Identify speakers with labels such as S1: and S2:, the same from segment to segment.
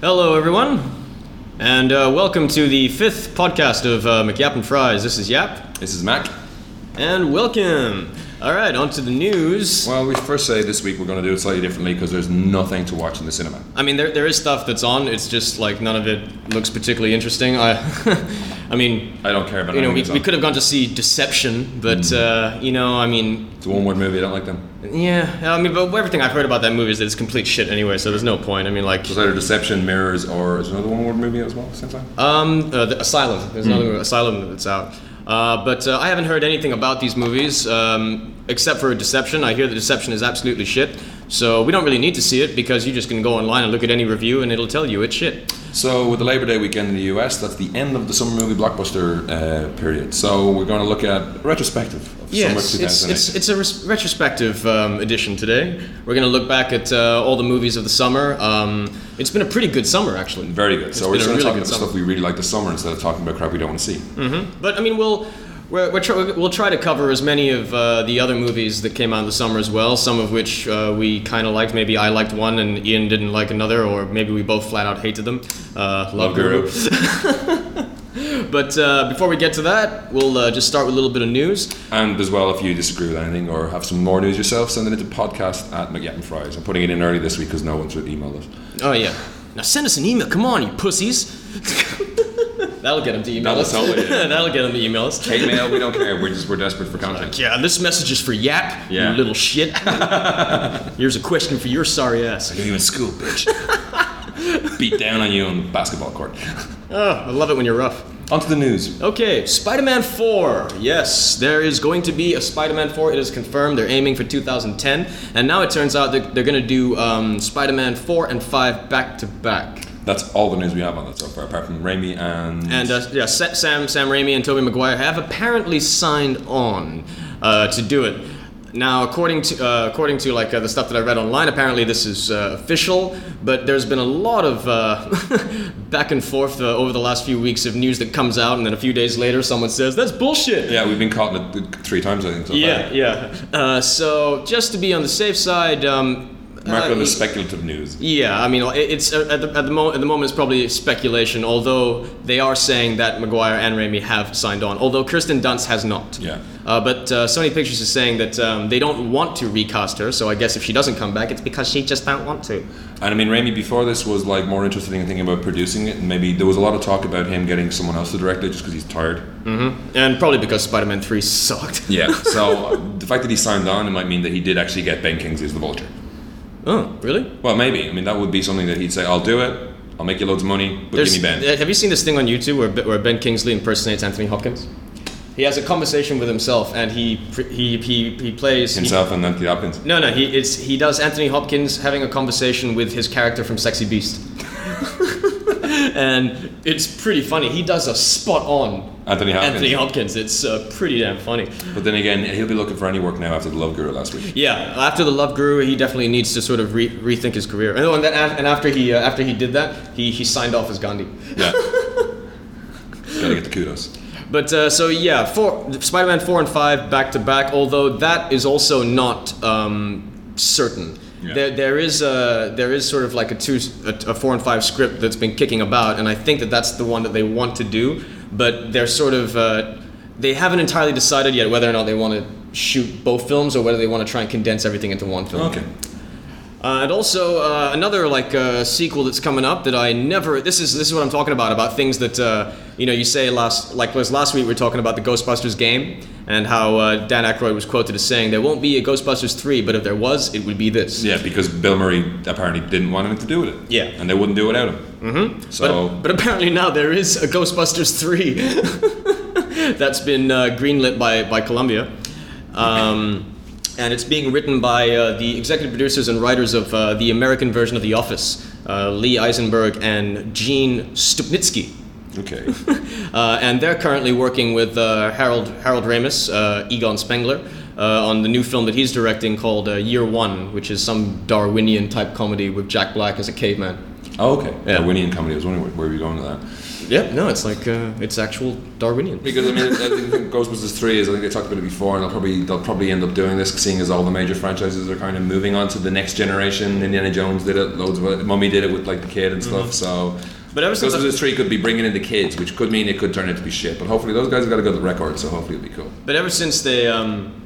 S1: Hello, everyone, and uh, welcome to the fifth podcast of uh, McYap and Fries. This is Yap,
S2: This is Mac.
S1: and welcome. All right, on to the news.
S2: Well, we should first say this week we're going to do it slightly differently because there's nothing to watch in the cinema.
S1: I mean, there, there is stuff that's on. It's just like none of it looks particularly interesting. I, I mean,
S2: I don't care about
S1: you know,
S2: anything
S1: we,
S2: that's
S1: we
S2: on.
S1: could have gone to see Deception, but uh, you know, I mean,
S2: It's a one-word movie. I don't like them.
S1: yeah, I mean, but everything I've heard about that movie is that it's complete shit anyway. So there's no point. I mean, like,
S2: It's either Deception, Mirrors, or is there another one-word movie as well. at the Same time.
S1: Um, uh, the Asylum. There's another movie, Asylum that's out. Uh, but uh, I haven't heard anything about these movies um, except for Deception. I hear that Deception is absolutely shit. So we don't really need to see it because you just can go online and look at any review and it'll tell you it's shit.
S2: So with the Labor Day weekend in the U.S., that's the end of the summer movie blockbuster uh, period. So we're going to look at retrospective of summer
S1: Yes,
S2: 2008.
S1: it's, it's, it's a res- retrospective um, edition today. We're going to look back at uh, all the movies of the summer. Um, it's been a pretty good summer, actually.
S2: very good. So we're
S1: been a
S2: just going
S1: really
S2: to talk about
S1: good
S2: the
S1: summer. Mm.
S2: stuff we really like this summer instead of talking about crap we don't want to see.
S1: But I mean, we'll we're, we're try, we'll try to cover as many of uh, the other movies that came out in the summer as well. Some of which uh, we kind of liked. Maybe I liked one and Ian didn't like another, or maybe we both flat out hated them. Uh, love Guru. But uh, before we get to that, we'll uh, just start with a little bit of news.
S2: And as well, if you disagree with anything or have some more news yourself, send it into podcast at McGettin Fries. I'm putting it in early this week because no one's emailed us.
S1: Oh yeah. Now send us an email. Come on, you pussies. That'll get them to email
S2: That'll
S1: us.
S2: totally do.
S1: That'll get them to email us.
S2: Hate mail, we don't care. We're just we're desperate for content.
S1: Yeah, this message is for Yap,
S2: Yeah.
S1: you little shit. Here's a question for your sorry ass.
S2: You're in school, bitch. Beat down on you on the basketball court.
S1: Oh, I love it when you're rough.
S2: Onto the news.
S1: Okay, Spider Man 4. Yes, there is going to be a Spider Man 4. It is confirmed. They're aiming for 2010. And now it turns out that they're going to do um, Spider Man 4 and 5 back to back.
S2: That's all the news we have on that so far, apart from Raimi and.
S1: And uh, yeah, Sa- Sam, Sam Raimi and Tobey Maguire have apparently signed on uh, to do it. Now, according to uh, according to like uh, the stuff that I read online, apparently this is uh, official. But there's been a lot of uh, back and forth uh, over the last few weeks of news that comes out, and then a few days later, someone says that's bullshit.
S2: yeah, we've been caught in it three times, I think, so
S1: Yeah, yeah. Uh, so just to be on the safe side, um,
S2: far. Marco
S1: uh,
S2: the speculative news.
S1: yeah, I mean, it- it's uh, at the at the, mo- at the moment it's probably speculation. Although they are saying that Maguire and Raimi have signed on, although Kirsten Dunst has not.
S2: Yeah.
S1: Uh, but uh, Sony Pictures is saying that um, they don't want to recast her. So I guess if she doesn't come back, it's because she just don't want to.
S2: And I mean, Raimi before this was like more interested in thinking about producing it, and maybe there was a lot of talk about him getting someone else to direct it just because he's tired.
S1: And probably because Spider-Man Three sucked.
S2: Yeah. So uh, the fact that he signed on, it might mean that he did actually get Ben Kingsley as the Vulture.
S1: Oh, really?
S2: Well, maybe. I mean, that would be something that he'd say, "I'll do it. I'll make you loads of money, but give me Ben."
S1: uh, Have you seen this thing on YouTube where, Be- where Ben Kingsley impersonates Anthony Hopkins? He has a conversation with himself, and he pr- he he, he plays he-
S2: himself and Anthony Hopkins.
S1: no, no, he it's he does Anthony Hopkins having a conversation with his character from Sexy Beast, and it's pretty funny. He does a spot on
S2: Anthony Hopkins.
S1: Anthony Hopkins. It's uh, pretty damn funny.
S2: But then again, he'll be looking for any work now after the Love Guru last week.
S1: Yeah, after the Love Guru, he definitely needs to sort of re- rethink his career. And, oh, and then af- and after he uh, after he did that, he he signed off as Gandhi.
S2: Yeah. Gotta get the kudos.
S1: But uh, so yeah, four, Spider-Man four and five back to back. Although that is also not um, certain.
S2: Yeah.
S1: There, there is a, there is sort of like a two a, a four and five script that's been kicking about, and I think that that's the one that they want to do. But they're sort of uh, they haven't entirely decided yet whether or not they want to shoot both films or whether they want to try and condense everything into one film.
S2: Okay.
S1: Uh, and also uh, another like uh, sequel that's coming up that I never. This is this is what I'm talking about about things that uh, you know you say last like was last week we were talking about the Ghostbusters game and how uh, Dan Aykroyd was quoted as saying there won't be a Ghostbusters three, but if there was, it would be this.
S2: Yeah, because Bill Murray apparently didn't want anything to do with it.
S1: Yeah.
S2: And they wouldn't do it without him. Mm-hmm. So
S1: But apparently now there is a Ghostbusters three that's been uh, greenlit by by Columbia, um, and it's being written by uh, the executive producers and writers of uh, the American version of The Office, uh, Lee Eisenberg and Gene Stupnitsky.
S2: okay.
S1: Uh, and they're currently working with uh, Harold Harold Ramis, uh, Egon Spengler, uh, on the new film that he's directing called uh, Year One, which is some Darwinian type comedy with Jack Black as a caveman.
S2: Oh, okay.
S1: Yeah.
S2: Darwinian comedy. I was wondering where, where were you going with that?
S1: Yep. No, it's like uh, it's actual Darwinian.
S2: Because I mean, I think Ghostbusters three is. I think they talked about it before, and they'll probably they'll probably end up doing this, seeing as all the major franchises are kind of moving on to the next generation. Indiana Jones did it. Loads of it. Mummy did it with like the kid and stuff. So.
S1: But ever since I-
S2: Ghostbusters three could be bringing in the kids, which could mean it could turn out to be shit. But hopefully, those guys have got a good record, so hopefully it'll be cool.
S1: But ever since they, um,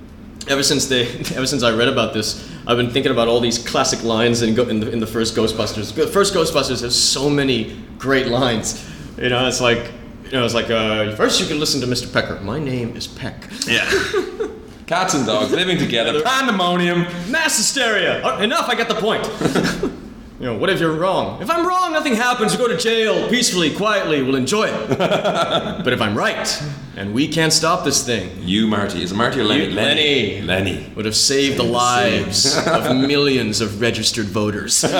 S1: ever since they, ever since I read about this, I've been thinking about all these classic lines in, go- in, the, in the first Ghostbusters. The first Ghostbusters has so many great lines. You know, it's like, you know, it's like uh, first you can listen to Mr. Pecker. My name is Peck.
S2: Yeah. Cats and dogs living together. Pandemonium.
S1: Mass hysteria. Uh, enough. I get the point. You know, what if you're wrong? If I'm wrong, nothing happens. You go to jail peacefully, quietly. We'll enjoy it. but if I'm right, and we can't stop this thing,
S2: You, Marty. Is it Marty or Lenny?
S1: You- Lenny.
S2: Lenny.
S1: would have saved the lives of millions of registered voters.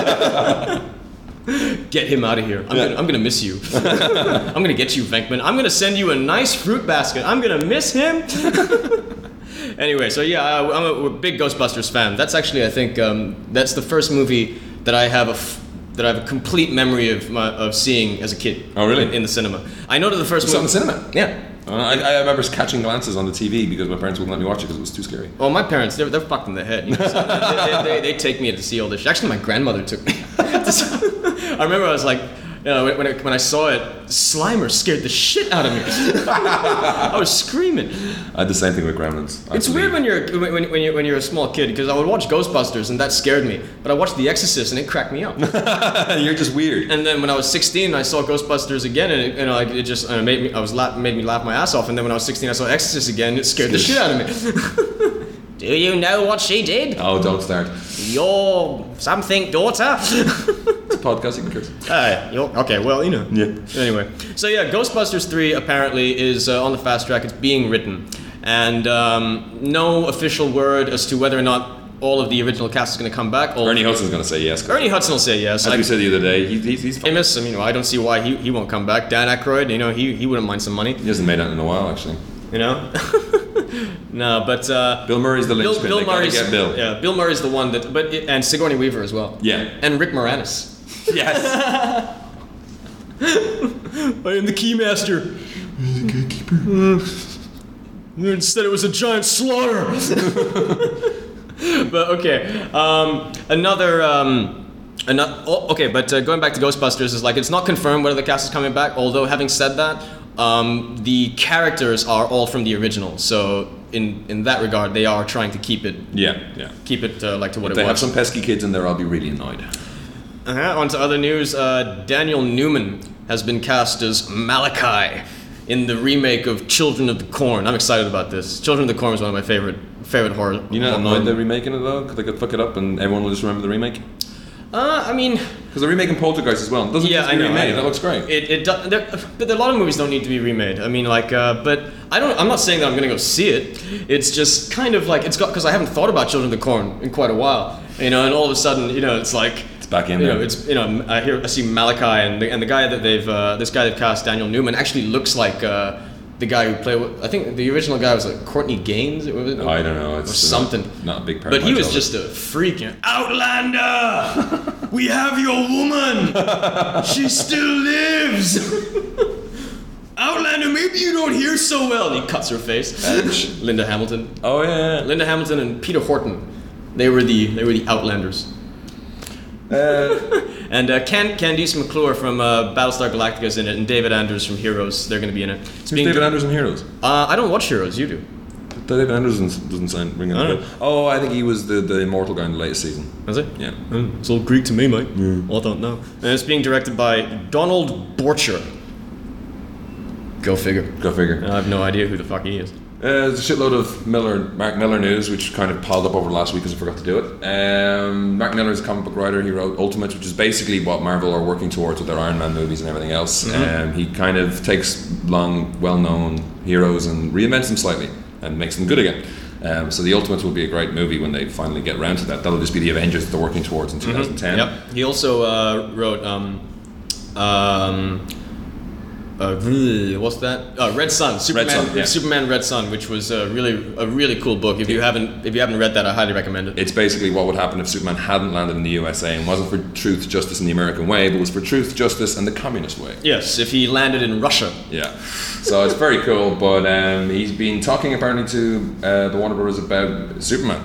S1: Get him out of here. I'm, gonna, I'm gonna miss you. I'm gonna get you, Venkman. I'm gonna send you a nice fruit basket. I'm gonna miss him. anyway, so yeah, I, I'm a, a big Ghostbusters fan. That's actually, I think, um, that's the first movie that I have a f- that I have a complete memory of my, of seeing as a kid.
S2: Oh, really?
S1: In, in the cinema. I know that the first
S2: It's on
S1: one.
S2: the cinema.
S1: Yeah.
S2: Uh, I, I remember catching glances on the TV because my parents wouldn't let me watch it because it was too scary.
S1: Well, Oh, my parents, they're, they're fucked in the head. You know, so they, they, they, they take me to see all this shit. Actually, my grandmother took me. to see- I remember I was like, you know, when, when, I, when I saw it, Slimer scared the shit out of me. I was screaming.
S2: I had the same thing with Gremlins. I
S1: It's weird
S2: believe.
S1: when you're when, when, when you're when you're a small kid because I would watch Ghostbusters and that scared me, but I watched The Exorcist and it cracked me up.
S2: you're just weird.
S1: and then when I was 16, I saw Ghostbusters again and it, and I, it just and it made me I was la- made me laugh my ass off. And then when I was 16, I saw Exorcist again. It scared the shit out of me. Do you know what she did?
S2: Oh, don't start.
S1: your something daughter.
S2: It's a podcast, you can curse.
S1: uh, your, okay, well, you know.
S2: Yeah.
S1: Anyway, so yeah, Ghostbusters 3 apparently is uh, on the fast track. It's being written. And um, no official word as to whether or not all of the original cast is going to come back. All-
S2: Ernie Hudson's gonna say yes. 'cause
S1: Ernie Hudson will say yes.
S2: As
S1: I-
S2: we said the other day, he, he's, he's fine.
S1: famous. I mean, I don't see why he, he won't come back. Dan Aykroyd, you know, he, he wouldn't mind some money,
S2: He hasn't made that in a while, actually.
S1: you know? no, but. Uh,
S2: Bill Murray's the
S1: Bill,
S2: linchpin.
S1: Bill
S2: they gotta
S1: Murray's
S2: get Bill.
S1: yeah Bill Murray's the one that but it, and Sigourney Weaver as well
S2: Yeah.
S1: and Rick Moranis
S2: Yes.
S1: I am the keymaster. Instead, it was a giant slaughter. but okay, um, another. Um, Another, oh, okay, but uh, going back to Ghostbusters is like it's not confirmed whether the cast is coming back. Although having said that, um, the characters are all from the original, so in in that regard, they are trying to keep it
S2: yeah. Yeah.
S1: keep it uh, like to what
S2: They
S1: it
S2: have
S1: was.
S2: some pesky kids in there. I'll be really annoyed.
S1: Uh-huh. On to other news. Uh, Daniel Newman has been cast as Malachi in the remake of Children of the Corn. I'm excited about this. Children of the Corn is one of my favorite favorite horror.
S2: You know,
S1: horror-
S2: annoyed they're remaking it though, because they could fuck it up and everyone will just remember the remake.
S1: Uh, I mean,
S2: Because they're remaking Poltergeist as well. It doesn't
S1: yeah,
S2: just
S1: I
S2: be
S1: know. I
S2: remade.
S1: know.
S2: That looks great.
S1: It, it do, there, but a lot of movies don't need to be remade. I mean, like, uh, but I don't. I'm not saying that I'm gonna go see it. It's just kind of like it's got because I haven't thought about Children of the Corn in quite a while. You know, and all of a sudden, you know, it's like
S2: it's back in
S1: you
S2: there.
S1: know, it's you know, I hear I see Malachi and the, and the guy that they've uh, this guy they've cast Daniel Newman actually looks like uh, the guy who played. I think the original guy was like Courtney Gaines. Was it?
S2: I don't know. It's
S1: or something.
S2: Not, not a big part.
S1: But
S2: of
S1: he
S2: my
S1: was
S2: childhood.
S1: just a freaking outlander. we have your woman. she still lives. Outlander, maybe you don't hear so well. And he cuts her face. Linda Hamilton.
S2: Oh yeah. yeah.
S1: Linda Hamilton and Peter Horton. They were the they were the outlanders.
S2: Uh,
S1: And uh, Can- Candice McClure from uh, Battlestar Galactica is in it, and David Anders from Heroes. They're going to be in it. It's
S2: who's
S1: being
S2: David
S1: dir-
S2: Anderson Heroes.
S1: uh, I don't watch Heroes. You do.
S2: David Anderson doesn't sound ringing
S1: I
S2: a
S1: don't
S2: bell. Oh, I think he was the, the immortal guy in the latest season.
S1: Is it?
S2: Yeah. Mm.
S1: Mm, it's all Greek to me, mate. I don't know. And it's being directed by Donald Borcher. Go figure.
S2: Go figure.
S1: I have no idea who the fuck he is.
S2: Uh, there's a shitload of Miller, Mark Miller news, which kind of piled up over last week because I forgot to do it. Um, Mark Miller is a comic book writer. He wrote Ultimate, which is basically what Marvel are working towards with their Iron Man movies and everything else. Um, he kind of takes long, well-known heroes and reinvents them slightly and makes them good again. Um, so the Ultimates will be a great movie when they finally get around to that. That'll just be the Avengers that they're working towards in 2010.
S1: Yep. He also uh, wrote um, um, uh, what's that? Uh, Red Sun, Superman,
S2: Sun, yeah.
S1: Superman Red Sun, which was a really a really cool book. If you haven't if you haven't read that, I highly recommend it.
S2: It's basically what would happen if Superman hadn't landed in the USA and wasn't for truth, justice, and the American way, but was for truth, justice, and the communist way.
S1: Yes, if he landed in Russia.
S2: Yeah, so it's very cool. But um, he's been talking apparently to uh, the Warner Brothers about Superman.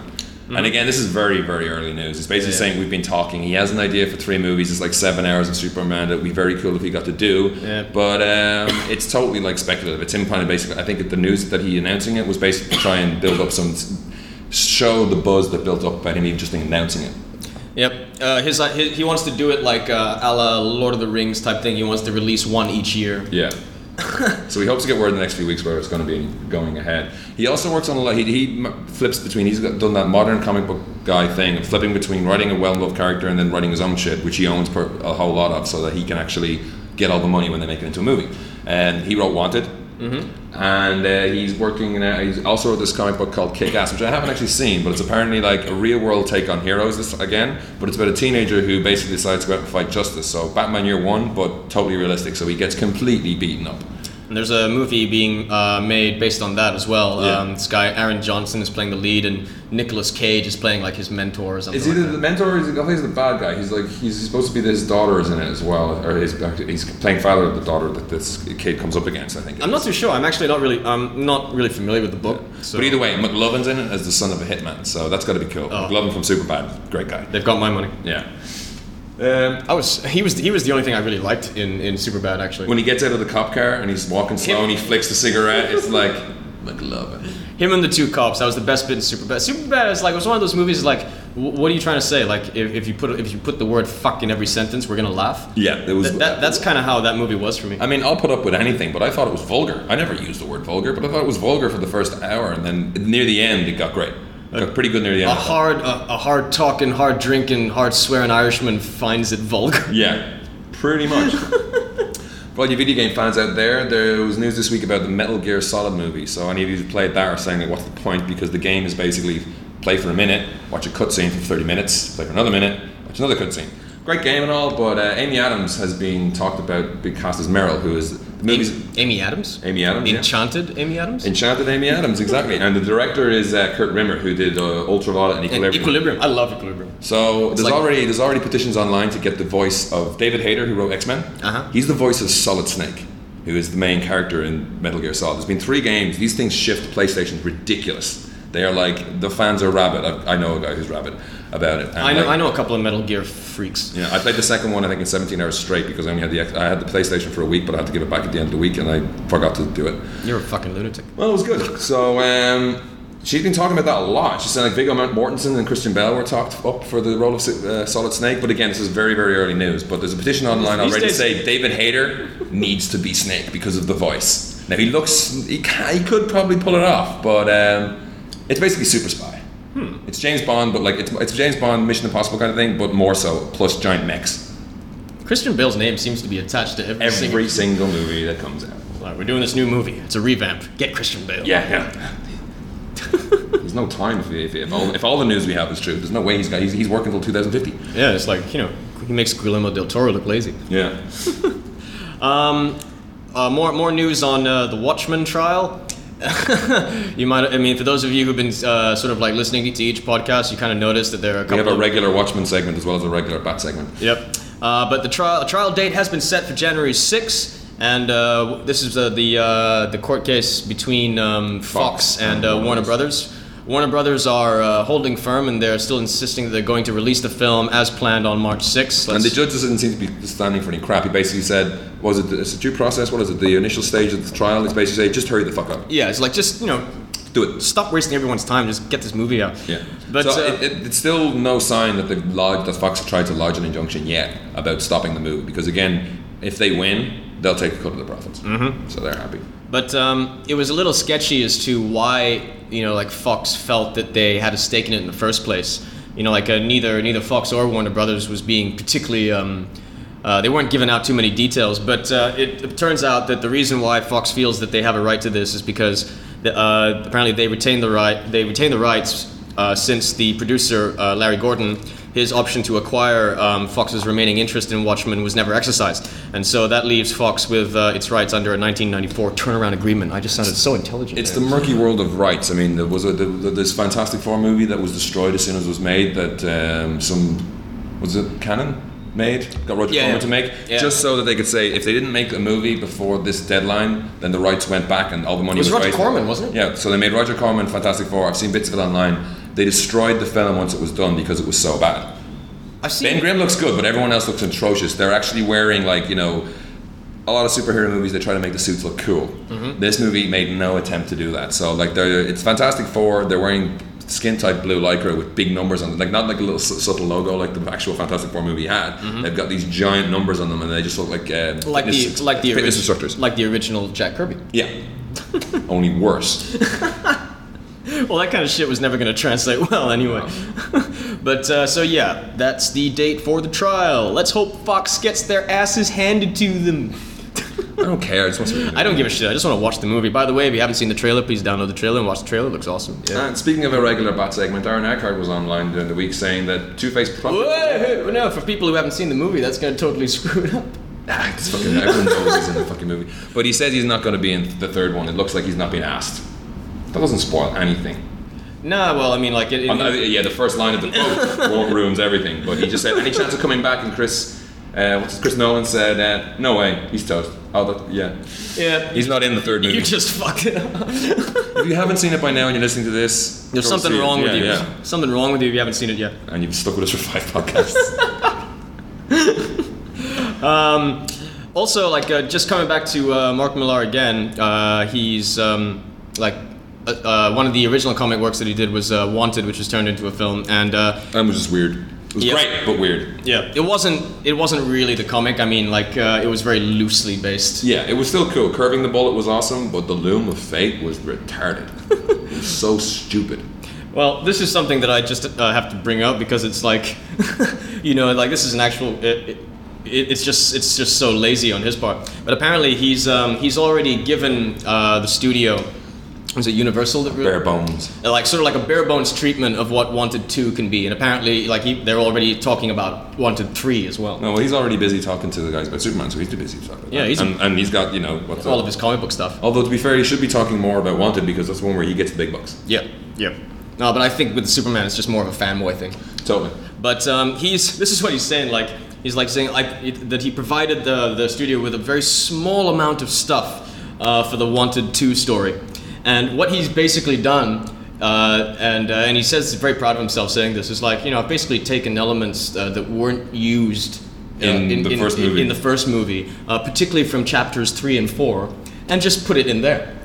S2: And again, this is very, very early news. It's basically
S1: Mm-hmm. Yeah.
S2: saying we've been talking. He has an idea for three movies. It's like seven hours of Superman. That would be very cool if he got to do.
S1: Yeah.
S2: But um, it's totally like speculative. It's him kind of basically. I think that the news that he announcing it was basically to try and build up some, show the buzz that built up about him even just announcing it.
S1: Yep. Uh, his, uh, his he wants to do it like uh, a la Lord of the Rings type thing. He wants to release one each year.
S2: Yeah. so he hopes to get word in the next few weeks where it's going to be going ahead. He also works on a lot. He, he m- flips between. He's got- done that modern comic book guy thing of flipping between writing a well-loved character and then writing his own shit, which he owns per, a whole lot of, so that he can actually get all the money when they make it into a movie. And he wrote Wanted. And uh, he's working. In a, he's also wrote this comic book called Kick Ass, which I haven't actually seen, but it's apparently like a real-world take on heroes. This again, but it's about a teenager who basically decides to go out and fight justice. So Batman Year One, but totally realistic. So he gets completely beaten up.
S1: And there's a movie being uh, made based on that as well.
S2: Yeah.
S1: Um, this guy Aaron Johnson is playing the lead, and Nicolas Cage is playing like his mentor or something.
S2: Is either
S1: like
S2: the
S1: that.
S2: mentor or is he, I think he's the bad guy. He's like he's supposed to be his daughter is in it as well, or his he's playing father of the daughter that this kid comes up against. I think.
S1: I'm not too sure. I'm actually not really. I'm not really familiar with the book. So
S2: But either way, McLovin's in it as the son of a hitman, so that's got to be cool.
S1: Oh.
S2: McLovin from Superbad, great guy.
S1: they've got my money.
S2: Yeah. Um,
S1: I was he was he was the only thing I really liked in in Superbad actually.
S2: when he gets out of the cop car and he's walking slow and he flicks the cigarette, it's like McLovin.
S1: Him and the two cops. That was the best bit in Superbad. Superbad is like it was one of those movies. Like, wh- what are you trying to say? Like, if, if you put if you put the word "fuck" in every sentence, we're gonna laugh.
S2: Yeah, it was.
S1: That, that, that's kind of how that movie was for me.
S2: I mean, I'll put up with anything, but I thought it was vulgar. I never used the word vulgar, but I thought it was vulgar for the first hour, and then near the end, it got great. It
S1: Uh,
S2: got pretty good near the end.
S1: A
S2: I thought.
S1: hard a, a hard talking, hard drinking, hard swearing Irishman finds it vulgar.
S2: Yeah, pretty much. For all you video game fans out there, there was news this week about the Metal Gear Solid movie. So any of you who played that are saying, like, what's the point? Because the game is basically play for a minute, watch a cutscene for 30 minutes, play for another minute, watch another cutscene. Great game and all, but uh, Amy Adams has been talked about being cast as Meryl, who is the movie's
S1: Amy Adams.
S2: Amy Adams. yeah.
S1: Enchanted. Amy Adams.
S2: Enchanted Amy Adams, exactly. and the director is uh, Kurt Rimmer, who did uh, Ultraviolet and
S1: And
S2: Equilibrium.
S1: Equilibrium. I love Equilibrium.
S2: So there's
S1: like-
S2: already there's already petitions online to get the voice of David Hayter, who wrote X Men.
S1: Uh-huh.
S2: He's the voice of Solid Snake, who is the main character in Metal Gear Solid. There's been three games. These things shift PlayStation ridiculous. They are like the fans are rabid. I, I know a guy who's rabid about it. And
S1: I know
S2: like-
S1: I know a couple of Metal Gear freaks.
S2: Yeah, I played the second one I think in 17 hours straight because I only had the X- I had the PlayStation for a week, but I had to give it back at the end of the week, and I forgot to do it.
S1: You're a fucking lunatic.
S2: Well, it was good. So um, she's been talking about that a lot. She said like Viggo Mortensen and Christian Bale were talked up for the role of Si- uh, Solid Snake, but again, this is very very early news. But there's a petition online
S1: These
S2: already to
S1: days-
S2: say David Hayter needs to be Snake because of the voice. Now he looks he, ca he could probably pull it off, but um, it's basically Super Spy.
S1: Hmm.
S2: It's James Bond, but like it's, it's James Bond Mission Impossible kind of thing, but more so plus giant mechs.
S1: Christian Bale's name seems to be attached to every, single.
S2: Every single movie that comes out.
S1: Alright, we're doing this new movie. It's a revamp. Get Christian Bale.
S2: Yeah, yeah. there's no time if, if, if, all, if all the news we have is true. There's no way he's got. He's, he's working till 2050.
S1: Yeah, it's like, you know, he makes Guillermo del Toro look lazy.
S2: Yeah.
S1: Um, uh, more, more news on uh, the Watchmen trial. you might, I mean, for those of you who've been uh, sort of like listening to each podcast, you kind of noticed that there are a
S2: We
S1: couple
S2: have a
S1: of-
S2: regular Watchmen segment as well as a regular Bat segment.
S1: Yep. Uh, but the trial, trial date has been set for January 6th. And uh, this is uh, the uh, the court case between um, Fox,
S2: Fox
S1: and uh, Warner Brothers. Warner Brothers are uh, holding firm, and they're still insisting that they're going to release the film as planned on March 6th.
S2: And
S1: Let's-
S2: the judge doesn't seem to be standing for any crap. He basically said, "Was it it's a due process? What is it? The initial stage of the trial? It's basically say, just hurry the fuck up,
S1: yeah, it's like just you know,
S2: do it."
S1: stop wasting everyone's time. Just get this movie out.
S2: Yeah.
S1: But
S2: so
S1: uh,
S2: it, it, it's still no sign that they've lodged that Fox have tried to lodge an injunction yet about stopping the movie because again, if they win, they'll take a cut of the profits. Mm-hmm. So they're happy.
S1: But um, it was a little sketchy as to why you know like Fox felt that they had a stake in it in the first place. You know, like uh, neither neither Fox or Warner Brothers was being particularly. Um, uh, they weren't giving out too many details, but uh, it, it turns out that the reason why Fox feels that they have a right to this is because the, uh, apparently they retain the right. They retain the rights uh, since the producer uh, Larry Gordon his option to acquire um, Fox's remaining interest in Watchmen was never exercised, and so that leaves Fox with uh, its rights under a 1994 turnaround agreement. I just sounded so intelligent.
S2: It's the
S1: there.
S2: murky world of rights. I mean, there was a, the, the, this Fantastic Four movie that was destroyed as soon as it was made. That um, some was it Cannon made got Roger
S1: Yeah,
S2: Corman
S1: yeah.
S2: to make
S1: Yeah.
S2: just so that they could say if they didn't make a movie before this deadline, then the rights went back and all the money
S1: It was Roger
S2: raised.
S1: Corman, wasn't it?
S2: Yeah, so they made Roger Corman Fantastic Four. I've seen bits of it online. They destroyed the film once it was done because it was so bad.
S1: I've seen.
S2: Ben Grimm looks good, but everyone else looks atrocious. They're actually wearing like you know, a lot of superhero movies. They try to make the suits look cool.
S1: Mm-hmm.
S2: This movie made no attempt to do that. So like they're it's Fantastic Four. They're wearing skin tight blue lycra with big numbers on them, like not like a little su- subtle logo like the actual Fantastic Four movie had. They've got these giant numbers on them, and they just look like um,
S1: Mm-hmm. like
S2: fitness,
S1: the like the
S2: fitness
S1: orig-
S2: instructors.
S1: like the original Jack Kirby.
S2: yeah, only worse.
S1: Well, that kind of shit was never going to translate well anyway. but uh, so yeah, that's the date for the trial. Let's hope Fox gets their asses handed to them.
S2: I don't care. I just want to.
S1: I don't give a shit. I just want to watch the movie. By the way, if you haven't seen the trailer, please download the trailer and watch the trailer. It looks awesome. Yeah.
S2: And speaking of a regular bat segment, Aaron Eckhart was online during the week saying that Two Face.
S1: Whoa, no, for people who haven't seen the movie, that's going to totally screw it up.
S2: Ah, it's fucking everyone knows he's in the fucking movie. But he says he's not going to be in the third one. It looks like he's not being asked. That doesn't spoil anything.
S1: Nah, well, I mean, like, it, it-
S2: Um, uh, yeah, the first line of the quote quote ruins everything. But he just said, any chance of coming back? And Chris, uh, what's his, Chris Nolan said, uh, no way, he's toast. Oh, that, yeah,
S1: yeah,
S2: he's not in the third movie.
S1: you just fucked it up.
S2: if you haven't seen it by now and you're listening to this,
S1: There's
S2: go see
S1: something
S2: it.
S1: wrong with
S2: Yeah,
S1: you.
S2: yeah.
S1: Something wrong with you if you haven't seen it yet.
S2: And you've stuck with us for five podcasts.
S1: Um, also, like uh, just coming back to uh, Mark Millar again, uh, he's um, like uh, uh, one of the original comic works that he did was uh, Wanted, which was turned into a film, and uh,
S2: that was just weird. It was
S1: Yeah.
S2: great, but weird.
S1: yeah, it wasn't it wasn't really the comic. I mean, like uh, it was very loosely based.
S2: Yeah, it was still cool. Curving the bullet was awesome, but the loom of fate was retarded. it was so stupid.
S1: Well, this is something that I just uh, have to bring up because it's like, you know, like this is an actual. It, it, it- it's just it's just so lazy on his part. But apparently he's um, he's already given uh, the studio. Was it Universal that Uh,
S2: Bare bones.
S1: like sort of like a bare bones treatment of what Wanted Two can be, and apparently like he, they're already talking about Wanted Three as well.
S2: No, Oh, well, he's already busy talking to the guys about Superman, so he's too busy talking. About
S1: Yeah,
S2: that.
S1: he's-
S2: and, and he's got you know what's
S1: All
S2: up.
S1: of his comic book stuff.
S2: Although to be fair, he should be talking more about Wanted because that's the one where he gets the big bucks.
S1: Yeah, yeah. No, but I think with Superman, it's just more of a fanboy thing.
S2: Totally.
S1: But um, he's this is what he's saying. Like he's like saying like it, that he provided the the studio with a very small amount of stuff uh, for the Wanted Two story, and what he's basically done. Uh, and uh, and he says he's very proud of himself saying this. Is like you know I've basically taken elements uh, that weren't used uh,
S2: In the first movie.
S1: in the first movie, uh, particularly from chapters three and four, and just put it in there.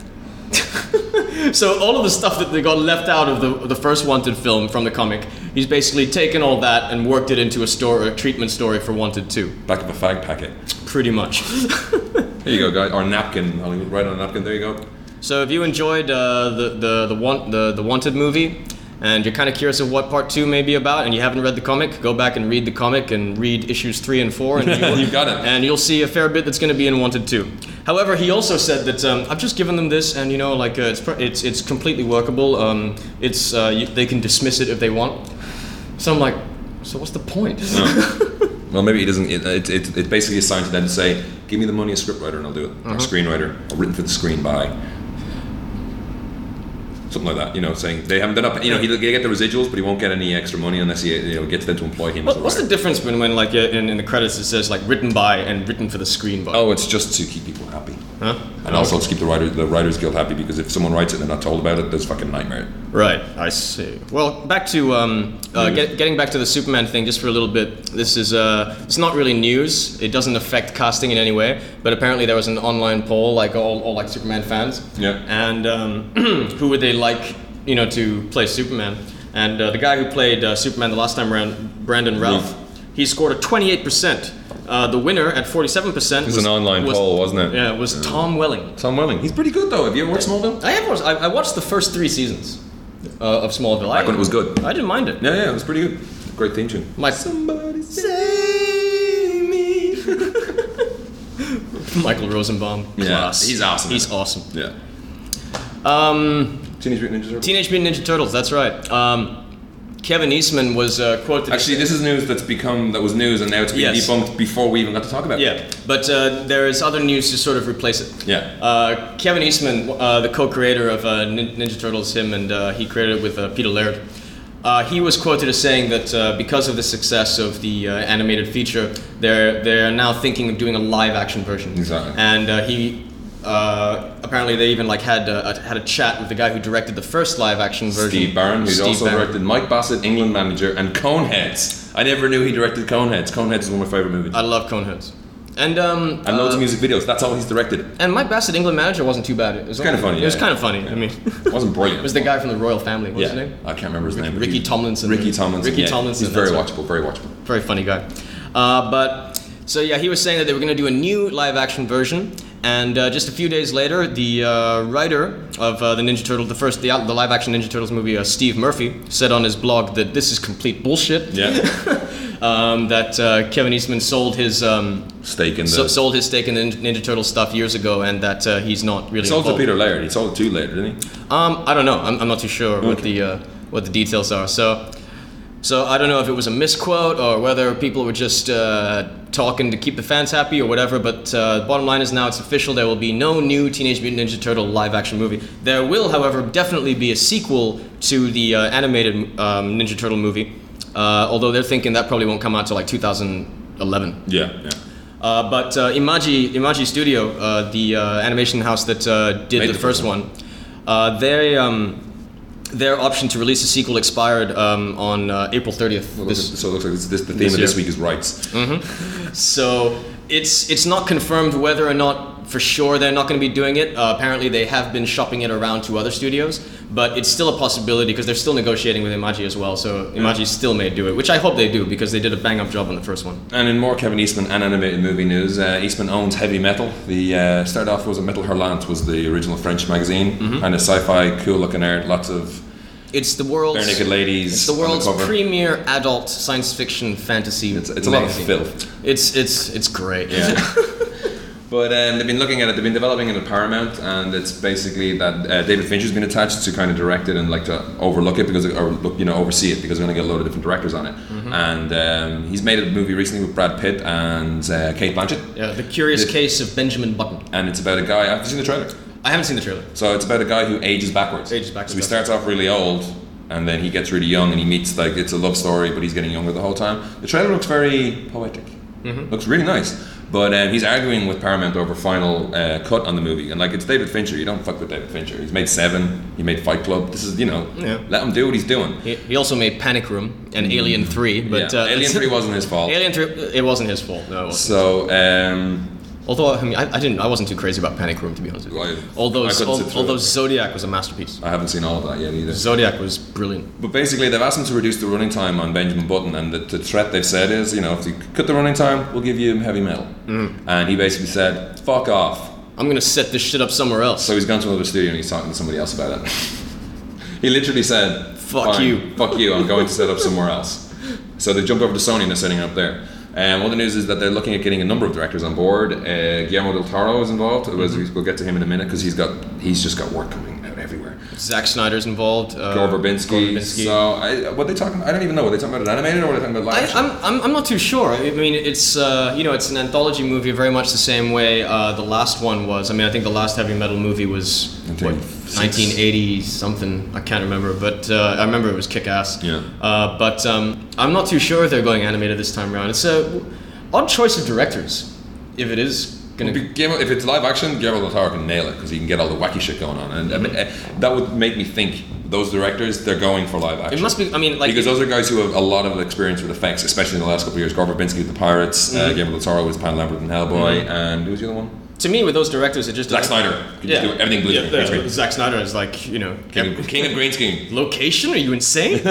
S1: So all of the stuff that they got left out of the the first Wanted film from the comic, he's basically taken all that and worked it into a story, a treatment story for Wanted Two,
S2: Back of a fag packet.
S1: pretty much.
S2: There you go, guys. Or napkin. I'll write on a napkin. There you go.
S1: so if you enjoyed uh, the the the, want, the the Wanted movie, and you're kind of curious of what part two may be about, and you haven't read the comic, go back and read the comic and read issues three and four, and you,
S2: You've got it.
S1: And you'll see a fair bit that's going to be in Wanted Two. However, he also said that um, I've just given them this, and you know, like uh, it's pr- it's it's completely workable. Um, it's uh, you, they can dismiss it if they want. So I'm like, so what's the point?
S2: Well, maybe he doesn't. It, it, it, it's basically assigned to them to say, "Give me the money, a scriptwriter, and I'll do it. Or screenwriter, or written for the screen by." Something like that, you know, saying they haven't. They're not. You know, he they get the residuals, but he won't get any extra money unless he, you know, gets them to employ him. as a
S1: What, what's
S2: writer.
S1: the difference between when like uh, in, in the credits it says like written by and written for the screen by?
S2: Oh, it's just to keep people happy,
S1: Huh?
S2: and also to keep the writer, the Writers Guild happy because if someone writes it and they're not told about it, there's fucking nightmare.
S1: Right, I see. Well, back to um, uh,
S2: News.
S1: get, getting back to the Superman thing just for a little bit. This is uh, it's not really news. It doesn't affect casting in any way. But apparently there was an online poll, like all, all like Superman fans.
S2: Yeah.
S1: And um, who would they like, you know, to play Superman? And uh, the guy who played uh, Superman the last time around, Brandon Ralph,
S2: Ralph.
S1: he scored a 28 percent. Uh, the winner at 47 percent
S2: was an online poll, wasn't it?
S1: Yeah, was Tom Welling.
S2: Tom Welling, he's pretty good though. Have you ever watched Smallville?
S1: I have watched. I, I watched the first three seasons uh, of Smallville. I,
S2: Back when it was good.
S1: I didn't mind it.
S2: Yeah, yeah, it was pretty good. Great theme tune.
S1: My
S2: Somebody save me.
S1: Michael Rosenbaum.
S2: Yeah,
S1: class.
S2: he's awesome.
S1: He's awesome.
S2: yeah.
S1: Um,
S2: Teenage Mutant Ninja Turtles.
S1: Teenage Mutant Ninja Turtles. That's right. Um, Kevin Eastman was uh, quoted.
S2: Actually, this is news that's become that was news, and now it's been
S1: Yes.
S2: debunked before we even got to talk about it.
S1: Yeah, but uh, there is other news to sort of replace it.
S2: Yeah.
S1: Uh, Kevin Eastman, uh, the co-creator of uh, Nin- Ninja Turtles, him and uh, he created it with uh, Peter Laird. Uh, he was quoted as saying that uh, because of the success of the uh, animated feature, they're they're now thinking of doing a live-action version.
S2: Exactly.
S1: And uh, he. Uh, apparently, they even like had uh, a, had a chat with the guy who directed the first live-action version,
S2: Steve Barron, who's
S1: Steve
S2: also
S1: Barron.
S2: directed Mike Bassett, England Manager, and Coneheads. I never knew he directed Coneheads. Coneheads is one of my favorite movies.
S1: I love Coneheads, and um,
S2: and loads
S1: uh,
S2: of music videos. That's all he's directed.
S1: And Mike Bassett, England manager, wasn't too bad. It was
S2: kinda funny,
S1: It was
S2: yeah,
S1: kind of
S2: yeah.
S1: funny. I mean,
S2: It wasn't brilliant.
S1: it was the guy from the royal family. What was
S2: yeah.
S1: his name?
S2: I can't remember his name. but
S1: Ricky
S2: he-
S1: Tomlinson.
S2: Ricky Tomlinson.
S1: Ricky
S2: yeah.
S1: Tomlinson,
S2: He's very
S1: that's
S2: watchable. Very watchable.
S1: Very funny guy. Uh, but so yeah, he was saying that they were going to do a new live-action version. And uh, just a few days later, the uh, writer of uh, the Ninja Turtle, the first, the, the live-action Ninja Turtles movie, uh, Steve Murphy, said on his blog that this is complete bullshit.
S2: Yeah.
S1: Um, that uh, Kevin Eastman sold his um,
S2: Stake in the.
S1: so, sold his stake in the Nin- Ninja Turtle stuff years ago, and that uh, he's not really.
S2: sold to
S1: involved.
S2: Peter Laird. He sold it to Laird, didn't he?
S1: Um, I don't know. I'm, I'm not too sure what the uh, what the details are. So, so I don't know if it was a misquote or whether people were just uh, talking to keep the fans happy or whatever. But uh, bottom line is now it's official. There will be no new Teenage Mutant Ninja Turtle live action movie. There will, however, definitely be a sequel to the uh, animated um, Ninja Turtle movie. Uh, although they're thinking that probably won't come out till like 2011.
S2: Yeah. yeah.
S1: Uh, but uh, Imagi, Imagi Studio, uh, the uh, animation house that uh, did
S2: Made
S1: the,
S2: the
S1: first
S2: first
S1: one, uh, they, um, their option to release a sequel expired um, on uh, April 30th. This,
S2: so it looks like this, this, the theme
S1: this
S2: of this
S1: year.
S2: week is rights.
S1: so it's it's not confirmed whether or not for sure they're not going to be doing it. Uh, apparently, they have been shopping it around to other studios, but it's still a possibility because they're still negotiating with Imagi as well. So Imagi still may do it, which I hope they do because they did a bang up job on the first one.
S2: And in more Kevin Eastman and animated movie news, uh, Eastman owns Heavy Metal. The uh, started off was a Metal Hurlant was the original French magazine,
S1: Mm-hmm.
S2: kind of sci-fi, cool-looking art, lots of
S1: It's the world's
S2: bare naked ladies.
S1: It's the
S2: on
S1: world's
S2: cover.
S1: premier adult science fiction fantasy.
S2: It's, it's a lot of
S1: magazine.
S2: filth.
S1: It's it's it's great.
S2: Yeah. But um, they've been looking at it. They've been developing it at Paramount, and it's basically that uh, David Fincher's been attached to kind of direct it and like to overlook it because or look, you know oversee it because we're going to get a load of different directors on it.
S1: Mm-hmm.
S2: And um, he's made a movie recently with Brad Pitt and uh, Kate Blanchett,
S1: Yeah, the Curious
S2: The-
S1: Case of Benjamin Button.
S2: and it's about a guy. Have you seen the trailer?
S1: I haven't seen the trailer.
S2: So it's about a guy who ages backwards.
S1: Ages backwards,
S2: So he
S1: yeah.
S2: starts off really old, and then he gets really young, and he meets like it's a love story, but he's getting younger the whole time. The trailer looks very poetic.
S1: Mm-hmm.
S2: Looks really nice. But um, he's arguing with Paramount over final uh, cut on the movie, and like it's David Fincher. You don't fuck with David Fincher. He's made Seven. He made Fight Club. This is you know,
S1: Yeah.
S2: let him do what he's doing.
S1: He, he also made Panic Room and Alien Three, but
S2: Mm. Yeah.
S1: uh,
S2: Alien
S1: it's-
S2: Three wasn't his fault.
S1: Alien Three, it wasn't his fault. No, it wasn't.
S2: So um,
S1: although I mean, I, I didn't, I wasn't too crazy about Panic Room to be honest. With you.
S2: I-
S1: although
S2: I couldn't sit through
S1: although
S2: it.
S1: Zodiac was a masterpiece.
S2: I haven't seen all of that yet either.
S1: Zodiac was brilliant.
S2: But basically, they've asked him to reduce the running time on Benjamin Button, and the, the threat they've said is, you know, if you cut the running time, we'll give you heavy metal.
S1: Mm.
S2: And he basically said, fuck off.
S1: I'm gonna set this shit up somewhere else.
S2: So he's gone to another studio and he's talking to somebody else about it. he literally said,
S1: Fuck
S2: "Fine,
S1: you."
S2: Fuck you, I'm going to set up somewhere else. So they jumped over to Sony and they're setting it up there. Um, other news is that they're looking at getting a number of directors on board. Uh, Guillermo del Toro is involved. As we- We'll get to him in a minute because he's got he's just got work coming out everywhere.
S1: Zack Snyder's involved. Uh,
S2: Gore Verbinski.
S1: Verbinski.
S2: So, I, what they talking? I don't even know. Were they talking about it animated or were they talking about live?
S1: I,
S2: action?
S1: I'm, I'm, I'm not too sure. I mean, it's uh, you know, it's an anthology movie, very much the same way uh, the last one was. I mean, I think the last heavy metal movie was what,
S2: 1986.
S1: 1980 something. I can't remember, but uh, I remember it was kick ass.
S2: Yeah.
S1: Uh, but um, I'm not too sure if they're going animated this time around. It's a odd choice of directors, if it is gonna.
S2: It'd be Guillermo- if it's live action, Guillermo del Toro can nail it because he can get all the wacky shit going on, and I mean, eh, that would make me think those directors they're going for live action.
S1: it must be. I mean, like
S2: because those are guys who have a lot of experience with effects, especially in the last couple of years. Gore Verbinski with the Pirates,
S1: Mm-hmm.
S2: uh, Guillermo del Toro with Pan Lambert and Hellboy, and who was the other one?
S1: to me, with those directors, it just
S2: Zack Snyder. Could just do everything blue
S1: yeah,
S2: screen,
S1: yeah,
S2: green screen.
S1: Zack Snyder is like you know
S2: King, of, King of green screen.
S1: location? Are you insane?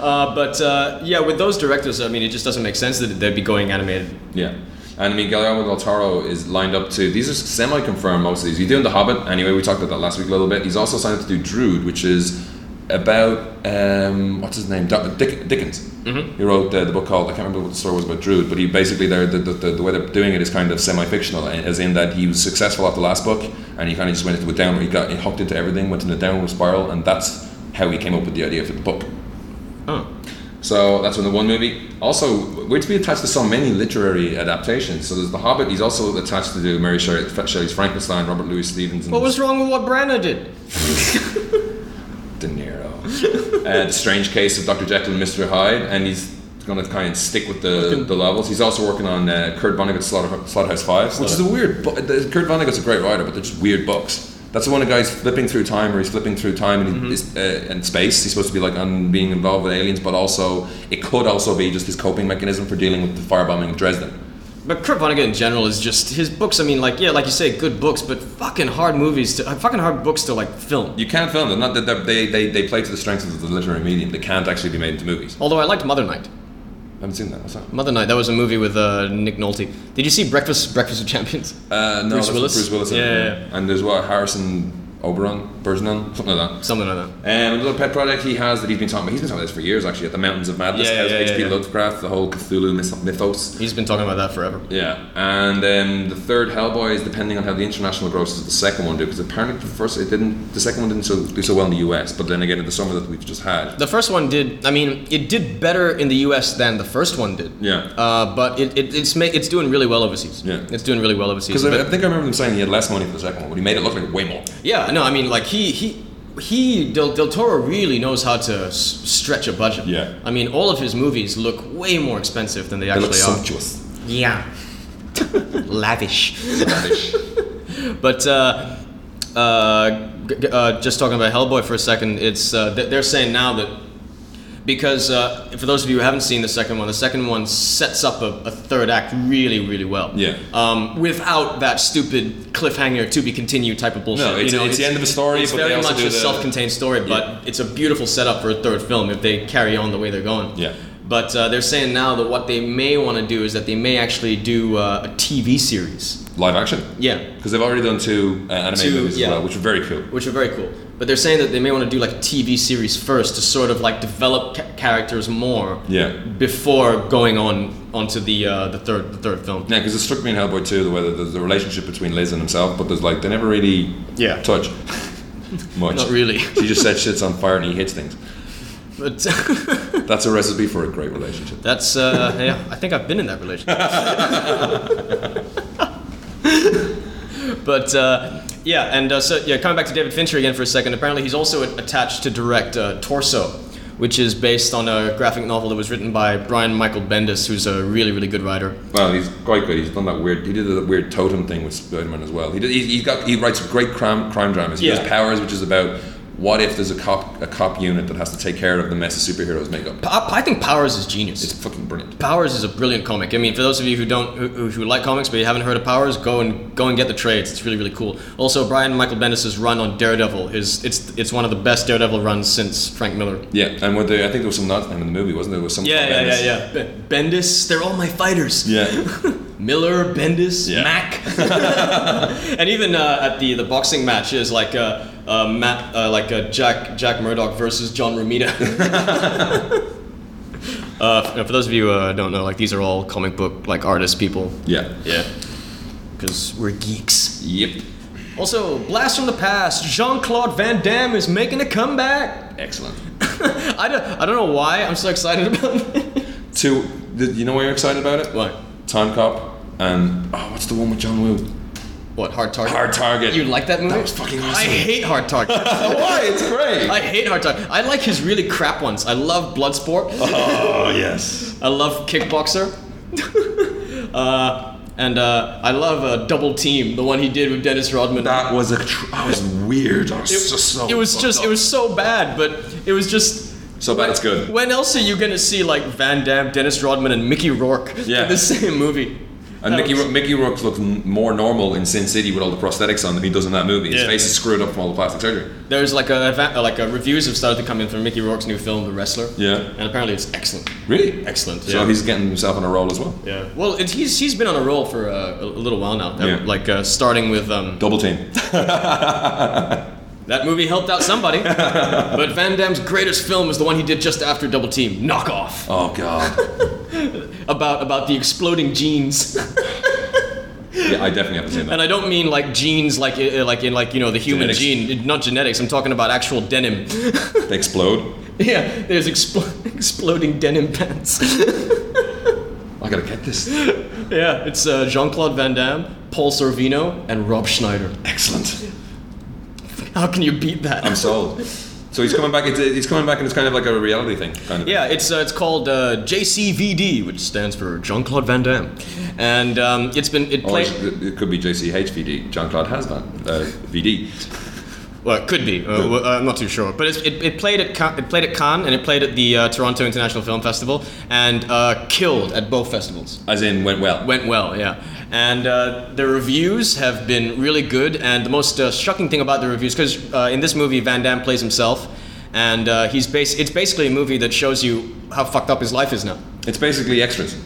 S1: Uh, but uh, yeah, with those directors, I mean, it just doesn't make sense that they'd be going animated.
S2: Yeah. And I mean, Guillermo del Toro is lined up to. These are semi confirmed, most of these. He's doing The Hobbit, anyway, we talked about that last week a little bit. He's also signed up to do Drood, which is about. Um, what's his name? Doc- Dick, Dickens. Mm-hmm. He wrote uh, the book called. I can't remember what the story was about Drood, but he basically, they're, the, the, the, the way they're doing it is kind of semi fictional, as in that he was successful off the last book, and he kind of just went into a downward. He got he hooked into everything, went into a downward spiral, and that's how he came up with the idea for the book.
S1: Oh.
S2: So that's in the one movie. Also, we're to be attached to so many literary adaptations. So there's The Hobbit. He's also attached to do Mary Shelley, Shelley's Frankenstein, Robert Louis Stevenson.
S1: What was wrong with what Branagh did?
S2: De Niro. uh, the Strange Case of Dr. Jekyll and Mr. Hyde, and he's going to kind of stick with the, the levels. He's also working on uh, Kurt Vonnegut's Slaughter, Slaughterhouse Five, which is a weird. Bu- the- Kurt Vonnegut's a great writer, but they're just weird books. That's the one of guy's flipping through time, or he's flipping through time and, he's, uh, and space. He's supposed to be like on being involved with aliens, but also it could also be just his coping mechanism for dealing with the firebombing of Dresden.
S1: But Kurt Vonnegut in general is just his books. I mean, like yeah, like you say, good books, but fucking hard movies to uh, fucking hard books to like film.
S2: You can't film them. Not that they're- they, they they play to the strengths of the literary medium. They can't actually be made into movies.
S1: Although I liked Mother Night.
S2: I haven't seen that. What's that?
S1: Mother Night. That was a movie with uh, Nick Nolte. Did you see Breakfast Breakfast of Champions?
S2: Uh, no,
S1: Bruce
S2: that's
S1: Willis?
S2: Bruce Willis. in it,
S1: Yeah,
S2: yeah.
S1: yeah,
S2: And there's what Harrison Oberon, Bergeron, something like that.
S1: Something like that.
S2: And another pet project he has that he's been talking about. He's been talking about this for years, actually. At the Mountains of Madness,
S1: Yeah, yeah,
S2: has
S1: yeah,
S2: H.P.
S1: yeah.
S2: Lovecraft, the whole Cthulhu myth- mythos.
S1: He's been talking about that forever.
S2: Yeah, and um, the third Hellboy is depending on how the international grosses of the second one do, because apparently the first it didn't, the second one didn't so, do so well in the U.S. But then again, in the summer that we've just had,
S1: The first one did. I mean, it did better in the U.S. than the first one did.
S2: yeah,
S1: Uh, but it, it, it's ma- it's doing really well overseas.
S2: Yeah.
S1: It's doing really well overseas.
S2: because I, I
S1: But-
S2: think I remember them saying he had less money for the second one, but he made it look like way more.
S1: yeah, no, I mean, like he he he Del, Del Toro really knows how to s- stretch a budget.
S2: Yeah.
S1: I mean, all of his movies look way more expensive than they
S2: They
S1: actually
S2: look
S1: are.
S2: sumptuous.
S1: Yeah. Lavish.
S2: Lavish.
S1: But uh, uh, g- g- uh, just talking about Hellboy for a second, it's uh, th- they're saying now that because uh, for those of you who haven't seen the second one, the second one sets up a, a third act really, really well.
S2: Yeah.
S1: Um, without that stupid cliffhanger to be continued type of bullshit.
S2: No, it's-
S1: you know,
S2: it's the end of a story,
S1: It's
S2: but they
S1: very
S2: also
S1: much
S2: do
S1: a
S2: the-
S1: self-contained story, but it's a beautiful setup for a third film if they carry on the way they're going.
S2: Yeah.
S1: But uh, they're saying now that what they may want to do is that they may actually do uh, a TV series.
S2: Live action.
S1: Yeah.
S2: Because they've already done two uh, anime
S1: Two,
S2: movies
S1: yeah.
S2: as well, which are very cool.
S1: which are very cool. But they're saying that they may want to do like a TV series first to sort of like develop ca- characters more
S2: Yeah.
S1: before going on onto the uh, the third the third film.
S2: Yeah, because it struck me in Hellboy 2, the way that there's the relationship between Liz and himself, but there's like, they never really
S1: Yeah.
S2: touch much.
S1: Not really,
S2: She just said shit's on fire and he hits things.
S1: but uh,
S2: That's a recipe for a great relationship.
S1: that's uh, yeah. I think I've been in that relationship. but uh, yeah, and uh, so yeah, coming back to David Fincher again for a second. Apparently, he's also a- attached to direct uh, Torso, which is based on a graphic novel that was written by Brian Michael Bendis, who's a really really good writer.
S2: Well, he's quite good. He's done that weird. He did that weird totem thing with Spider-Man as well. He did, he, he got he writes great crime crime dramas. He
S1: Yeah.
S2: does Powers, which is about what if there's a cop a cop unit that has to take care of the mess of superheroes make up.
S1: Pa- I think Powers is genius.
S2: It's fucking brilliant.
S1: Powers is a brilliant comic. I mean, for those of you who don't who, who- who like comics but you haven't heard of Powers, go and go and get the trades. It's really really cool. Also, Brian Michael Bendis's run on Daredevil is it's it's one of the best Daredevil runs since Frank Miller.
S2: Yeah, and with the, I think there was some nuts in the movie, wasn't there? there was some Bendis.
S1: yeah. Bendis, they're all my fighters.
S2: Yeah.
S1: Miller, Bendis,
S2: Yeah.
S1: Mac, and even uh, at the the boxing match is like uh, uh, Matt uh, like uh, Jack Jack Murdoch versus John Romita. uh, f- for those of you who uh, don't know, like these are all comic book like artist people.
S2: Yeah.
S1: Yeah, because we're geeks.
S2: Yep.
S1: Also, blast from the past. Jean Claude Van Damme is making a comeback.
S2: Excellent.
S1: I don't, I don't know why I'm so excited about this.
S2: Two. th- You know why you're excited about it?
S1: What?
S2: Time Cop and oh, what's the one with John Woo?
S1: What hard target?
S2: Hard Target.
S1: You like that movie?
S2: That was fucking awesome.
S1: I hate Hard Target.
S2: Why? It's great.
S1: I hate Hard Target. I like his really crap ones. I love Bloodsport.
S2: oh yes.
S1: I love Kickboxer. uh, and uh, I love uh, Double Team, the one he did with Dennis Rodman.
S2: That was a. Tr- that was weird. That was
S1: it,
S2: just so.
S1: it was
S2: fucked
S1: just,
S2: up.
S1: it was so bad, but it was just.
S2: So bad it's good.
S1: When else are you gonna see like Van Damme, Dennis Rodman, and Mickey Rourke
S2: Yeah.
S1: in the same movie?
S2: and
S1: That
S2: Mickey
S1: was-
S2: Ro- Mickey Rourke looked n- more normal in Sin City with all the prosthetics on than he does in that movie. His
S1: Yeah.
S2: face is screwed up from all the plastic surgery.
S1: There's like a va- like a reviews have started to come in for Mickey Rourke's new film, The Wrestler.
S2: Yeah.
S1: And apparently it's excellent.
S2: Really?
S1: Excellent.
S2: So
S1: yeah.
S2: he's getting himself on a roll as well.
S1: Yeah. Well, it's, he's he's been on a roll for uh, a little while now.
S2: Yeah.
S1: Like uh, starting with um,
S2: Double team.
S1: that movie helped out somebody, but Van Damme's greatest film is the one he did just after Double Team, Knock Off,
S2: Oh god.
S1: about about the exploding jeans.
S2: Yeah, I definitely haven't seen that.
S1: And I don't mean like genes, like uh, like in like you know the human
S2: Genetics.
S1: gene, not genetics. I'm talking about actual denim.
S2: They explode.
S1: yeah, there's expl- exploding denim pants.
S2: I gotta get this.
S1: yeah, it's uh, Jean Claude Van Damme, Paul Sorvino, and Rob Schneider.
S2: Excellent.
S1: How can you beat that?
S2: I'm sold. So he's coming back. It's, he's coming back, and it's kind of like a reality thing. Kind of.
S1: Yeah, it's uh, it's called uh, JCVD, which stands for Jean Claude Van Damme, and um, it's been it
S2: Or
S1: played.
S2: it it could be JCHVD, John Claude Hasvan, uh, VD.
S1: Well, it could be. Uh, w- uh, I'm not too sure, but it's, it, it played at Ca- it played at Cannes and it played at the uh, Toronto International Film Festival and uh, killed at both festivals.
S2: As in went well.
S1: Went well, yeah. And uh, the reviews have been really good. And the most uh, shocking thing about the reviews, because uh, in this movie Van Damme plays himself, and uh, he's bas- It's basically a movie that shows you how fucked up his life is now.
S2: It's basically extras.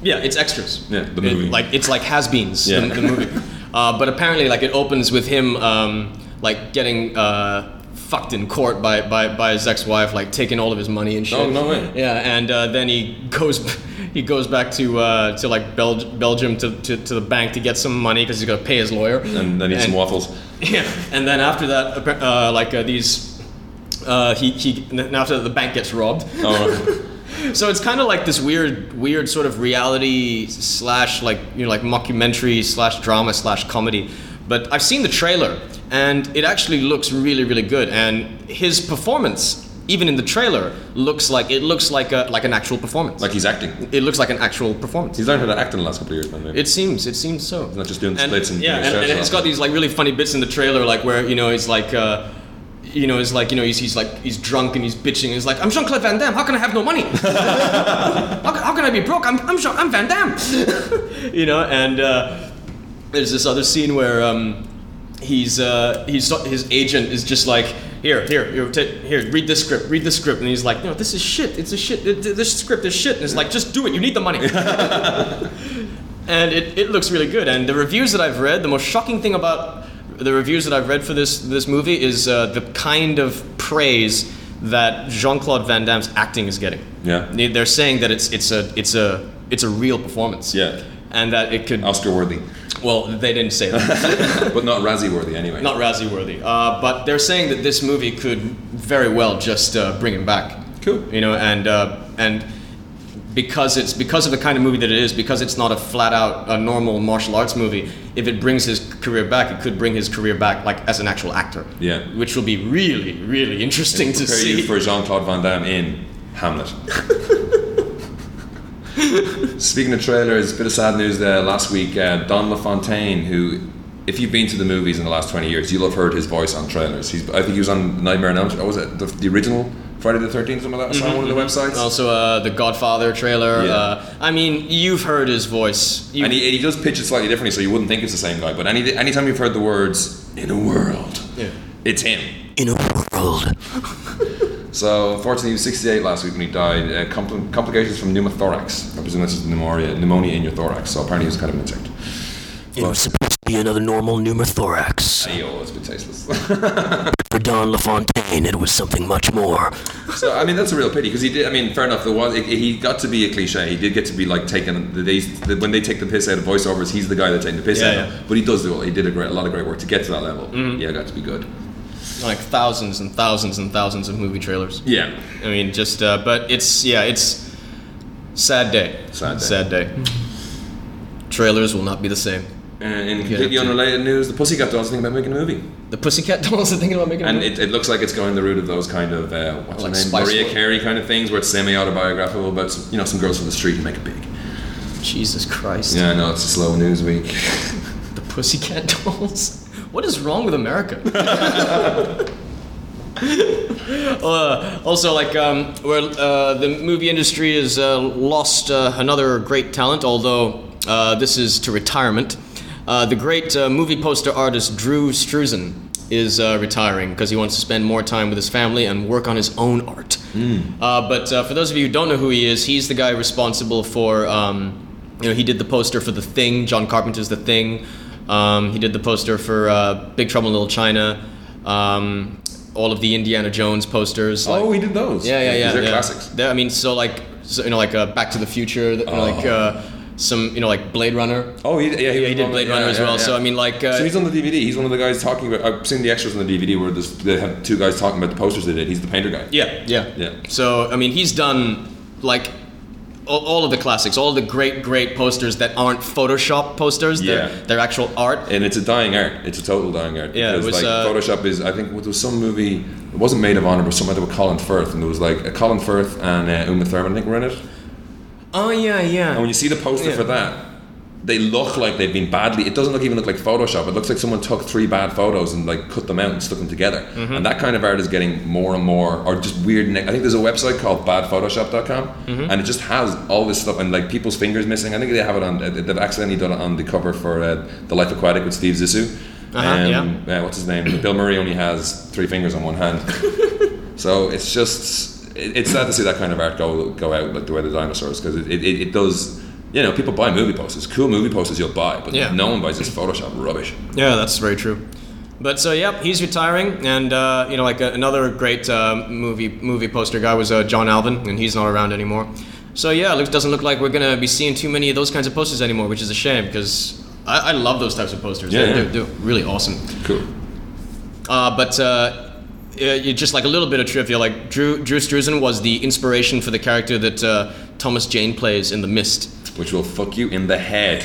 S1: Yeah, it's extras.
S2: Yeah, the
S1: It-
S2: movie.
S1: like it's like has beens.
S2: Yeah.
S1: The, the movie. Uh, but apparently, like it opens with him um, like getting uh, fucked in court by, by, by his ex-wife, like taking all of his money and shit.
S2: Oh, no way.
S1: Yeah, and uh, then he goes he goes back to uh, to like Bel- Belgium to, to, to the bank to get some money because he's gonna pay his lawyer.
S2: And then eat some waffles.
S1: Yeah, and then after that, appa- uh, like uh, these, uh, he he. and then After that, the bank gets robbed.
S2: Oh,
S1: So it's kind of like this weird, weird sort of reality slash like you know like mockumentary slash drama slash comedy. But I've seen the trailer and it actually looks really, really good. And his performance, even in the trailer, looks like it looks like a like an actual performance.
S2: like he's acting.
S1: it looks like an actual performance.
S2: He's learned how to act in the last couple of years, man. Maybe.
S1: It seems, it seems so.
S2: not just doing
S1: and,
S2: splits and
S1: yeah,
S2: doing
S1: and,
S2: shots
S1: and it's
S2: and all.
S1: got these like really funny bits in the trailer, like where you know he's like. Uh, you know, he's like, you know, he's, he's like, he's drunk and he's bitching. And he's like, I'm Jean Claude Van Damme. How can I have no money? how, ca- how can I be broke? I'm, I'm Jean, I'm Van Damme. you know, and uh, there's this other scene where um, he's, uh, he's his agent is just like, here, here, here, t- here, read this script, read this script. And he's like, no, this is shit. It's a shit. It, this script is shit. And it's like, just do it. You need the money and it, it looks really good. And the reviews that I've read, the most shocking thing about the reviews that I've read for this this movie is uh, the kind of praise that Jean Claude Van Damme's acting is getting.
S2: Yeah.
S1: They- they're saying that it's it's a it's a it's a real performance.
S2: Yeah.
S1: and that it could.
S2: Oscar worthy,
S1: Well, they didn't say that.
S2: but not Razzie worthy anyway.
S1: Not Razzie worthy. Uh, but they're saying that this movie could very well just uh, bring him back.
S2: Cool.
S1: You know, and uh, and because it's because of the kind of movie that it is, because it's not a flat out a normal martial arts movie. If it brings his career back, it could bring his career back like as an actual actor.
S2: Yeah.
S1: Which will be really really interesting to
S2: Prepare you
S1: see.
S2: for Jean Claude Van Damme in Hamlet. Speaking of trailers, bit of sad news there last week. Uh, Don LaFontaine, who, if you've been to the movies in the last 20 years, you'll have heard his voice on trailers. He's, I think he was on Nightmare on Elm Street. Oh, was it the, the original Friday the 13th? Some of that I saw on one of the websites.
S1: also, uh, the Godfather trailer.
S2: Yeah.
S1: Uh, I mean, you've heard his voice. You,
S2: And he, and he does pitch it slightly differently, so you wouldn't think it's the same guy. But any anytime you've heard the words "in a world,"
S1: Yeah.
S2: it's him.
S1: in a world.
S2: So, unfortunately, he was 68 last week when he died. Uh, compl- complications from pneumothorax. I presume this is pneumonia, pneumonia in your thorax. So, apparently, he was kind of an insect.
S3: It was supposed to be another normal pneumothorax.
S2: Ayo, it's a bit tasteless.
S3: For Don LaFontaine, it was something much more.
S2: so, I mean, that's a real pity because he did. I mean, fair enough. There was it, he got to be a cliche. He did get to be like taken. The, they, the, when they take the piss out of voiceovers, he's the guy that's taking the piss
S1: Yeah,
S2: out.
S1: yeah. Mm-hmm.
S2: Of, but he does do. He did a great, a lot of great work to get to that level. Yeah, got to be good.
S1: Like thousands and thousands and thousands of movie trailers.
S2: Yeah.
S1: I mean, just uh, but it's yeah, it's sad day.
S2: Sad day.
S1: Sad day. Trailers will not be the same.
S2: Uh, in completely
S1: Yeah.
S2: unrelated news, the Pussycat Dolls are thinking about making a movie,
S1: The Pussycat Dolls are thinking about making. a
S2: and
S1: movie?
S2: it, it looks like it's going the route of those kind of uh,
S1: Mm-hmm. Like
S2: what's her name,
S1: Spice
S2: Maria
S1: World.
S2: Carey kind of things, where it's semi-autobiographical about some, you know some girls from the street who make it big.
S1: Jesus Christ.
S2: Yeah, I know it's a slow news week.
S1: The Pussycat Dolls. What is wrong with America? uh, also, like, um, where uh, the movie industry has uh, lost uh, another great talent, although uh, this is to retirement. Uh, the great uh, movie poster artist Drew Struzan is uh, retiring because he wants to spend more time with his family and work on his own art. Uh, but uh, for those of you who don't know who he is, he's the guy responsible for, um, you know, he did the poster for The Thing, John Carpenter's The Thing. Um, he did the poster for uh, Big Trouble in Little China. Um, all of the Indiana Jones posters. Like,
S2: oh, we did those.
S1: yeah, yeah, yeah.
S2: They're
S1: yeah.
S2: classics.
S1: They're- I mean, so like, so, you know, like uh, Back to the Future, th- you know, like
S2: Oh.
S1: uh, some you know like Blade Runner.
S2: Oh, he, yeah,
S1: Yeah,
S2: was
S1: he did
S2: one-
S1: Blade
S2: yeah,
S1: Runner as
S2: yeah,
S1: well.
S2: yeah.
S1: So I mean, like, uh,
S2: So he's on the DVD. He's one of the guys talking about. I've seen the extras on the DVD where there's, they have two guys talking about the posters they did. He's the painter guy.
S1: yeah, yeah,
S2: Yeah.
S1: So I mean, he's done like all, all of the classics, all the great, great posters that aren't Photoshop posters. They're,
S2: Yeah.
S1: they're actual art.
S2: And it's a dying art. It's a total dying art.
S1: Yeah, it was,
S2: because,
S1: uh,
S2: like Photoshop is. I think there was some movie. It wasn't Maid of Honor, but something with Colin Firth, and there was like a Colin Firth and uh, Uma Thurman. I think were in it.
S1: Oh yeah, yeah.
S2: And when you see the poster
S1: Yeah.
S2: for that, they look like they've been badly. It doesn't look even look like Photoshop. It looks like someone took three bad photos and like cut them out and stuck them together.
S1: Mm-hmm.
S2: And that kind of art is getting more and more, or just weird. ne- I think there's a website called BadPhotoshop.com,
S1: Mm-hmm.
S2: and it just has all this stuff and like people's fingers missing. I think they have it on. They've accidentally done it on the cover for uh, The Life Aquatic with Steve Zissou.
S1: Uh-huh, yeah.
S2: uh, what's his name? Bill Murray only has three fingers on one hand. So it's just it- it's sad to see that kind of art go go out like the way the dinosaurs because it, it, it does you know people buy movie posters cool movie posters you'll buy but
S1: Yeah.
S2: no one buys this Photoshop rubbish.
S1: Yeah, that's very true. But so, yep, he's retiring, and uh, you know, like uh, another great uh, movie movie poster guy was uh, John Alvin, and he's not around anymore. So yeah, it doesn't look like we're gonna be seeing too many of those kinds of posters anymore, which is a shame because I, I love those types of posters.
S2: Yeah,
S1: they're,
S2: yeah.
S1: They're, they're really awesome.
S2: Cool.
S1: Uh, but uh, yeah, you just like a little bit of trivia, like Drew Drew Struzan was the inspiration for the character that uh, Thomas Jane plays in The Mist.
S2: Which will fuck you in the head.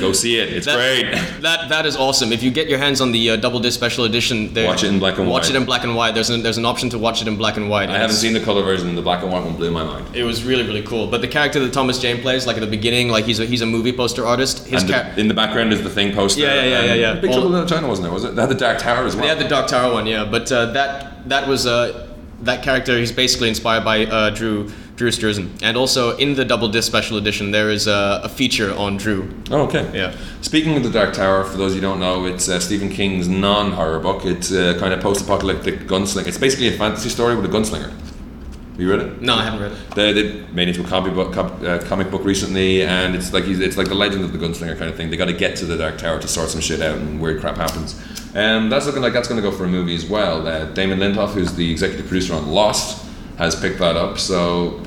S2: go see it. It's
S1: That-
S2: great.
S1: That that is awesome. If you get your hands on the uh, double disc special edition, there-
S2: Watch it in black and
S1: watch
S2: white.
S1: it in black and white. There's an there's an option to watch it in black and white.
S2: I haven't seen the color version. The black and white one blew my mind.
S1: It was really really cool. But the character that Thomas Jane plays, like at the beginning, like he's a he's a movie poster artist. His
S2: And
S1: char-
S2: the, in the background is the thing poster.
S1: Yeah, yeah, yeah,
S2: and
S1: yeah, yeah.
S2: Big
S1: All-
S2: Trouble in Little China wasn't there? Was it? They had the Dark Tower as well.
S1: they had the Dark Tower one, yeah. But uh, that that was uh, that character. He's basically inspired by uh, Drew Drew Struzan. And also in the double disc special edition, there is uh, a feature on Drew.
S2: Oh, okay.
S1: Yeah.
S2: Speaking of the Dark Tower, for those you don't know, it's uh, Stephen King's non-horror book. It's uh, kind of post-apocalyptic gunslinger. It's basically a fantasy story with a gunslinger. Have you read it?
S1: No, I haven't read it.
S2: They, they made it into a comic book, com- uh, comic book recently, and it's like he's, it's like the legend of the gunslinger kind of thing. They got to get to the Dark Tower to sort some shit out, and weird crap happens. Um, that's looking like that's going to go for a movie as well. Uh, Damon Lindhoff, who's the executive producer on Lost, has picked that up. So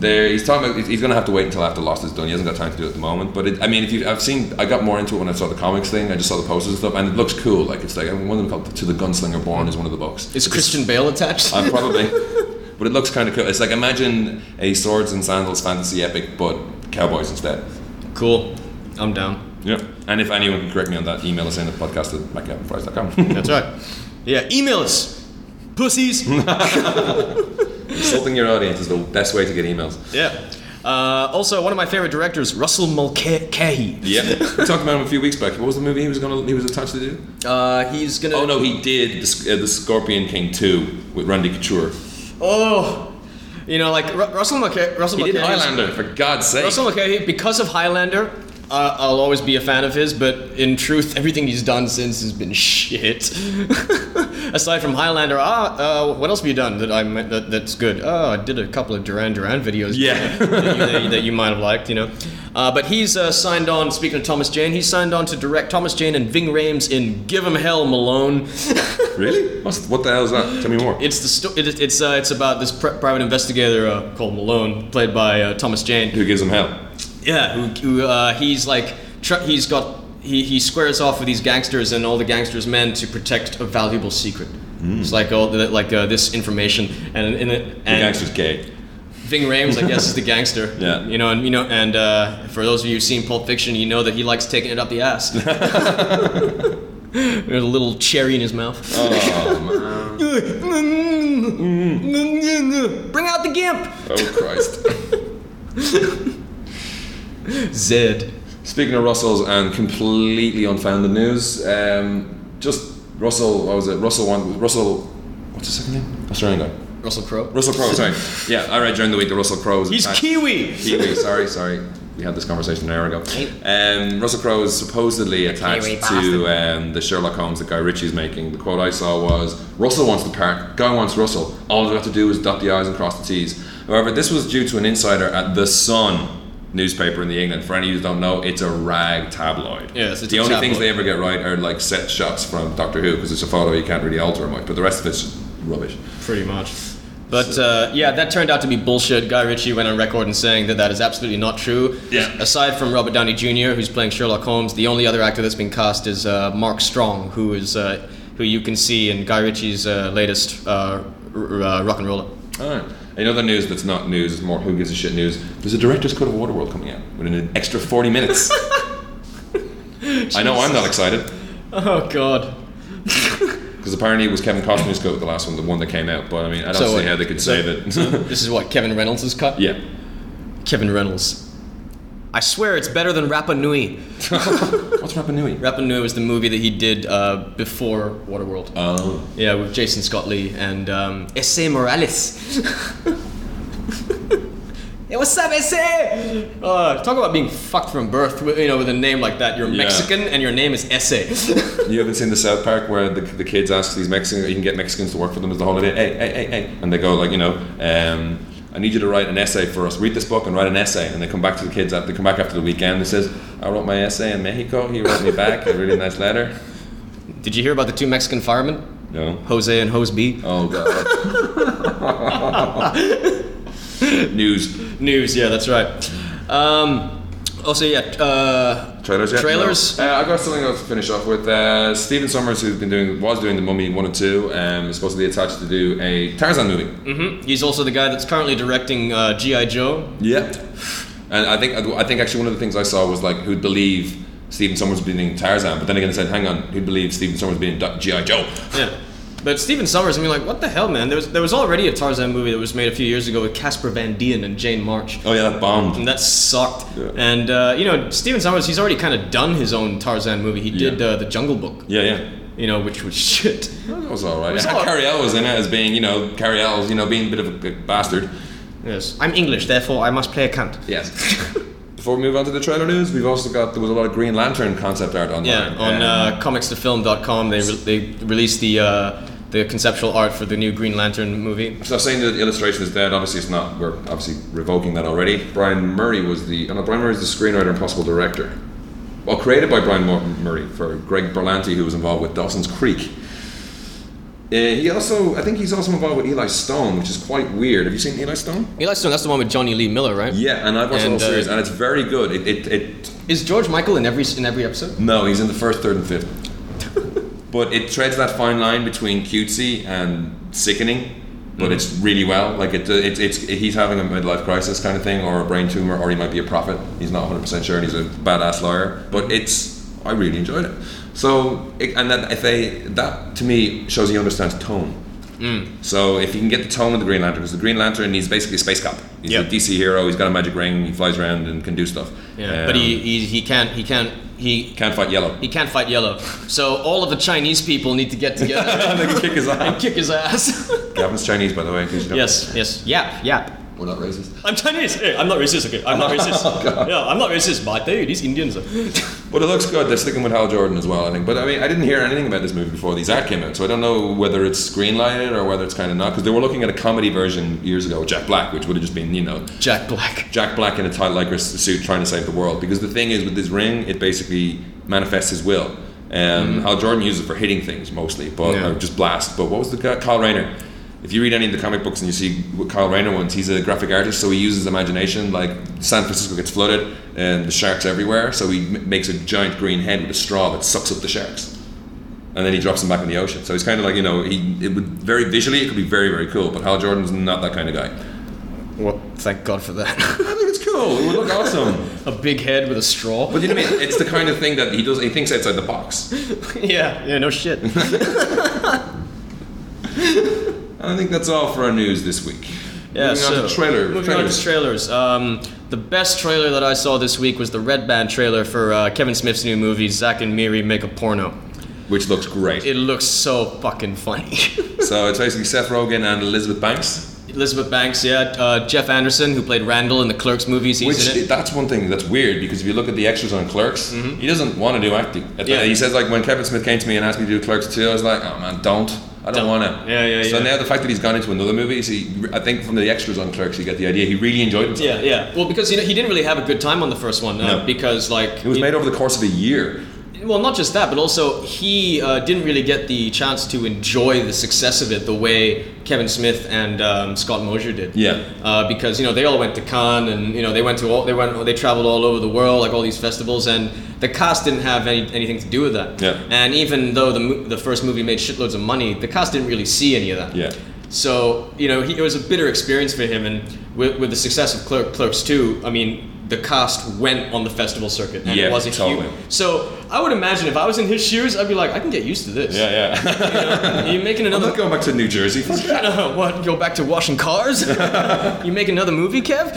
S2: there, he's talking. About, he's going to have to wait until after Lost is done. He hasn't got time to do it at the moment. But it, I mean, if you, I've seen, I got more into it when I saw the comics thing. I just saw the posters and stuff, and it looks cool. Like it's like one of them called "To the Gunslinger Born" is one of the books.
S1: Is Christian Bale attached?
S2: I'm Uh, probably. but it looks kind of cool. It's like imagine a swords and sandals fantasy epic, but cowboys instead.
S1: cool. I'm down.
S2: Yeah. And if anyone can correct me on that, email us in at podcast at macgavinfries.com.
S1: That's right. Yeah, email us, pussies.
S2: Insulting your audience is the best way to get emails.
S1: yeah. Uh, also, one of my favorite directors, Russell Mulcahy.
S2: Yeah. we talked about him a few weeks back. What was the movie he was gonna he was attached to do?
S1: Uh, he's gonna.
S2: Oh no, he did the, Sc- uh, the Scorpion King two with Randy Couture.
S1: Oh, you know, like Ru- Russell Mulcahy. Russell
S2: He did
S1: Mulcahy-
S2: Highlander for God's sake.
S1: Russell Mulcahy, because of Highlander, uh, I'll always be a fan of his. But in truth, everything he's done since has been shit. Aside from Highlander, ah, uh, what else have you done that I meant- that, that's good? Oh, I did a couple of Duran Duran videos.
S2: Yeah.
S1: that, you, that you- that you might have liked, you know. Uh, but he's uh, signed on. Speaking of Thomas Jane, he's signed on to direct Thomas Jane and Ving Rhames in "Give 'Em Hell, Malone."
S2: really? What's, what the hell is that? Tell me more.
S1: It's the sto- it, it's uh, it's about this pr- private investigator uh, called Malone, played by uh, Thomas Jane.
S2: Who gives him hell?
S1: Yeah, who, who uh, he's like tr- he's got he, he squares off with these gangsters and all the gangsters' men to protect a valuable secret. It's like all the, like uh, this information and and, and
S2: Hmm. The gangster's gay.
S1: Ving Rhames, I guess, is the gangster.
S2: Yeah.
S1: You know, and you know, and uh, for those of you who've seen Pulp Fiction, you know that he likes taking it up the ass. There's a little cherry in his mouth.
S2: Oh man.
S1: Bring out the gimp.
S2: Oh Christ.
S1: Zed.
S2: Speaking of Russell's and completely unfounded news, um, just Russell, what was it? Russell one, Russell, what's his second name? Australian guy.
S1: Russell Crowe.
S2: Russell Crowe, sorry. Yeah, I read during the week that Russell Crowe was
S1: He's
S2: attacked-
S1: Kiwi.
S2: Kiwi, sorry, sorry. We had this conversation an hour ago. Um, Russell Crowe is supposedly attached to um, the Sherlock Holmes that Guy Ritchie's making. The quote I saw was Russell wants the part, Guy wants Russell. All I've got to do is dot the I's and cross the T's. However, this was due to an insider at The Sun newspaper in the England. For any of you who don't know, it's a rag tabloid.
S1: Yes, it's
S2: the
S1: a
S2: only things
S1: tabloid.
S2: they ever get right are like set shots from Doctor Who because it's a photo you can't really alter much, but the rest of it's rubbish.
S1: Pretty much. But uh, yeah, that turned out to be bullshit. Guy Ritchie went on record and saying that that is absolutely not true.
S2: Yeah.
S1: Aside from Robert Downey Jr., who's playing Sherlock Holmes, the only other actor that's been cast is uh, Mark Strong, who is uh, who you can see in Guy Ritchie's uh, latest uh, r- uh, Rock and Roller.
S2: All right. Another news that's not news is more who gives a shit news. There's a director's cut of Waterworld coming out within an extra 40 minutes. I know I'm not excited
S1: Oh God.
S2: because apparently it was Kevin Costner's cut, the last one, the one that came out. But I mean, I don't
S1: So
S2: see
S1: what?
S2: how they could say that.
S1: This is what Kevin Reynolds has cut.
S2: yeah.
S1: Kevin Reynolds. I swear it's better than Rapa Nui.
S2: What's Rapa Nui?
S1: Rapa Nui was the movie that he did uh, before Waterworld.
S2: Oh.
S1: Yeah, with Jason Scott Lee and um, Ese Morales. hey, what's up, Ese? Uh, talk about being fucked from birth. With, you know, with a name like that, you're
S2: Yeah.
S1: Mexican and your name is Ese.
S2: You haven't seen the South Park where the, the kids ask these Mexicans, you can get Mexicans to work for them as the holiday. Hey, hey, hey, hey. And they go, like, you know, um, I need you to write an essay for us. Read this book and write an essay. And they come back to the kids, after, they come back after the weekend. They says, I wrote my essay in Mexico. He wrote me back a really nice letter.
S1: Did you hear about the two Mexican firemen,
S2: No.
S1: Jose and Jose B?
S2: Oh, God. News.
S1: News, yeah, that's right. Um, also, yeah, uh,
S2: Trailers yet?
S1: Trailers?
S2: No. Uh, I got something else to finish off with. Uh, Stephen Sommers, who's been doing, was doing the Mummy one and two, um, is supposedly attached to do a Tarzan movie.
S1: mhm, he's also the guy that's currently directing uh, G.I. Joe.
S2: Yeah, and I think I think actually one of the things I saw was like who'd believe Stephen Sommers being Tarzan, but then again I said, hang on, who'd believe Stephen Sommers being Do- GI Joe?
S1: Yeah. But Steven Summers, I mean, like, what the hell, man? There was, there was already a Tarzan movie that was made a few years ago with Casper Van Dien and Jane March.
S2: Oh yeah, that bombed.
S1: And that sucked.
S2: Yeah.
S1: And, uh, you know, Steven Summers, he's already kind of done his own Tarzan movie. He did
S2: Yeah.
S1: uh, The Jungle Book,
S2: Yeah, yeah.
S1: you know, which was shit.
S2: That was all right.
S1: was
S2: It had
S1: all-
S2: Carriel was in it as being, you know, Carriel's, you know, being a bit of a, a bastard.
S1: Yes. I'm English, therefore I must play a cunt.
S2: Yes. Before we move on to the trailer news, we've also got there was a lot of Green Lantern concept art online.
S1: Yeah, on
S2: Um,
S1: uh, comicstofilm.com, they, re- they released the, uh, the conceptual art for the new Green Lantern movie.
S2: So saying that the illustration is dead, obviously it's not. We're obviously revoking that already. Brian Murray was the. oh No, Brian Murray is the screenwriter and possible director. Well, created by Brian Mur- Murray for Greg Berlanti, who was involved with Dawson's Creek. Uh, he also, I think he's also involved with Eli Stone, which is quite weird. Have you seen Eli Stone?
S1: Eli Stone, that's the one with Johnny Lee Miller, right?
S2: Yeah, and I've watched
S1: And,
S2: the whole series,
S1: uh,
S2: and it's very good. It, it, it,
S1: Is George Michael in every, in every episode?
S2: no, he's in the first, third, and fifth. but it treads that fine line between cutesy and sickening.
S1: Mm-hmm.
S2: But it's really well. Like it, it, it's he's having a midlife crisis kind of thing, or a brain tumor, or he might be a prophet. He's not 100 percent sure, and he's a badass liar. But it's I really enjoyed it. So it, and that if they that to me shows he understands tone.
S1: Mm.
S2: So if you can get the tone of the Green Lantern, because the Green Lantern he's basically a space cop. He's
S1: Yeah.
S2: a DC hero. He's got a magic ring. He flies around and can do stuff.
S1: Yeah,
S2: Um,
S1: but he, he, he can't, he can't, he
S2: can't fight yellow.
S1: He can't fight yellow. So all of the Chinese people need to get together
S2: they can kick his
S1: and
S2: ass.
S1: kick his ass.
S2: Gavin's Chinese, by the way. 'cause you don't-
S1: yes, yes. Yap, yap.
S2: We're not racist.
S1: I'm Chinese. Hey, I'm not racist, okay? I'm not racist. yeah, I'm not racist, but dude, these Indians are.
S2: But it looks good. They're sticking with Hal Jordan as well, I think. But I mean, I didn't hear anything about this movie before these ad came out, so I don't know whether it's screenlighted or whether it's kind of not. Because they were looking at a comedy version years ago, with Jack Black, which would have just been, you know,
S1: Jack Black.
S2: Jack Black in a tight lycra s- suit trying to save the world. Because the thing is, with this ring, it basically manifests his will. Um, Hal Jordan uses it for hitting things mostly, but
S1: Yeah.
S2: or just blast. But what was the guy? Kyle Rayner. If you read any of the comic books and you see what Kyle Rayner ones, he's a graphic artist, so he uses imagination. Like San Francisco gets flooded and the sharks everywhere, so he m- makes a giant green head with a straw that sucks up the sharks. And then he drops them back in the ocean. So he's kind of like, you know, he it would very visually it could be very very cool, but Hal Jordan's not that kind of guy.
S1: Well, thank God for that.
S2: I think it's cool. It would look awesome.
S1: a big head with a straw.
S2: But you know what I mean? It's the kind of thing that he does. He thinks outside the box.
S1: yeah, yeah, no shit.
S2: And I think that's all for our news this week.
S1: Yeah,
S2: Moving
S1: so
S2: on to trailer.
S1: Moving on
S2: trailers.
S1: to trailers. Um, the best trailer that I saw this week was the Red Band trailer for uh, Kevin Smith's new movie, Zack and Miri Make a Porno.
S2: which looks great.
S1: It looks so fucking funny.
S2: so it's basically Seth Rogen and Elizabeth Banks.
S1: Elizabeth Banks, yeah. Uh, Jeff Anderson, who played Randall in the Clerks movies, he's
S2: Which
S1: in it. Mm-hmm.
S2: that's one thing that's weird because if you look at the extras on Clerks, he doesn't want to do acting. At the-
S1: Yeah.
S2: He says like when Kevin Smith came to me and asked me to do Clerks too, I was like, oh man, don't. I
S1: Don't.
S2: don't, want to.
S1: Yeah, yeah,
S2: So
S1: yeah.
S2: now the fact that he's gone into another movie, so he, I think from the extras on Clerks, you get the idea he really enjoyed himself.
S1: Yeah, yeah. Well, because you know, he didn't really have a good time on the first one, uh,
S2: No.
S1: because like
S2: It was
S1: he-
S2: made over the course of a year.
S1: Well, not just that, but also he uh, didn't really get the chance to enjoy the success of it the way Kevin Smith and um, Scott Mosier did.
S2: Yeah.
S1: Uh, because you know they all went to Cannes and you know they went to all they went they traveled all over the world like all these festivals and the cast didn't have any, anything to do with that.
S2: Yeah.
S1: And even though the mo- the first movie made shitloads of money, the cast didn't really see any of that.
S2: Yeah.
S1: So you know he, it was a bitter experience for him, and with, with the success of Clerk, Clerks 2, I mean. The cast went on the festival circuit, and
S2: Yeah,
S1: it was a
S2: totally.
S1: huge, so I would imagine if I was in his shoes, I'd be like, I can get used to this.
S2: Yeah, yeah.
S1: You making
S2: I'm
S1: another? Uh,
S2: not going back to New Jersey. Fuck that.
S1: what? Go back to washing cars? you make another movie, Kev?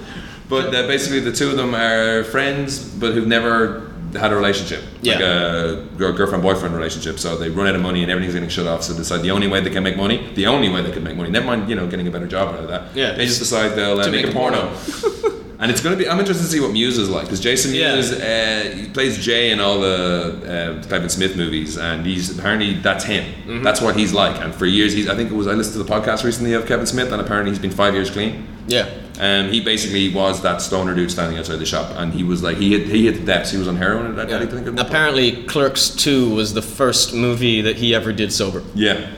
S2: But uh, basically, the two of them are friends, but who've never had a relationship, like a gir- girlfriend boyfriend relationship. So they run out of money and everything's getting shut off. So they decide the only way they can make money, the only way they can make money, never mind you know getting a better job out of that.
S1: Yeah.
S2: they just decide they'll uh,
S1: To
S2: make,
S1: make
S2: a
S1: a
S2: porno. And it's gonna be—I'm interested to see what Muse is like because Jason
S1: Yeah.
S2: Mewes uh, he plays Jay in all the uh, Kevin Smith movies, and he's apparently that's him.
S1: Mm-hmm.
S2: That's what he's like. And for years, he's—I think it was—I listened to the podcast recently of Kevin Smith, and apparently he's been five years clean.
S1: yeah.
S2: Um, he basically was that stoner dude standing outside the shop, and he was like, he hit, he hit the depths. He was on heroin at that, I think. at one point.
S1: Apparently, Clerks 2 was the first movie that he ever did sober.
S2: Yeah.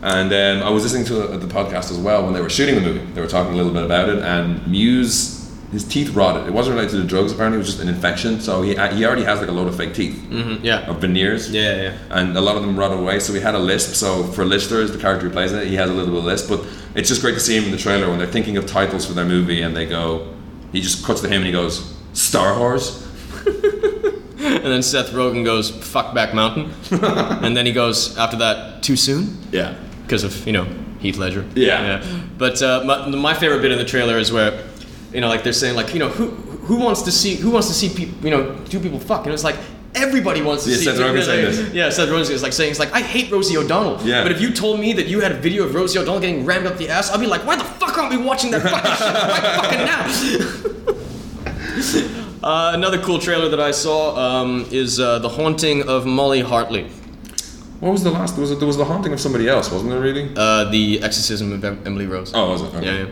S2: And um, I was listening to the, the podcast as well when they were shooting the movie. They were talking a little bit about it, and Muse, his teeth rotted. It wasn't related to the drugs. Apparently, it was just an infection. So he he already has like a load of fake teeth,
S1: Mm, Yeah.
S2: of veneers.
S1: Yeah, yeah.
S2: and a lot of them run away. So we had a lisp. So for listeners, the character who plays it, he has a little bit of lisp. But it's just great to see him in the trailer when they're thinking of titles for their movie, and they go, he just cuts to him and he goes, Star Wars.
S1: And then Seth Rogen goes, fuck back mountain. and then he goes, after that, too soon?
S2: Yeah.
S1: because of you know Heath Ledger.
S2: Yeah.
S1: But uh, my, my favorite bit in the trailer is where you know like they're saying like you know who who wants to see who wants to see people you know two people fuck and it's like. Everybody wants to
S2: Yeah,
S1: see.
S2: Seth
S1: two-
S2: Rogen
S1: yeah,
S2: saying
S1: like-
S2: this.
S1: Yeah, Seth Rogen is like saying, "It's like I hate Rosie O'Donnell."
S2: Yeah.
S1: But if you told me that you had a video of Rosie O'Donnell getting rammed up the ass, I'd be like, "Why the fuck aren't we watching that fucking shit right fucking now?" uh, another cool trailer that I saw um, is uh, the haunting of Molly Hartley,
S2: What was the last? There was, there was the haunting of somebody else, wasn't there? Really?
S1: uh, the exorcism of em- Emily Rose.
S2: oh, was it? Okay.
S1: Yeah,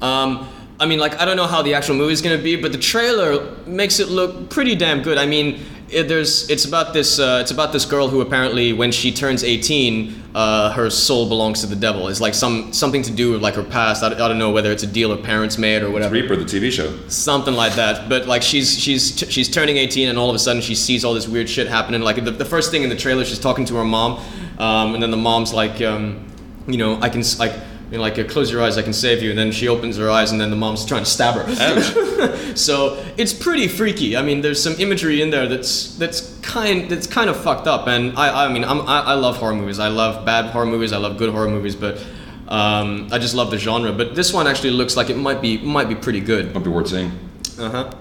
S1: yeah. Um, I mean, like, I don't know how the actual movie's gonna be, but the trailer makes it look pretty damn good. I mean, it, there's it's about this uh, it's about this girl who apparently, when she turns 18, uh, her soul belongs to the devil. It's like some something to do with like her past. I, don't- I don't know whether it's a deal her parents made or whatever
S2: Reaper, the TV show.
S1: something like that. But like she's she's t- she's turning 18, and all of a sudden she sees all this weird shit happening. Like the, the first thing in the trailer, she's talking to her mom, um, and then the mom's like, um, you know, I can s- like. You know, like uh, close your eyes, I can save you. And then she opens her eyes, and then the mom's trying to stab her. so it's pretty freaky. I mean, there's some imagery in there that's that's kind that's kind of fucked up. And I, I mean, I'm, I, I love horror movies. I love bad horror movies. I love good horror movies. But um, I just love the genre. But this one actually looks like it might be might be pretty good.
S2: Might be worth seeing.
S1: Uh-huh.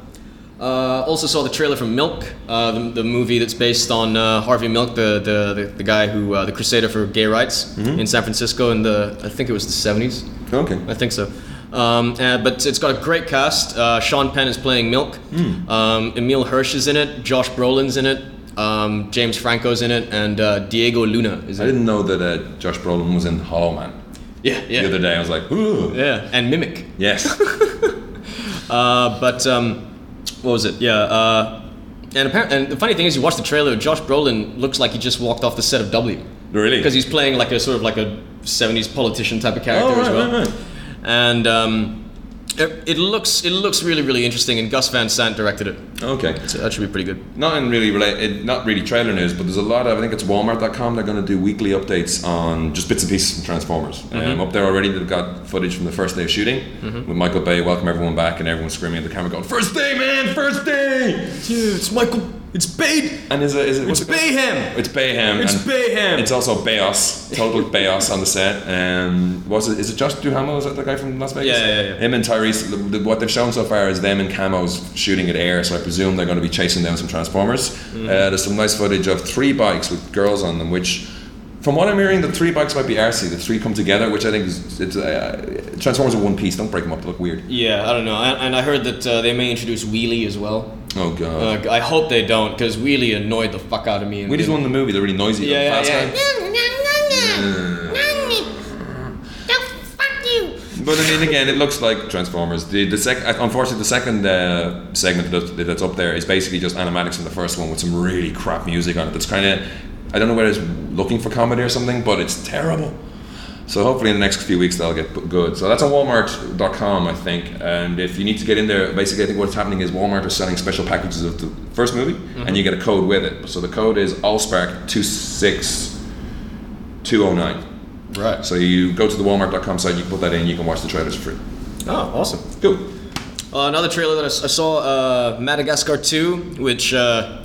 S1: Uh, also saw the trailer from Milk, uh, the, the movie that's based on uh, Harvey Milk, the, the, the, the guy who, uh, the crusader for gay rights
S2: Mm-hmm.
S1: in San Francisco in the, I think it was the 70s.
S2: Okay.
S1: I think so. Um, uh, but it's got a great cast. Uh, Sean Penn is playing Milk.
S2: Hmm.
S1: Um, Emil Hirsch is in it. Josh Brolin's in it. Um, James Franco's in it. And uh, Diego Luna is
S2: I
S1: in it.
S2: didn't know that uh, Josh Brolin was in Hollow Man.
S1: Yeah, yeah.
S2: The other day, I was like, ooh.
S1: yeah, and Mimic.
S2: Yes.
S1: Uh, but um, what was it? Yeah. Uh, and apparently, and the funny thing is, you watch the trailer. Josh Brolin looks like he just walked off the set of W
S2: really?
S1: because he's playing like a sort of like a '70s politician type of character
S2: Oh, right,
S1: as well.
S2: right, right.
S1: And um, it, it looks it looks really really interesting. And Gus Van Sant directed it,
S2: Okay.
S1: so that should be pretty good.
S2: not in really related, not really trailer news, but there's a lot of. I think it's Walmart.com. They're going to do weekly updates on just bits and pieces from Transformers. Um,
S1: Mm-hmm.
S2: up there already, they've got footage from the first day of shooting with Michael Bay. Welcome everyone back, and everyone screaming at the camera, going, "First day, man! First day!"
S1: Dude, it's Michael. It's Bade.
S2: And is it? Is it what's
S1: It's
S2: it called?
S1: Bayhem.
S2: It's Bayhem. and
S1: Bayhem.
S2: It's also Bayos, total Bayos on the set. Um, was it? Is it Josh Duhamel? Is that the guy from Las Vegas?
S1: Yeah, yeah, yeah.
S2: Him and Tyrese. the- the- what they've shown so far is them in camos shooting at air. So I presume they're going to be chasing down some transformers.
S1: Mm.
S2: Uh, there's some nice footage of three bikes with girls on them, which. From what I'm hearing, the three bikes might be RC. The three come together, which I think is it's, uh, Transformers are one piece. Don't break them up; they look weird.
S1: yeah, I don't know. And, and I heard that uh, they may introduce Wheelie as well.
S2: Oh god!
S1: Uh, I hope they don't, because Wheelie annoyed the fuck out of me.
S2: we just won the movie. They're really noisy.
S1: Yeah, yeah,
S2: Fast
S1: yeah.
S2: guy.
S4: No, no, no, no. No, no. Don't fuck you.
S2: But I mean, again, it looks like Transformers. The, the sec- unfortunately, the second uh, segment that, that's up there is basically just animatics from the first one with some really crap music on it. That's kind of, I don't know whether it's looking for comedy or something, but it's terrible. So hopefully in the next few weeks that'll get good. So that's on Walmart.com, I think. And if you need to get in there, basically I think what's happening is Walmart are selling special packages of the first movie, and you get a code with it. So the code is AllSpark two six two zero nine.
S1: Right.
S2: So you go to the Walmart.com site, you put that in, you can watch the trailers for free.
S1: Oh, awesome.
S2: Cool.
S1: Uh, another trailer that I, s- I saw, uh, Madagascar 2, which uh,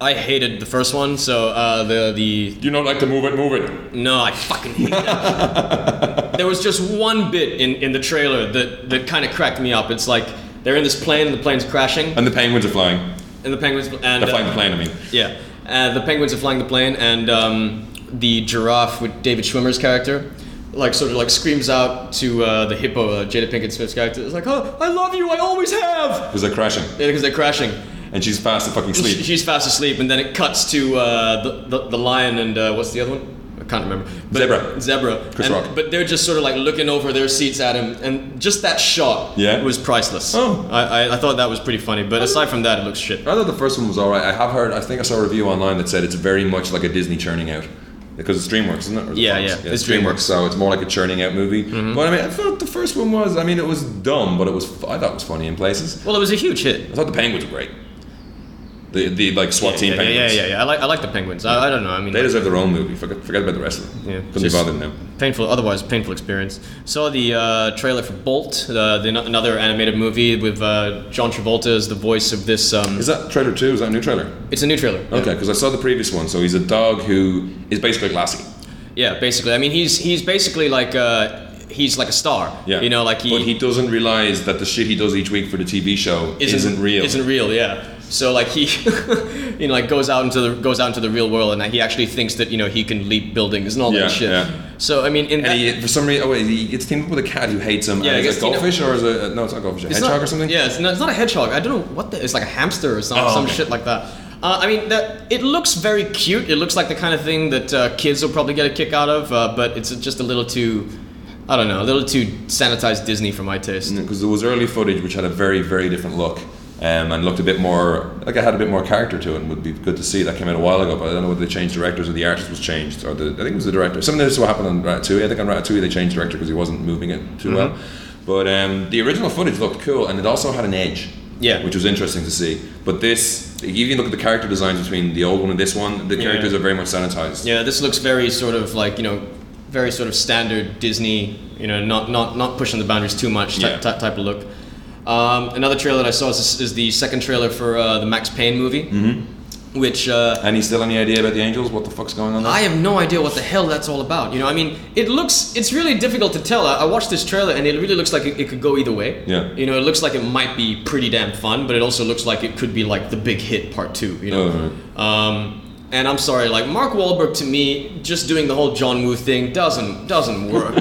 S1: I hated the first one. So uh, the the
S2: You don't like to move it, move it.
S1: no, I fucking hate that. there was just one bit in, in the trailer that that kind of cracked me up. It's like they're in this plane, and the plane's crashing,
S2: And the penguins are flying.
S1: and the penguins and
S2: They're
S1: uh,
S2: flying the plane, I mean.
S1: yeah, uh, the penguins are flying the plane, and um, the giraffe with David Schwimmer's character, like sort of like screams out to uh, the hippo, uh, Jada Pinkett Smith's character. It's like, oh, I love you, I always have.
S2: Because they're crashing.
S1: Yeah, because they're crashing.
S2: And she's fast to fucking
S1: She-
S2: sleep.
S1: She's fast asleep, and then it cuts to uh, the, the the lion and uh, what's the other one? I can't remember. But-
S2: Zebra.
S1: Zebra.
S2: Chris
S1: And-
S2: Rock.
S1: But they're just sort of like looking over their seats at him, and just that shot
S2: Yeah.
S1: was priceless.
S2: Oh.
S1: I, I, I thought that was pretty funny, but aside from that, it looks shit.
S2: I thought the first one was alright. I have heard, I think I saw a review online that said it's very much like a Disney churning out. Because it's DreamWorks, isn't it? Or is it
S1: Yeah,
S2: Fox?
S1: yeah, it's DreamWorks. Mm-hmm.
S2: so it's more like a churning out movie. But I mean, I thought the first one was, I mean, it was dumb, but it was, I thought it was funny in places.
S1: Well, it was a huge hit.
S2: I thought the penguins were great. The, the like SWAT
S1: yeah,
S2: team
S1: yeah,
S2: penguins.
S1: yeah, yeah, yeah. I like, I like the penguins. I, I don't know. I mean,
S2: They deserve their own movie. Forget, forget about the rest of them.
S1: Yeah,
S2: Couldn't
S1: just-
S2: be bothered now.
S1: painful, otherwise painful experience. Saw the uh, trailer for Bolt, uh, the, another animated movie with uh, John Travolta as the voice of this. Um,
S2: Is that trailer two? Is that a new trailer?
S1: it's a new trailer. yeah.
S2: Okay, because I saw the previous one. So he's a dog who is basically like Lassie.
S1: Yeah, basically. I mean, he's he's basically like uh, he's like a star.
S2: Yeah,
S1: You know, like he,
S2: But he doesn't realize that the shit he does each week for the TV show isn't, real.
S1: Isn't real. Yeah. So like he, you know, like goes out into the goes out into the real world, and he actually thinks that you know he can leap buildings and all
S2: Yeah,
S1: that shit.
S2: yeah.
S1: So I mean, in that,
S2: and he, for some reason, oh wait, he gets teamed up with a cat who hates him.
S1: Yeah,
S2: and
S1: I
S2: is it
S1: guess
S2: a
S1: Tino-
S2: goldfish or is it a- no? It's not a goldfish. A
S1: It's
S2: hedgehog
S1: not-
S2: or something.
S1: Yeah, it's not, it's not a hedgehog. I don't know what the, it's like a hamster or some,
S2: Oh,
S1: some
S2: okay.
S1: shit like that. Uh, I mean, that it looks very cute. It looks like the kind of thing that uh, kids will probably get a kick out of, uh, but it's just a little too, I don't know, a little too sanitized Disney for my taste.
S2: because there was early footage which had a very very different look um, and looked a bit more like it had a bit more character to it and would be good to see that came out a while ago but I don't know whether they changed directors or the artist was changed or the I think it was the director something that's what happened on Ratatouille I think on Ratatouille they changed director because he wasn't moving it too well
S1: Mm-hmm.
S2: but um, the original footage looked cool and it also had an edge
S1: Yeah.
S2: which was interesting to see but this if you even look at the character designs between the old one and this one the characters are very much sanitized
S1: Yeah, this looks very sort of like you know, very sort of standard Disney. You know, not not not pushing the boundaries too much type,
S2: Yeah.
S1: type, type of look. Um, another trailer that I saw is, is the second trailer for uh, the Max Payne movie,
S2: Mm-hmm.
S1: which. Uh,
S2: and you still any idea about the angels what the fuck's going on there
S1: I have no idea what the hell that's all about. You know, I mean, it looks, it's really difficult to tell. I, I watched this trailer and it really looks like it, it could go either way.
S2: Yeah.
S1: You know, it looks like it might be pretty damn fun, but it also looks like it could be like the big hit part two, you know?
S2: Oh,
S1: Um, and I'm sorry, like Mark Wahlberg to me, just doing the whole John Woo thing doesn't doesn't work.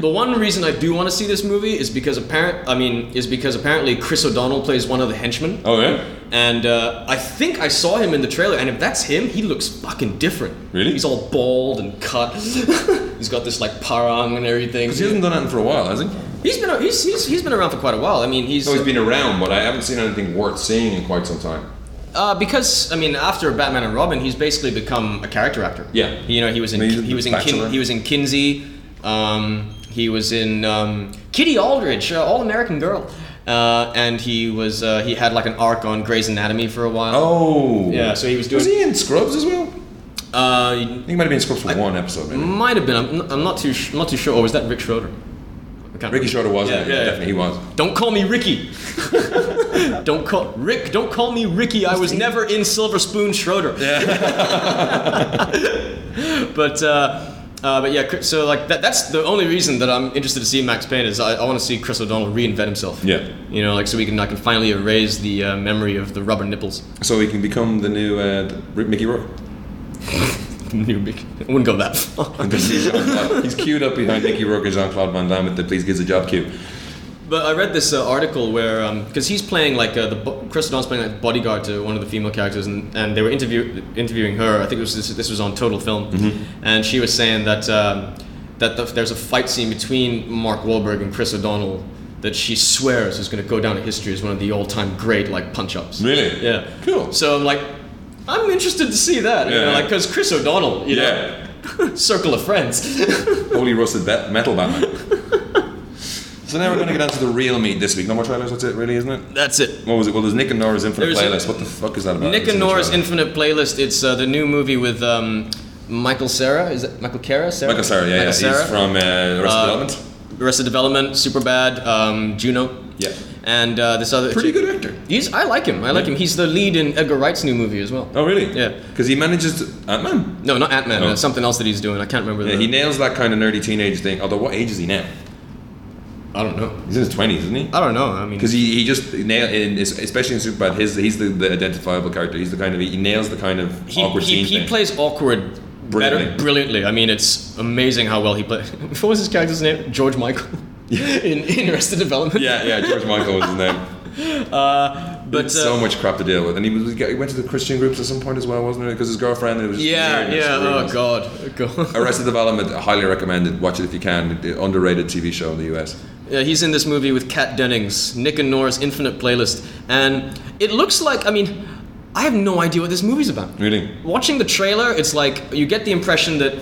S1: the one reason I do want to see this movie is because apparent, I mean, is because apparently Chris O'Donnell plays one of the henchmen,
S2: oh yeah
S1: and uh, I think I saw him in the trailer. And if that's him, he looks fucking different.
S2: Really?
S1: He's all bald and cut. he's got this like parang and everything.
S2: because he hasn't done anything for a while has he
S1: He's been a- he's, he's, he's been around for quite a while. I mean, he's
S2: It's always been around, but I haven't seen anything worth seeing in quite some time.
S1: Uh, because I mean, after Batman and Robin, he's basically become a character actor.
S2: Yeah.
S1: you know, he was in
S2: I mean, he's
S1: he was in
S2: Bachelor.
S1: Kin- he was in Kinsey, um, he was in um, Kitty Aldridge, uh, All American Girl, uh, and he was uh, he had like an arc on Grey's Anatomy for a while.
S2: Oh,
S1: Yeah, so he was
S2: Was
S1: doing-
S2: he in Scrubs as well? I think
S1: Uh,
S2: he might have been in Scrubs for one episode, maybe.
S1: might have been. I'm, I'm not too sh- not too sure. Or was that Rick Schroeder? I can't
S2: Ricky
S1: remember.
S2: Schroeder was,
S1: Yeah,
S2: not
S1: yeah, yeah.
S2: definitely he was.
S1: Don't call me Ricky. don't call Rick. Don't call me Ricky. I was never in Silver Spoon Schroeder. but uh, uh, but yeah, Chris- so like that, that's the only reason that I'm interested to see Max Payne is I, I want to see Chris O'Donnell reinvent himself.
S2: Yeah.
S1: You know, like so we can I can finally erase the uh, memory of the rubber nipples.
S2: So he can become the new uh, the- Mickey Rourke.
S1: New Mickey. I wouldn't go that far.
S2: He's queued up behind Mickey Rourke and Jean Claude Van Damme with the "Please Gives a Job" cue.
S1: But I read this uh, article where, because he's playing like uh, the bo- Chris O'Donnell's playing like bodyguard to one of the female characters, and, and they were
S2: Mm-hmm.
S1: interview- interviewing her. I think it was this, this was on Total Film, and she was saying that um, that the, there's a fight scene between Mark Wahlberg and Chris O'Donnell that she swears is going to go down in history as one of the all-time great like punch-ups.
S2: Really?
S1: Yeah.
S2: Cool.
S1: So I'm like, I'm interested to see that. You know,
S2: Yeah.
S1: like because Chris O'Donnell, you
S2: Yeah.
S1: know, circle of friends.
S2: Holy rusted bat- metal Batman. so now we're going to get on to the real meat this week. No more trailers. That's it, really, isn't it?
S1: That's it.
S2: What was it? Well, there's Nick and Nora's Infinite
S1: There's a-
S2: Playlist. What the fuck is that about?
S1: Nick
S2: It's
S1: and
S2: in the
S1: Nora's
S2: trailer.
S1: Infinite Playlist. It's uh, the new movie with um, Michael Sarah. Is that Michael Cara? Sarah?
S2: Michael Sarah, yeah, yeah.
S1: Michael Cera.
S2: He's from uh, Arrested
S1: Uh,
S2: Development.
S1: Arrested Development, Superbad, um, Juno.
S2: Yeah.
S1: And uh, this other
S2: Pretty good actor.
S1: He's I like him. I like
S2: Yeah.
S1: him. He's the lead in Edgar Wright's new movie as well.
S2: Oh, really?
S1: Yeah.
S2: Because he manages to. Ant Man?
S1: No, not Ant Man.
S2: Oh.
S1: Uh, something else that he's doing. I can't remember.
S2: Yeah,
S1: the,
S2: he nails that kind of nerdy teenage thing. Although, what age is he now?
S1: I don't know.
S2: He's in his 20s, isn't he?
S1: I don't know. I mean,
S2: Because he, he just nail in especially in Superbad, his he's the, the identifiable character. He's the kind of he nails the kind of
S1: he,
S2: awkward
S1: he,
S2: scene
S1: he
S2: thing.
S1: plays awkward better,
S2: Brilliantly.
S1: brilliantly. I mean, it's amazing how well he plays. What was his character's name? George Michael. in, in Arrested Development.
S2: yeah, yeah. George Michael was his name.
S1: Uh, but uh,
S2: But, so much crap to deal with, and he, was, he went to the Christian groups at some point as well, wasn't it? Because his girlfriend. It was just
S1: Yeah,
S2: weird, it was
S1: yeah. Oh
S2: just
S1: god, oh, god.
S2: Arrested Development, highly recommended. Watch it if you can. The underrated TV show in the US.
S1: Yeah, he's in this movie with Kat Dennings, Nick and Nora's Infinite Playlist, and it looks like. I mean, I have no idea what this movie's about.
S2: Really?
S1: Watching the trailer, it's like you get the impression that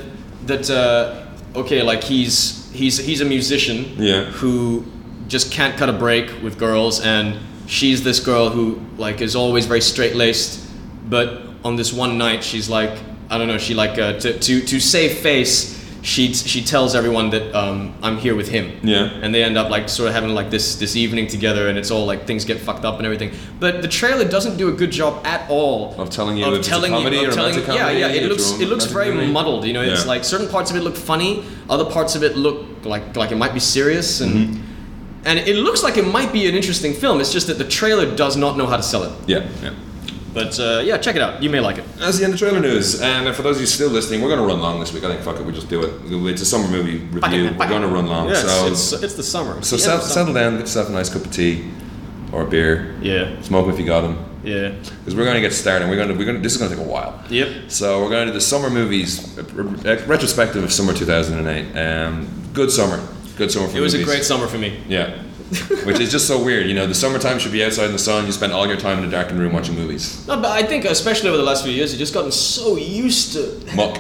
S1: that uh, okay, like he's he's he's a musician
S2: Yeah.
S1: who just can't cut a break with girls, and she's this girl who like is always very straight laced, but on this one night she's like I don't know, she like uh, to to to save face. She, she tells everyone that um, I'm here with him
S2: Yeah.
S1: and they end up like sort of having like this this evening together and it's all like things get fucked up and everything but the trailer doesn't do a good job at all
S2: Of telling you if it's a comedy,
S1: of
S2: a romantic
S1: yeah
S2: comedy,
S1: yeah it
S2: a
S1: looks
S2: drama-
S1: it looks
S2: romantic
S1: very
S2: comedy.
S1: muddled you know it's
S2: Yeah.
S1: like certain parts of it look funny other parts of it look like like it might be serious and
S2: Mm-hmm.
S1: and it looks like it might be an interesting film it's just that the trailer does not know how to sell it
S2: Yeah, yeah.
S1: but uh, yeah check it out you may like it
S2: That's the end of trailer news. And for those of you still listening, we're going to run long this week. I think fuck it, we just do it. It's a summer movie
S1: Fuck it,
S2: review.
S1: fuck
S2: We're
S1: it.
S2: going to run long.
S1: yeah,
S2: so
S1: it's, it's, it's the summer
S2: so
S1: It's the end
S2: settle,
S1: of summer.
S2: settle down, get yourself a nice cup of tea or a beer.
S1: yeah
S2: Smoke 'em if you got them.
S1: yeah
S2: Because we're going to get started. We're going to we're going to, this is going to take a while.
S1: yep
S2: So we're going to do the summer movies a re- a retrospective of summer 2008. Um, good summer, good summer for
S1: it was a
S2: movies.
S1: great summer for me
S2: yeah. Which is just so weird, you know. The summertime should be outside in the sun. You spend all your time in a darkened room watching movies.
S1: No, but I think especially over the last few years, you've just gotten so used to,
S2: Muck,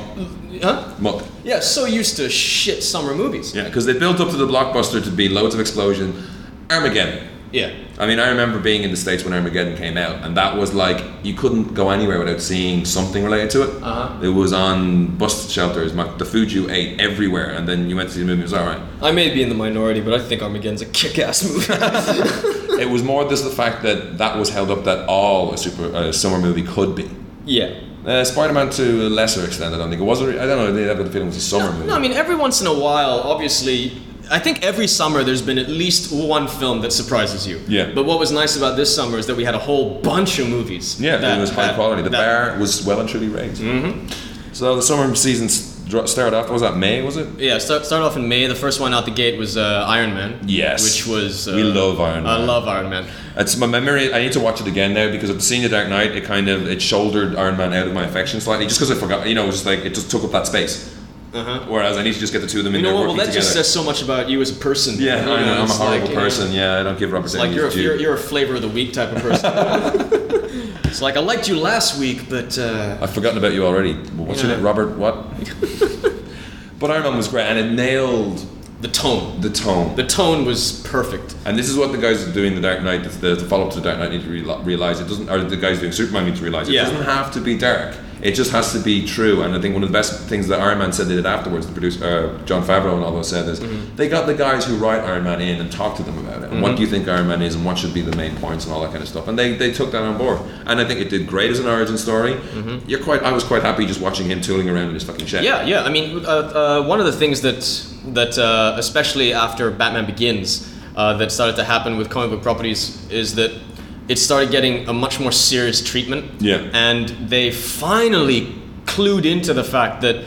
S1: huh?
S2: muck.
S1: Yeah, so used to shit summer movies.
S2: Yeah, because they built up to the blockbuster to be loads of explosion, Armageddon.
S1: Yeah.
S2: I mean, I remember being in the states when Armageddon came out, and that was like you couldn't go anywhere without seeing something related to it.
S1: Uh-huh.
S2: It was on bus shelters, my, the food you ate everywhere, and then you went to see the movie. It was all right.
S1: I may be in the minority, but I think Armageddon's a kick-ass movie.
S2: It was more just the fact that that was held up that all a super uh, summer movie could be.
S1: yeah.
S2: Uh, Spider-Man to a lesser extent, I don't think it was. A, I don't know. They have the feeling it was a summer movie.
S1: No, I mean every once in a while, obviously. I think every summer there's been at least one film that surprises you.
S2: Yeah.
S1: But what was nice about this summer is that we had a whole bunch of movies.
S2: yeah,
S1: that-
S2: it was high
S1: that-
S2: quality. The
S1: that-
S2: bar was well and truly raised. Mm-hmm. So the summer season s- dro- started off. What was that May? Was it?
S1: Yeah, start, start off in May. The first one out the gate was uh, Iron Man.
S2: Yes.
S1: Which was. Uh,
S2: We love Iron
S1: I
S2: Man.
S1: love Iron Man.
S2: It's my memory. I need to watch it again now because I've seen The Dark Knight. It kind of it shouldered Iron Man out of my affection slightly, just because I forgot. You know, it was just like it just took up that space.
S1: Uh-huh.
S2: Whereas I need to just get the two of them in
S1: You know
S2: there
S1: what? Well,
S2: working
S1: that
S2: together.
S1: just says so much about you as a person.
S2: yeah,
S1: You
S2: I know. I'm a
S1: it's
S2: horrible
S1: like, you know,
S2: person. yeah, I don't give Robert
S1: it's like
S2: Downey
S1: you're a,
S2: his due.
S1: you're, you're a flavor of the week type of person. it's like I liked you last week, but uh,
S2: I've forgotten about you already. What's
S1: Yeah.
S2: your name, Robert? What? but Iron Man was great, and it nailed
S1: the tone,
S2: the tone.
S1: the tone was perfect.
S2: And this is what the guys are doing in the Dark Knight, the, the follow up to the Dark Knight need to reali- realize it doesn't, or the guys doing Superman need to realize it
S1: Yeah.
S2: doesn't have to be dark. It just has to be true. And I think one of the best things that Iron Man said they did afterwards, the producer, uh, John Favreau and all those said, is
S1: Mm-hmm.
S2: they got the guys who write Iron Man in and talk to them about it. And what do you think Iron Man is and what should be the main points and all that kind of stuff. And they, they took that on board. And I think it did great as an origin story. You're quite, I was quite happy just watching him tooling around in his fucking shed.
S1: Mm-hmm. Yeah, yeah. I mean, uh, uh, one of the things that that uh, especially after Batman Begins uh, that started to happen with comic book properties is that it started getting a much more serious treatment.
S2: Yeah.
S1: And they finally clued into the fact that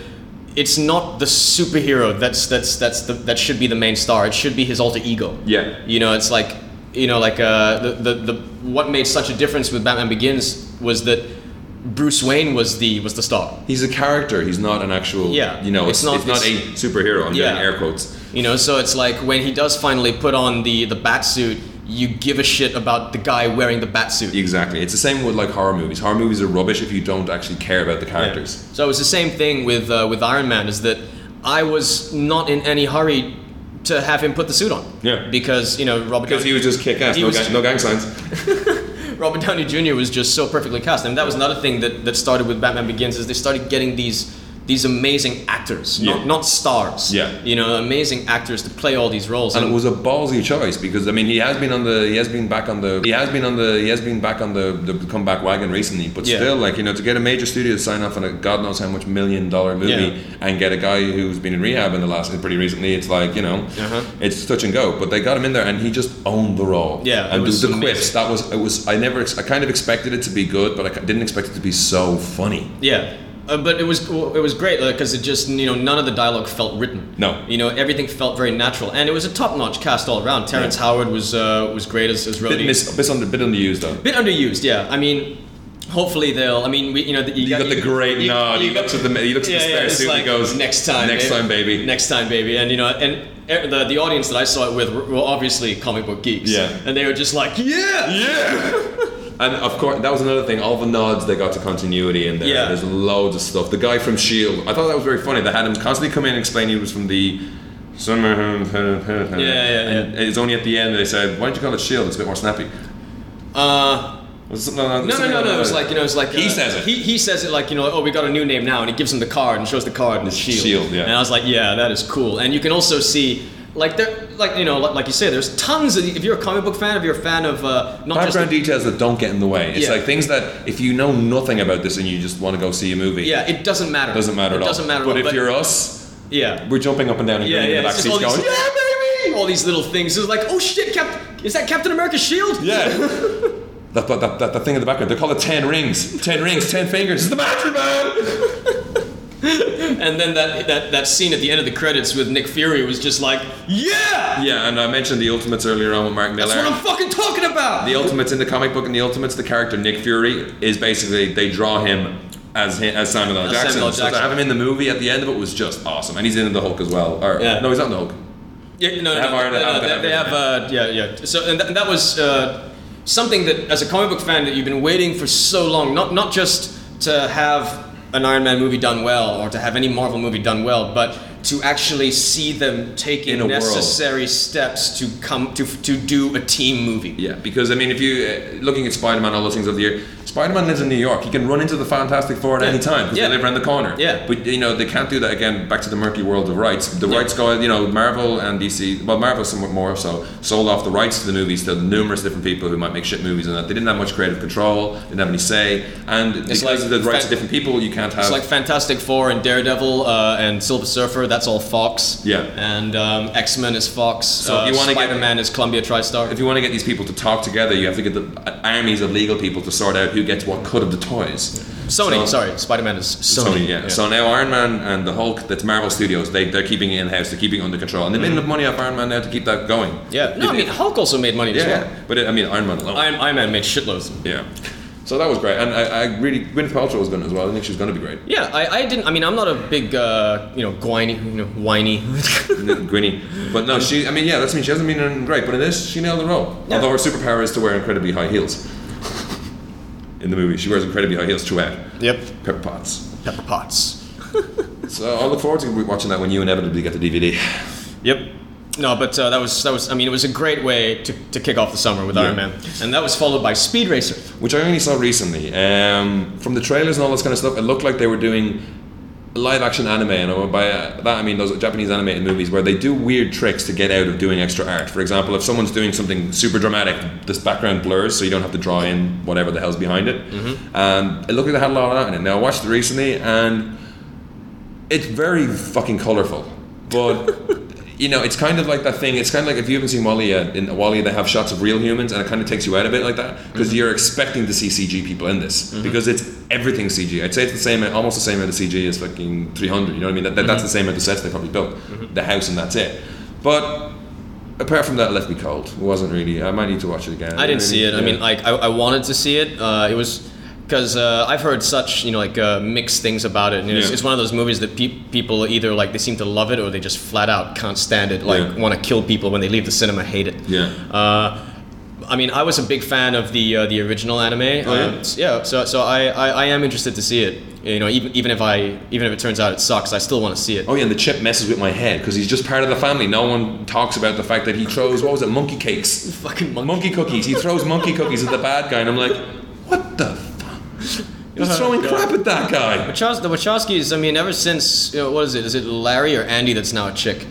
S1: it's not the superhero that's that's that's the, that should be the main star. It should be his alter ego.
S2: Yeah.
S1: You know, it's like you know, like uh, the, the the what made such a difference with Batman Begins was that Bruce Wayne was the was the star.
S2: He's a character. He's not an actual.
S1: Yeah.
S2: You know,
S1: It's
S2: it's,
S1: not-
S2: not. It's not a
S1: it's-
S2: superhero. I'm
S1: Yeah.
S2: doing air quotes.
S1: You know, so it's like when he does finally put on the the bat suit, you give a shit about the guy wearing the bat suit.
S2: Exactly. It's the same with like horror movies. Horror movies are rubbish if you don't actually care about the characters.
S1: So it was the same thing with uh, with Iron Man. Is that I was not in any hurry to have him put the suit on.
S2: Yeah.
S1: Because you know Robert
S2: Because
S1: Downey,
S2: he was just kick ass.
S1: He
S2: No,
S1: was-
S2: gang, no gang signs.
S1: Robert Downey Jr. was just so perfectly cast, and that was another thing that, that started with Batman Begins is they started getting these these amazing actors,
S2: Yeah.
S1: not not stars.
S2: Yeah.
S1: You know, amazing actors to play all these roles.
S2: And it was a ballsy choice because I mean he has been on the he has been back on the he has been on the he has been back on the, the comeback wagon recently, but
S1: Yeah.
S2: still like you know to get a major studio to sign off on a god knows how much million dollar movie
S1: Yeah.
S2: and get a guy who's been in rehab in the last pretty recently, it's like you know
S1: Uh-huh.
S2: it's touch and go. But they got him in there and he just owned the role.
S1: Yeah, it
S2: and
S1: was
S2: the, the
S1: amazing.
S2: quips that was it was I never ex- I kind of expected it to be good, but I ca- didn't expect it to be so funny.
S1: Yeah, uh, but it was it was great because it just you know none of the dialogue felt written.
S2: No.
S1: you know everything felt very natural, and it was a top notch cast all around. Terrence Howard was uh, was great as as Rhodey.
S2: Bit, mis- bit, under, bit underused though.
S1: Bit underused, yeah. I mean, hopefully they'll. I mean, we you know the,
S2: You got the great
S1: you-
S2: nod.
S1: you
S2: he
S1: got-
S2: looks at the he looks at the spare
S1: it's
S2: suit and he goes
S1: next time,
S2: next time, baby.
S1: next time, baby. And you know, and er, the the audience that I saw it with were were obviously comic book geeks,
S2: Yeah.
S1: and they were just like, yeah,
S2: Yeah. And of course, that was another thing. All the nods they got to continuity in there.
S1: Yeah.
S2: There's loads of stuff. The guy from Shield, I thought that was very funny. They had him constantly come in and explain he was from the. Summer. Yeah,
S1: yeah,
S2: And it's only at the end they said, "Why don't you call it Shield? E It's a bit more snappy."
S1: Uh,
S2: Was it something like-
S1: No, no,
S2: something
S1: no, no. It was
S2: that?
S1: like you know, it's like uh,
S2: He says it.
S1: He, he says it like you know, oh, we got a new name now, and he gives him the card and shows the card and the shield.
S2: shield, yeah.
S1: And I was like, yeah, that is cool. And you can also see. Like there, like you know, like, like you say, there's tons of. If you're a comic book fan, if you're a fan of uh, not just
S2: background details that don't get in the way. It's
S1: Yeah.
S2: like things that if you know nothing about this and you just want to go see a movie,
S1: yeah, it doesn't matter.
S2: doesn't matter
S1: it
S2: at all.
S1: Doesn't matter.
S2: But
S1: at all,
S2: if you're us,
S1: yeah,
S2: we're jumping up and down and
S1: yeah,
S2: grinning
S1: yeah,
S2: in the back
S1: it's just
S2: seats,
S1: all
S2: going,
S1: these-
S2: "Yeah, baby!"
S1: all these little things. It's like, oh shit, Cap- is that Captain America's shield?
S2: Yeah. That, that, that, that, that thing in the background, they call it 10 rings. 10 rings, 10 fingers. It's the Matchman Man!
S1: And then that, that that scene at the end of the credits with Nick Fury was just like, yeah,
S2: Yeah, and I mentioned the Ultimates earlier on with Mark Miller.
S1: that's what I'm fucking talking about.
S2: the Ultimates in the comic book and the Ultimates, the character Nick Fury is basically, they draw him as him, as Samuel L.
S1: As
S2: Jackson.
S1: Samuel L.
S2: So to
S1: Jackson.
S2: have him in the movie at the end of it was just awesome. And he's in the Hulk as well. Or,
S1: Yeah.
S2: No, he's not in the Hulk.
S1: Yeah, no,
S2: They
S1: no,
S2: have
S1: no,
S2: Iron
S1: no,
S2: Man,
S1: no,
S2: they
S1: they,
S2: have
S1: they have, uh, yeah, yeah. So, and, th- and that was uh, something that, as a comic book fan, that you've been waiting for so long. Not not just to have an Iron Man movie done well, or to have any Marvel movie done well, but to actually see them taking
S2: In a world.
S1: necessary steps to come to to do a team movie.
S2: Yeah, because I mean, if you uh, looking at Spider-Man, all those things of the year, Spider-Man lives in New York. He can run into the Fantastic Four at
S1: Yeah.
S2: any time because
S1: Yeah.
S2: they live around the corner.
S1: Yeah.
S2: but you know they can't do that again. Back to the murky world of rights. The rights go, you know, Marvel and DC. Well, Marvel somewhat more so sold off the rights to the movies to numerous different people who might make shit movies and that. They didn't have much creative control. Didn't have any say. And because
S1: like
S2: of the rights
S1: fact-
S2: of different people, you can't have.
S1: It's like Fantastic Four and Daredevil uh, and Silver Surfer. That's all Fox.
S2: Yeah.
S1: And um, X Men is Fox. So
S2: if you wanna get-
S1: Spider Man is Columbia TriStar.
S2: if you want to get these people to talk together, you have to get the uh, armies of legal people to sort out who gets what cut of the toys.
S1: Sony,
S2: So-
S1: sorry, Spider Man is Sony.
S2: Sony, yeah. So now Iron Man and the Hulk, that's Marvel Studios, they, they're keeping it in house, they're keeping it under control. And they made enough money off Iron Man now to keep that going.
S1: Yeah, no, I
S2: It-
S1: mean
S2: it-
S1: Hulk also made money
S2: yeah,
S1: as well.
S2: yeah. But it, I mean, Iron Man alone.
S1: Iron, Iron Man made shitloads.
S2: yeah. So that was great. And I, I really, Gwyneth Paltrow was good as well. I think she was going to be great.
S1: Yeah, I, I didn't. I mean, I'm not a big, uh, you know, whiny, you know, whiny.
S2: Gwynny. But no, she, I mean, yeah, that's mean she hasn't been in great, but in this, she nailed the role.
S1: Yeah.
S2: Although her superpower is to wear incredibly high heels. in the movie, she wears incredibly high heels throughout.
S1: yep.
S2: Pepper Potts.
S1: Pepper Potts.
S2: So I look forward to watching that when you inevitably get the DVD.
S1: Yep. No, but uh, that was that was. I mean, it was a great way to, to kick off the summer with Iron Man, and that was followed by Speed Racer.
S2: which I only saw recently. Um, from the trailers and all this kind of stuff, it looked like they were doing live action anime, and by that I mean those Japanese animated movies where they do weird tricks to get out of doing extra art. For example, if someone's doing something super dramatic, this background blurs, so you don't have to draw in whatever the hell's behind it. And it looked like they had a lot of that in it. Now I watched it recently, and it's very fucking colorful, but. You know, it's kind of like that thing. It's kind of like if you haven't seen Wally yet, in Wally they have shots of real humans, and it kind of takes you out a bit like that because you're expecting to see CG people in this because it's everything CG. I'd say it's the same, almost the same amount of CG as fucking 300. You know what I mean? That, that, That's the same amount of sets they probably built, the house, and that's it. But apart from that, it left me cold. It wasn't really. I might need to watch it again.
S1: I didn't see it. I
S2: Yeah.
S1: mean, like I, I wanted to see it. Uh, it was because uh, I've heard such you know like uh, mixed things about it. And it's,
S2: Yeah.
S1: it's one of those movies that pe- people either like they seem to love it or they just flat out can't stand it. Like
S2: Yeah.
S1: want to kill people when they leave the cinema, hate it.
S2: Yeah.
S1: Uh, I mean, I was a big fan of the uh, the original anime.
S2: Oh, yeah?
S1: Um, s- yeah. So so I, I, I am interested to see it. You know, even even if I even if it turns out it sucks, I still want to see it.
S2: Oh yeah, and the chip messes with my head because he's just part of the family. No one talks about the fact that he throws what was it, monkey cakes,
S1: Fucking monkey.
S2: monkey cookies. He throws monkey cookies at the bad guy, and I'm like, what the fuck? He's
S1: Uh-huh,
S2: throwing
S1: yeah.
S2: crap at that guy.
S1: Wachowski, the Wachowskis. I mean, ever since you know, what is it? Is it Larry or Andy that's now a chick?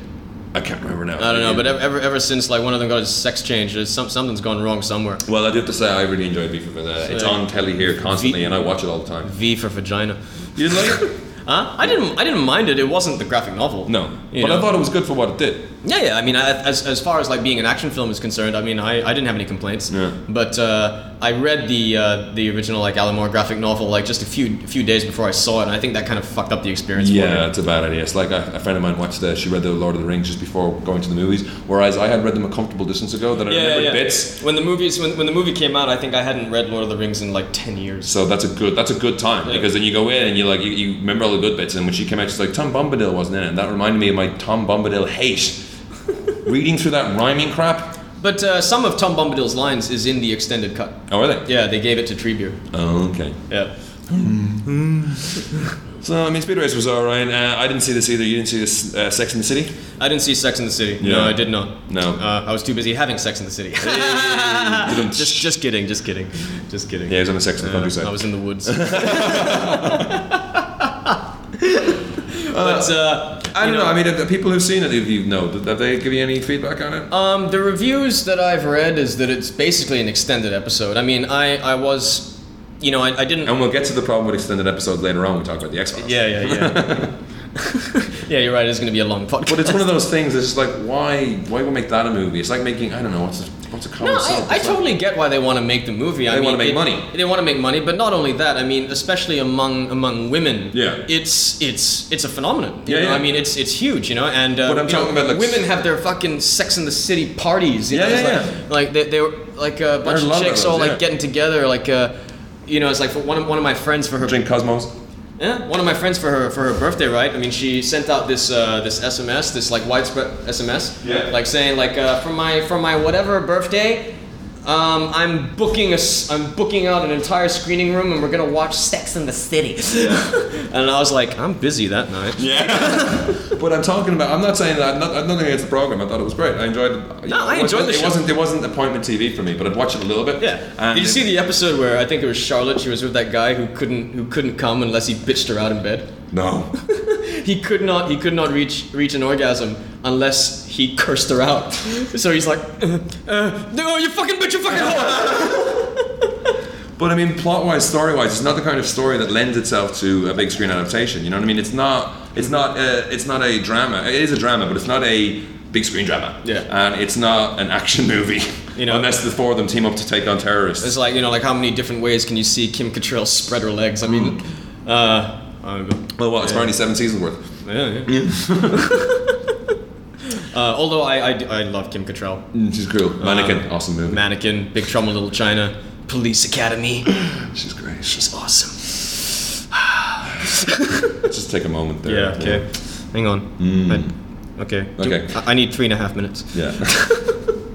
S2: I can't remember now.
S1: I don't know, but ever, ever, ever since like one of them got his sex change, there's some, something's gone wrong somewhere.
S2: well, I do have to say I really enjoyed Beef for that. It's
S1: So-
S2: on telly here constantly,
S1: V-
S2: and I watch it all the time.
S1: V for vagina.
S2: You didn't like it?
S1: Huh? I didn't. I didn't mind it. It wasn't the graphic novel.
S2: No,
S1: You
S2: but I
S1: know?
S2: thought it was good for what it did.
S1: Yeah, yeah. I mean, I, as, as far as like being an action film is concerned, I mean, I, I didn't have any complaints.
S2: Yeah.
S1: But uh, I read the uh, the original like Alan Moore graphic novel like just a few a few days before I saw it, and I think that kind of fucked up the experience.
S2: Yeah,
S1: For me.
S2: it's a bad idea. It's like a, a friend of mine watched the, she read the Lord of the Rings just before going to the movies, whereas I had read them a comfortable distance ago that I remembered bits.
S1: When the movies when, when the movie came out, I think I hadn't read Lord of the Rings in like ten years.
S2: So that's a good that's a good time
S1: Yeah.
S2: because then you go in and you like you, you remember all the good bits and when she came out she's like Tom Bombadil wasn't in it and that reminded me of my Tom Bombadil hate. Reading through that rhyming crap.
S1: But uh, some of Tom Bombadil's lines is in the extended cut.
S2: Oh, are they?
S1: Yeah, they gave it to Treebeard.
S2: Oh, okay.
S1: Yeah.
S2: So I mean, Speed Race was alright. Uh, I didn't see this either. You didn't see this uh, Sex in the City?
S1: I didn't see Sex in the City.
S2: Yeah.
S1: No, I did not.
S2: No.
S1: Uh, I was too busy having Sex in the City.
S2: Didn't-
S1: just, just kidding, just kidding, just kidding.
S2: yeah, it was on the Sex in the Countryside.
S1: I was in the woods. but uh,
S2: I
S1: you
S2: don't know. I mean, if the people who've seen it, if you know, did- have they give you any feedback on it?
S1: Um, the reviews that I've read is that it's basically an extended episode. I mean, I, I was, you know, I, I didn't.
S2: and we'll get to the problem with extended episodes later on. when We talk about the X Files.
S1: Yeah, yeah, yeah. yeah, you're right. It's going to be a long podcast.
S2: But it's one of those things. It's just like, why, why would make that a movie? It's like making, I don't know, what's a, what's a common
S1: No,
S2: soap?
S1: I, I
S2: It's like-
S1: totally get why they want to make the movie. I
S2: They
S1: mean,
S2: wanna make
S1: it-
S2: money.
S1: They want to make money, but not only that. I mean, especially among among women.
S2: Yeah.
S1: It's it's it's a phenomenon. you
S2: Yeah,
S1: know?
S2: yeah.
S1: I mean, it's it's huge. You know, and uh,
S2: But I'm
S1: you know,
S2: talking about, like,
S1: women have their fucking Sex in the City parties. You
S2: Yeah,
S1: know? it's
S2: yeah,
S1: like, Like they they were like a bunch
S2: There's a lot
S1: of
S2: of
S1: chicks
S2: those,
S1: all like
S2: yeah.
S1: getting together like. Uh, you know, it's like for one of, one of my friends for her
S2: drink Cosmos.
S1: yeah, one of my friends for her for her birthday, right? I mean, she sent out this uh, this SMS, this like widespread SMS,
S2: Yeah.
S1: like saying like uh, for my for my whatever birthday, um, I'm booking a s- I'm booking out an entire screening room and we're gonna watch Sex in the City. and I was like, I'm busy that night.
S2: Yeah. but I'm talking about. I'm not saying that. I'm not. I'm nothing against the program. I thought it was great. I enjoyed. you know,
S1: I
S2: it wasn't-
S1: enjoyed the
S2: It
S1: show.
S2: wasn't. It wasn't appointment TV for me, but I'd watch it a little bit.
S1: Yeah.
S2: And
S1: Did you
S2: it-
S1: see the episode where I think it was Charlotte? She was with that guy who couldn't who couldn't come unless he bitched her out in bed.
S2: No.
S1: He could not. He could not reach reach an orgasm unless he cursed her out. So he's like, uh, uh, "No, you fucking bitch, you fucking whore."
S2: But I mean, plot-wise, story-wise, it's not the kind of story that lends itself to a big screen adaptation. You know what I mean? It's not. It's not. A, it's not a drama. It is a drama, but it's not a big screen drama.
S1: Yeah.
S2: And it's not an action movie.
S1: You know-
S2: unless the four of them team up to take on terrorists.
S1: It's like you know, like how many different ways can you see Kim Cattrall spread her legs? I mean, uh, I don't know.
S2: well, what? It's probably seven seasons worth.
S1: yeah, yeah. uh, although I, I, do- I love Kim Cattrall.
S2: Mm, She's cool.
S1: Um,
S2: Mannequin, awesome movie.
S1: Mannequin, Big Trouble in Little China, Police Academy.
S2: She's great.
S1: It's awesome.
S2: Let's just take a moment there.
S1: Yeah. Okay. Hang on. I- okay.
S2: Okay.
S1: I, I need three and a half minutes.
S2: Yeah.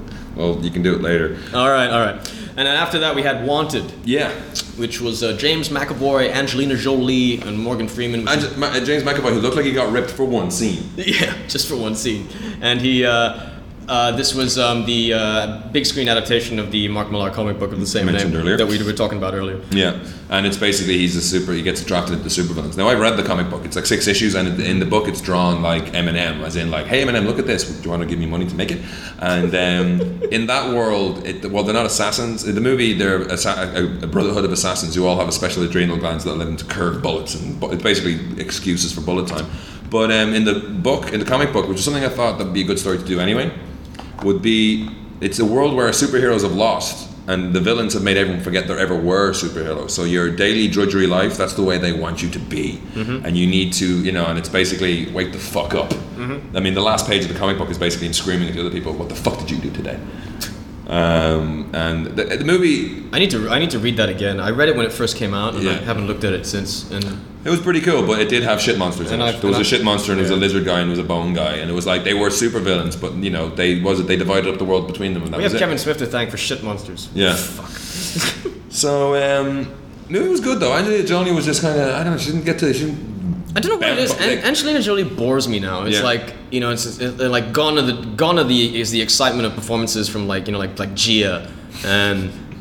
S2: well, you can do it later.
S1: All right. All right. And then after that, we had Wanted.
S2: Yeah.
S1: which was uh, James McAvoy, Angelina Jolie, and Morgan Freeman. which-
S2: And J- Ma- uh, James McAvoy, who looked like he got ripped for one scene.
S1: yeah, just for one scene. And he, uh, uh, this was um, the uh, big screen adaptation of the Mark Millar comic book of the same
S2: Mentioned
S1: name
S2: earlier.
S1: that we were talking about earlier.
S2: Yeah. And it's basically he's a super. He gets drafted into supervillains. Now I read the comic book. It's like six issues, and in the book it's drawn like Eminem, as in like, hey Eminem, look at this. Do you want to give me money to make it? And um, in that world, it, well, they're not assassins. In the movie, they're assa- a, a brotherhood of assassins who all have a special adrenal glands that let them to curve bullets, and bu- it's basically excuses for bullet time. But um, in the book, in the comic book, which is something I thought that'd be a good story to do anyway, would be it's a world where superheroes have lost and the villains have made everyone forget there ever were superheroes so your daily drudgery life that's the way they want you to be
S1: Mm-hmm.
S2: and you need to you know and it's basically wake the fuck
S1: Mm-hmm.
S2: up i mean the last page of the comic book is basically him screaming at the other people what the fuck did you do today Um, and the, the movie
S1: I need to I need to read that again. I read it when it first came out, and I
S2: Yeah.
S1: haven't looked at it since. And
S2: It was pretty cool, but it did have shit monsters.
S1: And
S2: in
S1: I've-
S2: it. There was
S1: and
S2: a
S1: I've-
S2: shit monster, and there was a
S1: yeah.
S2: lizard guy, and there was a bone guy, and it was like they were super villains, but you know they was it they divided up the world between them, and that
S1: we
S2: was
S1: have
S2: it.
S1: Kevin Smith to thank for shit monsters.
S2: Yeah. so um, no, it was good though. Angelina Jolie was just kind of I don't know. She didn't get to she didn't
S1: I don't know what it is.
S2: Bam-
S1: An- Angelina Jolie bores me now. It's
S2: Yeah.
S1: like you know, it's, it's uh, like gone are the gone are the is the excitement of performances from like you know like like Gia and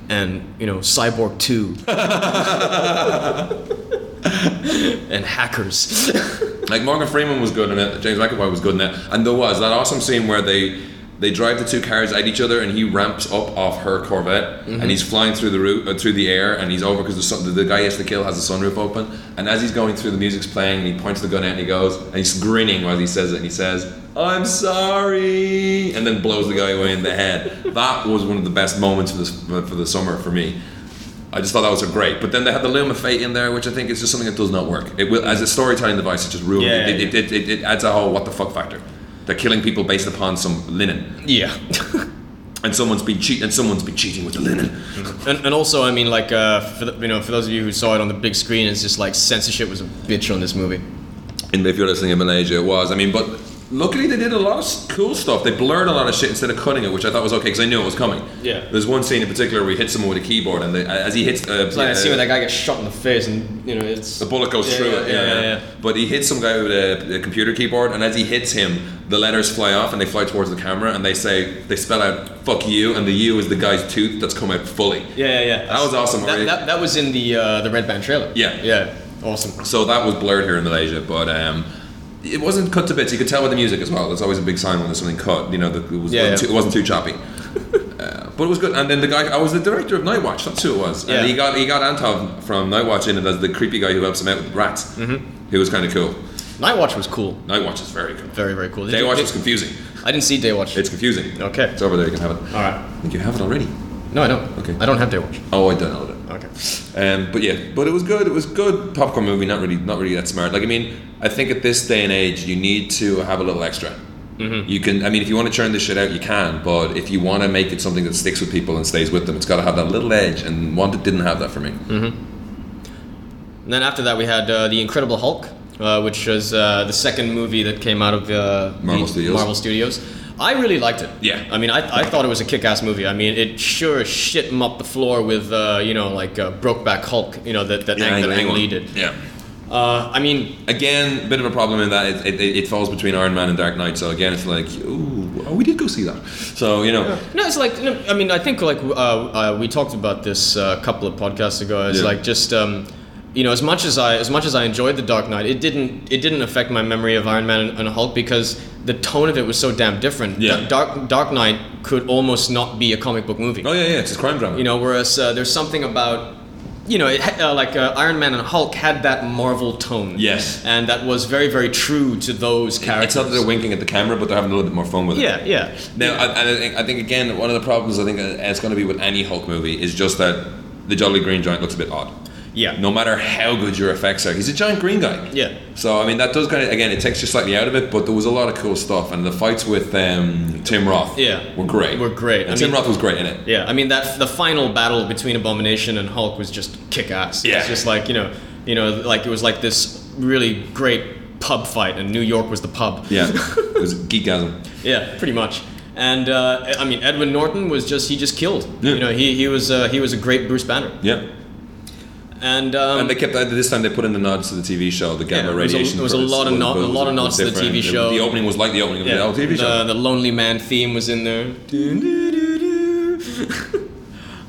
S1: and you know Cyborg Two and hackers.
S2: Like Morgan Freeman was good in it. James McAvoy was good in it. And there was that awesome scene where they they drive the two cars at each other, and he ramps up off her Corvette, and he's flying through the roof, uh, through the air, and he's over because the, sun- the guy he has to kill has the sunroof open. And as he's going through, the music's playing, and he points the gun out, and he goes, and he's grinning while he says it, and he says, "I'm sorry," and then blows the guy away in the head. that was one of the best moments for this for the summer for me. I just thought that was a great. But then they had the Loom of Fate in there, which I think is just something that does not work. It will, as a storytelling device, it just ruins
S1: Yeah,
S2: it.
S1: yeah,
S2: It, it, it. it adds a whole what the fuck factor. They're killing people based upon some linen,
S1: yeah,
S2: and someone's been cheat, and someone's been cheating with the linen.
S1: and, and also I mean like uh, for the, you know for those of you who saw it on the big screen, it's just like censorship was a bitch on this movie.
S2: And if you're listening in Malaysia, it was. I mean, but luckily they did a lot of s- cool stuff. They blurred a lot of shit instead of cutting it, which I thought was okay because I knew it was coming.
S1: Yeah.
S2: There's one scene in particular where he hits someone with a keyboard, and they, as he hits, uh,
S1: It's like I see
S2: uh,
S1: where that guy gets shot in the face, and you know it's
S2: The bullet goes
S1: Yeah,
S2: through
S1: yeah,
S2: it.
S1: yeah,
S2: Yeah,
S1: yeah,
S2: yeah.
S1: yeah.
S2: But he hits some guy with a, a computer keyboard, and as he hits him, the letters fly off and they fly towards the camera, and they say they spell out "fuck you," and the "u" is the guy's tooth that's come out fully.
S1: Yeah, yeah, yeah.
S2: That was awesome,
S1: That,
S2: right?
S1: that, that was in the uh, the red band trailer.
S2: Yeah.
S1: yeah, awesome.
S2: So that was blurred here in Malaysia, but um, it wasn't cut to bits. You could tell with the music as well. That's always a big sign when there's something cut. You know, the, it, was,
S1: Yeah,
S2: wasn't
S1: yeah.
S2: Too, it wasn't too choppy. Uh, But it was good, and then the guy. I was the director of Nightwatch. That's who it was.
S1: Yeah.
S2: And he got he got Anton from Nightwatch in it as the creepy guy who helps him out with rats.
S1: Mm-hmm.
S2: Who was kind of cool.
S1: Nightwatch was cool.
S2: Nightwatch is very cool.
S1: Very, very cool. Did you-
S2: Daywatch
S1: did-
S2: was confusing.
S1: I didn't see Daywatch.
S2: It's confusing.
S1: okay.
S2: It's over there. You can have it.
S1: All right.
S2: I think you have it already.
S1: No, I don't.
S2: Okay.
S1: I don't have Daywatch.
S2: Oh, I downloaded it.
S1: Okay.
S2: Um, but yeah, but it was good. It was good popcorn movie. Not really, not really that smart. Like I mean, I think at this day and age, you need to have a little extra.
S1: Mm-hmm.
S2: You can. I mean, if you want to churn this shit out, you can. But if you want to make it something that sticks with people and stays with them, it's got to have that little edge. And Wanted didn't have that for me.
S1: Mm-hmm. And then after that, we had uh, the Incredible Hulk, uh, which was uh, the second movie that came out of uh,
S2: Marvel
S1: the
S2: Studios.
S1: Marvel Studios. I really liked it.
S2: Yeah.
S1: I mean, I, I thought it was a kick-ass movie. I mean, it sure as shit mopped the floor with uh, you know like uh, Brokeback Hulk. You know that that, Ang, that Ang Lee did.
S2: Yeah.
S1: Uh, I mean,
S2: Again, bit of a problem in that it, it, it it falls between Iron Man and Dark Knight. So again, it's like, ooh, oh, we did go see that. So you know.
S1: No, it's like no, I mean I think like uh, uh, we talked about this uh, a couple of podcasts ago. It's
S2: Yeah.
S1: like just um, you know as much as I as much as I enjoyed the Dark Knight, it didn't it didn't affect my memory of Iron Man and, and Hulk because the tone of it was so damn different.
S2: Yeah.
S1: Da- Dark Dark Knight could almost not be a comic book movie.
S2: Oh yeah, yeah, it's a crime drama.
S1: You know, whereas uh, there's something about you know, it, ha- uh, like uh, Iron Man and Hulk had that Marvel tone.
S2: Yes.
S1: and that was very, very true to those
S2: it's
S1: characters.
S2: not that they're winking at the camera, but they're having a little bit more fun with it.
S1: yeah, yeah.
S2: Now, I, and I think- I think again, one of the problems I think uh, it's going to be with any Hulk movie is just that the Jolly Green Giant looks a bit odd.
S1: Yeah.
S2: No matter how good your effects are, he's a giant green guy.
S1: Yeah.
S2: So I mean, that does kind of again, it takes you slightly out of it, but there was a lot of cool stuff, and the fights with um, Tim Roth,
S1: Yeah.
S2: were great.
S1: Were great.
S2: And
S1: I
S2: Tim
S1: mean-
S2: Roth was great in it.
S1: Yeah, I mean that the final battle between Abomination and Hulk was just kick ass.
S2: Yeah.
S1: It's just like, you know, you know, like it was like this really great pub fight and New York was the pub.
S2: Yeah. it was geekasm.
S1: Yeah, pretty much. And uh, I mean Edwin Norton was just he just killed.
S2: Yeah.
S1: You know, he he was uh, he was a great Bruce Banner.
S2: Yeah.
S1: And um
S2: And they kept uh, this time. They put in the nods to the TV show, the
S1: Yeah,
S2: gamma
S1: it was a-
S2: radiation.
S1: it was a lot of nod-
S2: nods,
S1: a lot of nods to the TV show.
S2: The opening was like the opening of
S1: yeah,
S2: the old TV show.
S1: the, the Lonely Man theme was in there.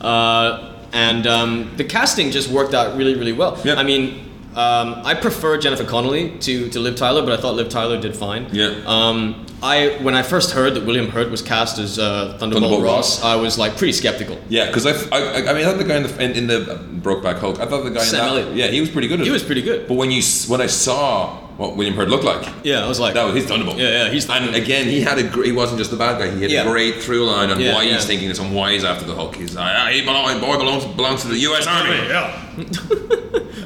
S1: Uh, and um, the casting just worked out really, really well.
S2: Yeah.
S1: I mean, um, I prefer Jennifer Connelly to, to Liv Tyler, but I thought Liv Tyler did fine.
S2: Yeah.
S1: Um, I when I first heard that William Hurt was cast as uh, Thunderbolt,
S2: Thunderbolt
S1: Ross,
S2: Ross.
S1: I was like pretty skeptical.
S2: Yeah, because I, I, I mean, I thought the guy in the in, in the uh, Brokeback Hulk. I thought the guy
S1: Sam
S2: in that.
S1: Elliott.
S2: Yeah, he was pretty good. At
S1: He
S2: it.
S1: was pretty good.
S2: But when you s- when I saw what William Hurt looked like,
S1: Yeah, I was like,
S2: that was he's Thunderbolt.
S1: Yeah, yeah, he's
S2: and again, he had a gr- he wasn't just a bad guy. He had
S1: Yeah.
S2: a great through line on
S1: Yeah,
S2: why
S1: yeah.
S2: he's thinking this and why he's after the Hulk. He's like, ah, he belong, my boy belongs belongs to the U.S. Army.
S1: yeah.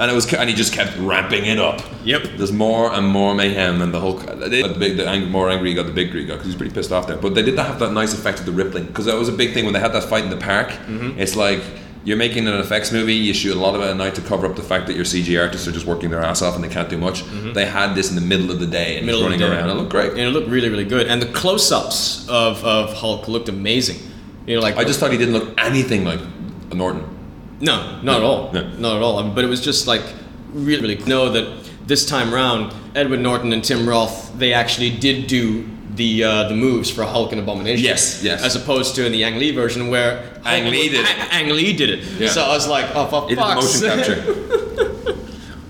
S2: and it was, and he just kept ramping it up.
S1: Yep.
S2: There's more and more mayhem, and the Hulk. They, the, big, the ang- more angry he got, the bigger he got, because he was pretty pissed off there. But they didn't have that nice effect of the rippling, because that was a big thing when they had that fight in the park.
S1: Mm-hmm.
S2: It's like you're making an effects movie, you shoot a lot of it at night to cover up the fact that your CG artists are just working their ass off and they can't do much. They had this in the middle of the day and
S1: Mm-hmm. Middle
S2: middle
S1: of the
S2: running
S1: day.
S2: around. It looked great.
S1: and it looked really, really good. And the close-ups of, of Hulk looked amazing. You know, like
S2: I just thought he didn't look anything like Norton.
S1: no, not at all,
S2: No.
S1: not at all. I mean, but it was just like really, really cool. to know that this time round, Edward Norton and Tim Roth they actually did do the uh, the moves for Hulk and Abomination.
S2: Yes, yes.
S1: As opposed to in the Ang Lee version where
S2: Ang
S1: Hulk
S2: Lee
S1: was-
S2: did it.
S1: Ang Ang Lee did it.
S2: Yeah.
S1: So I was like, oh, for
S2: It did the
S1: fuck's
S2: motion
S1: sake.
S2: capture.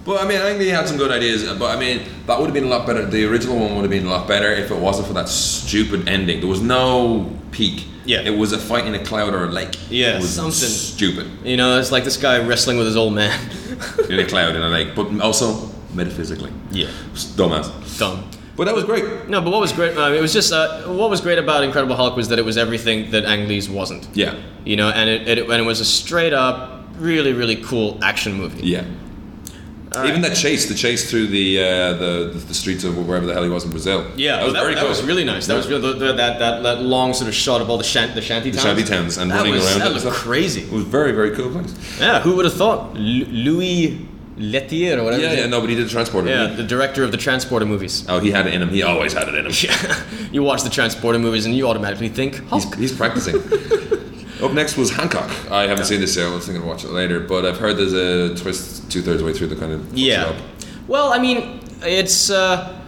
S2: Well, I mean, I think they had some good ideas, but I mean, that would have been a lot better. The original one would have been a lot better if it wasn't for that stupid ending. There was no peak.
S1: Yeah.
S2: It was a fight in a cloud or a lake.
S1: Yeah,
S2: It was
S1: something.
S2: stupid
S1: You know, it's like this guy wrestling with his old man.
S2: in a cloud in a lake, but also metaphysically.
S1: yeah,
S2: Dumbass.
S1: dumb.
S2: But that was great.
S1: No, but what was great? Uh, it was just uh, what was great about Incredible Hulk was that it was everything that Ang Lee's wasn't.
S2: Yeah.
S1: You know, and it, it and it was a straight up, really really cool action movie.
S2: Yeah. Even that chase, the chase through the, uh, the the streets of wherever the hell he was in Brazil.
S1: Yeah,
S2: that was very cool.
S1: was really nice. That was really, that, that, that that long sort of shot of all the shan- the shanty towns.
S2: shanty towns and
S1: that
S2: running
S1: was,
S2: around
S1: That
S2: and
S1: looked
S2: stuff.
S1: crazy.
S2: It was very very cool place.
S1: Yeah, who would have thought L- Louis Lettier or whatever?
S2: Yeah,
S1: his
S2: yeah.
S1: name-
S2: No, but he did a transporter.
S1: yeah,
S2: He-
S1: the director of the Transporter movies.
S2: Oh, he had it in him. He always had it in him.
S1: you watch the Transporter movies and you automatically think Hulk.
S2: He's, he's practicing. Up next was Hancock. I haven't seen this yet. I was thinking of watching it later, but I've heard there's a twist two thirds way through the kind of fucks it
S1: Yeah.
S2: up.
S1: Well, I mean, it's. Uh,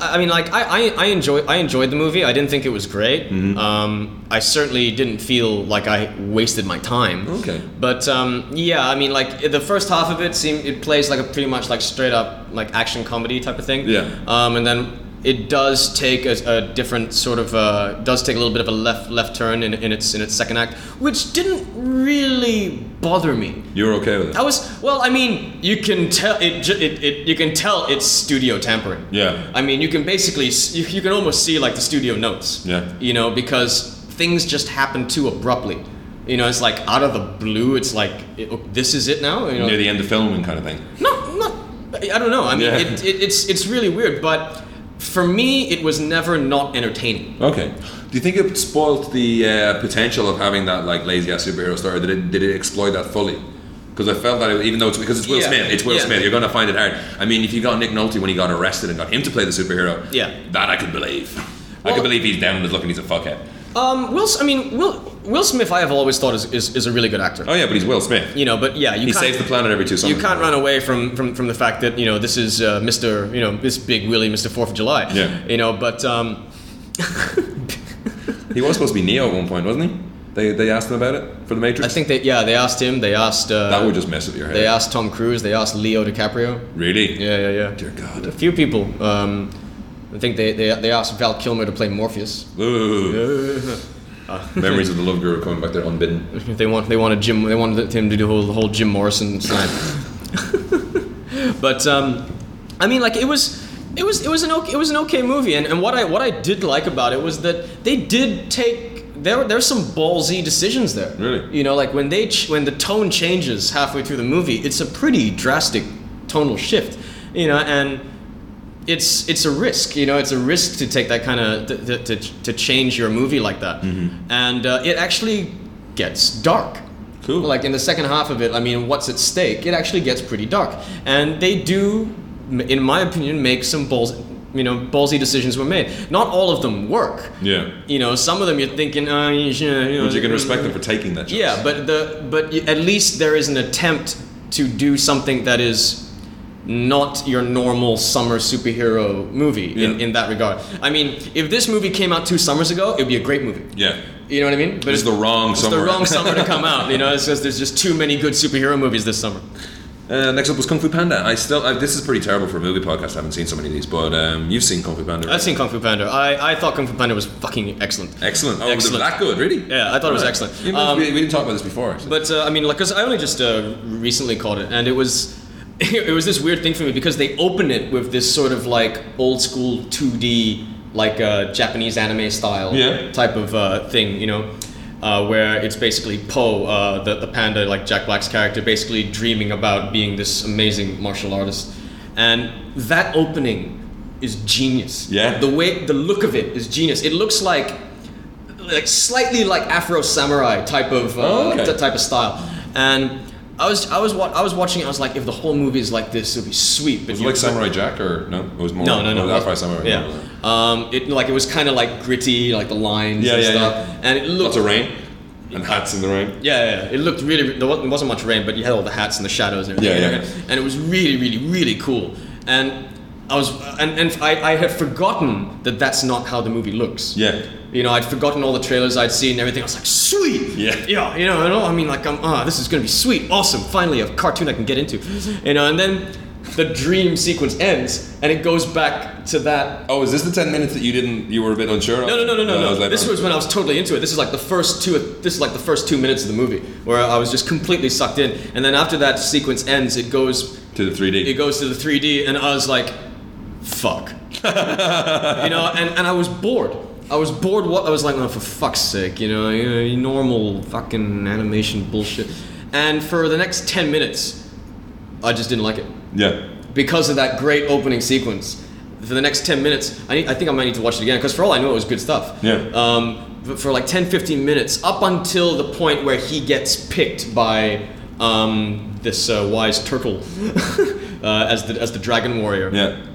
S1: I I mean, like I, I, I enjoy I enjoyed the movie. I didn't think it was great.
S2: Mm-hmm.
S1: Um, I certainly didn't feel like I wasted my time.
S2: Okay.
S1: But um, yeah, I mean, like i- the first half of it seem it plays like a pretty much like straight up like action comedy type of thing.
S2: Yeah.
S1: Um, and then it does take a, a different sort of uh, does take a little bit of a left left turn in, in its in its second act, which didn't really bother me.
S2: You're okay with it?
S1: I was well. I mean, you can tell it, ju- it, it. You can tell it's studio tampering.
S2: Yeah.
S1: I mean, you can basically s- you, you can almost see like the studio notes.
S2: Yeah.
S1: You know, because things just happen too abruptly. You know, it's like out of the blue. It's like it, oh, this is it now. You know,
S2: Near the end of filming, kind of thing.
S1: no, not. I don't know. I mean,
S2: Yeah.
S1: it, it, it's it's really weird. But for me, it was never not entertaining.
S2: Okay. Do you think it spoilt the uh, potential of having that like lazy ass superhero story? Did it did it exploit that fully? Because I felt that it, even though it's because it's Will
S1: Yeah.
S2: Smith, it's Will
S1: Yeah.
S2: Smith. You're going to find it hard. I mean, if you got Nick Nolte when he got arrested and got him to play the superhero,
S1: Yeah.
S2: that I could believe. I
S1: Well-
S2: could believe he's down on his luck and he's a fuckhead.
S1: Um, Will. S- I mean, Will. Will Smith. I have always thought is, is, is a really good actor.
S2: Oh yeah, but he's Will Smith.
S1: You know, but yeah, you
S2: He
S1: can't-
S2: saves the planet every two summers.
S1: You can't run away from, from, from the fact that you know this is uh, Mr. You know this big Willie, Mr. Fourth of July.
S2: Yeah.
S1: You know, but um,
S2: He was supposed to be Neo at one point, wasn't he? They, they asked him about it for the Matrix.
S1: I think that yeah, they asked him. They asked. Uh,
S2: that would just mess with your head.
S1: They asked Tom Cruise. They asked Leo DiCaprio.
S2: really?
S1: Yeah, yeah, yeah.
S2: Dear
S1: A
S2: God.
S1: few people. Um, I think they, they they asked Val Kilmer to play Morpheus.
S2: Ooh.
S1: Uh-huh.
S2: Memories of the Love Guru coming back there unbidden.
S1: They want they wanted Jim they wanted him to do the whole, the whole Jim Morrison slant. but um, I mean, like it was it was it was an okay, it was an okay movie, and, and what I what I did like about it was that they did take there there's some ballsy decisions there.
S2: Really?
S1: you know, like when they ch- when the tone changes halfway through the movie, it's a pretty drastic tonal shift, you know, and. It's it's a risk, you know. It's a risk to take that kind of to, to, to change your movie like that,
S2: Mm-hmm.
S1: and uh, it actually gets dark
S2: Cool.
S1: like in the second half of it i mean what's at stake it actually gets pretty dark and they do m- in my opinion make some balls you know ballsy decisions were made not all of them work
S2: Yeah.
S1: you know some of them you're thinking oh, you should, you know,
S2: But you can respect them for taking that. Chance.
S1: yeah but the but y- at least there is an attempt to do something that is not your normal summer superhero movie in,
S2: Yeah.
S1: in that regard i mean if this movie came out two summers ago it'd be a great movie
S2: Yeah.
S1: you know what i mean but
S2: It's the wrong
S1: it's
S2: summer.
S1: the wrong summer to come out. You know, it's just there's just too many good superhero movies this summer.
S2: Uh, next up was Kung Fu Panda. I still I, this is pretty terrible for a movie podcast. I haven't seen so many of these, but um, you've seen Kung Fu Panda.
S1: I've seen Kung Fu Panda. I, I thought Kung Fu Panda was fucking excellent.
S2: Excellent. Oh, was it
S1: Excellent.
S2: that good? Really?
S1: Yeah, I thought it was
S2: Right.
S1: excellent.
S2: You know,
S1: Um,
S2: we, we didn't talk about this before. Actually.
S1: But uh, I mean, like, 'cause I only just uh, recently caught it, and it was it was this weird thing for me because they open it with this sort of like old school 2D like uh, Japanese anime style
S2: Yeah.
S1: type of uh, thing, you know. uh, where it's basically Poe, uh, the, the panda, like Jack Black's character, basically dreaming about being this amazing martial artist. And that opening is genius.
S2: Yeah.
S1: The way, the look of it is genius. It looks like, like slightly like Afro samurai type of uh,
S2: Oh, okay.
S1: t- type of style. And I was, I was, wa- I was watching it. I was like, if the whole movie is like this, it'll be sweet. But
S2: Was it
S1: you-
S2: like Samurai Jack or no? It was more.
S1: no, no, no.
S2: oh, That's why Samurai. Jack was it?
S1: Yeah. Um, it like it was kind of like gritty, like the lines
S2: Yeah,
S1: and
S2: yeah,
S1: stuff,
S2: yeah.
S1: and it looked
S2: Lots of rain and hats in the rain.
S1: yeah, yeah, yeah. it looked really. There wa- there wasn't much rain, but you had all the hats and the shadows and everything.
S2: Yeah, yeah.
S1: And it was really, really, really cool. And I was, and, and I, I had forgotten that that's not how the movie looks.
S2: Yeah.
S1: You know, I'd forgotten all the trailers I'd seen and everything. I was like, sweet.
S2: Yeah.
S1: Yeah. You know, and all- I mean, like, I'm, ah, this is gonna be sweet, awesome. Finally, a cartoon I can get into. You know, and then the dream sequence ends, and it goes back to that
S2: Oh, is this the ten minutes that you didn't? You were a bit unsure. of?
S1: no, no, no, no,
S2: that
S1: no.
S2: was
S1: no.
S2: later
S1: This
S2: on.
S1: was when I was totally into it. This is like the first two. This is like the first two minutes of the movie where I was just completely sucked in. And then after that sequence ends, it goes,
S2: to the 3D.
S1: it goes to the 3D, and I was like, fuck, you know. And, and I was bored. I was bored. What I was like, oh, for fuck's sake, you know, you know, you normal fucking animation bullshit. And for the next ten minutes, I just didn't like it
S2: yeah.
S1: because of that great opening sequence. For the next 10 minutes, I, need, I think I might need to watch it again because for all I know, it was good stuff.
S2: Yeah.
S1: Um, but for like 10, 15 minutes, up until the point where he gets picked by um, this uh, wise turtle uh, as, the, as the dragon warrior.
S2: Yeah.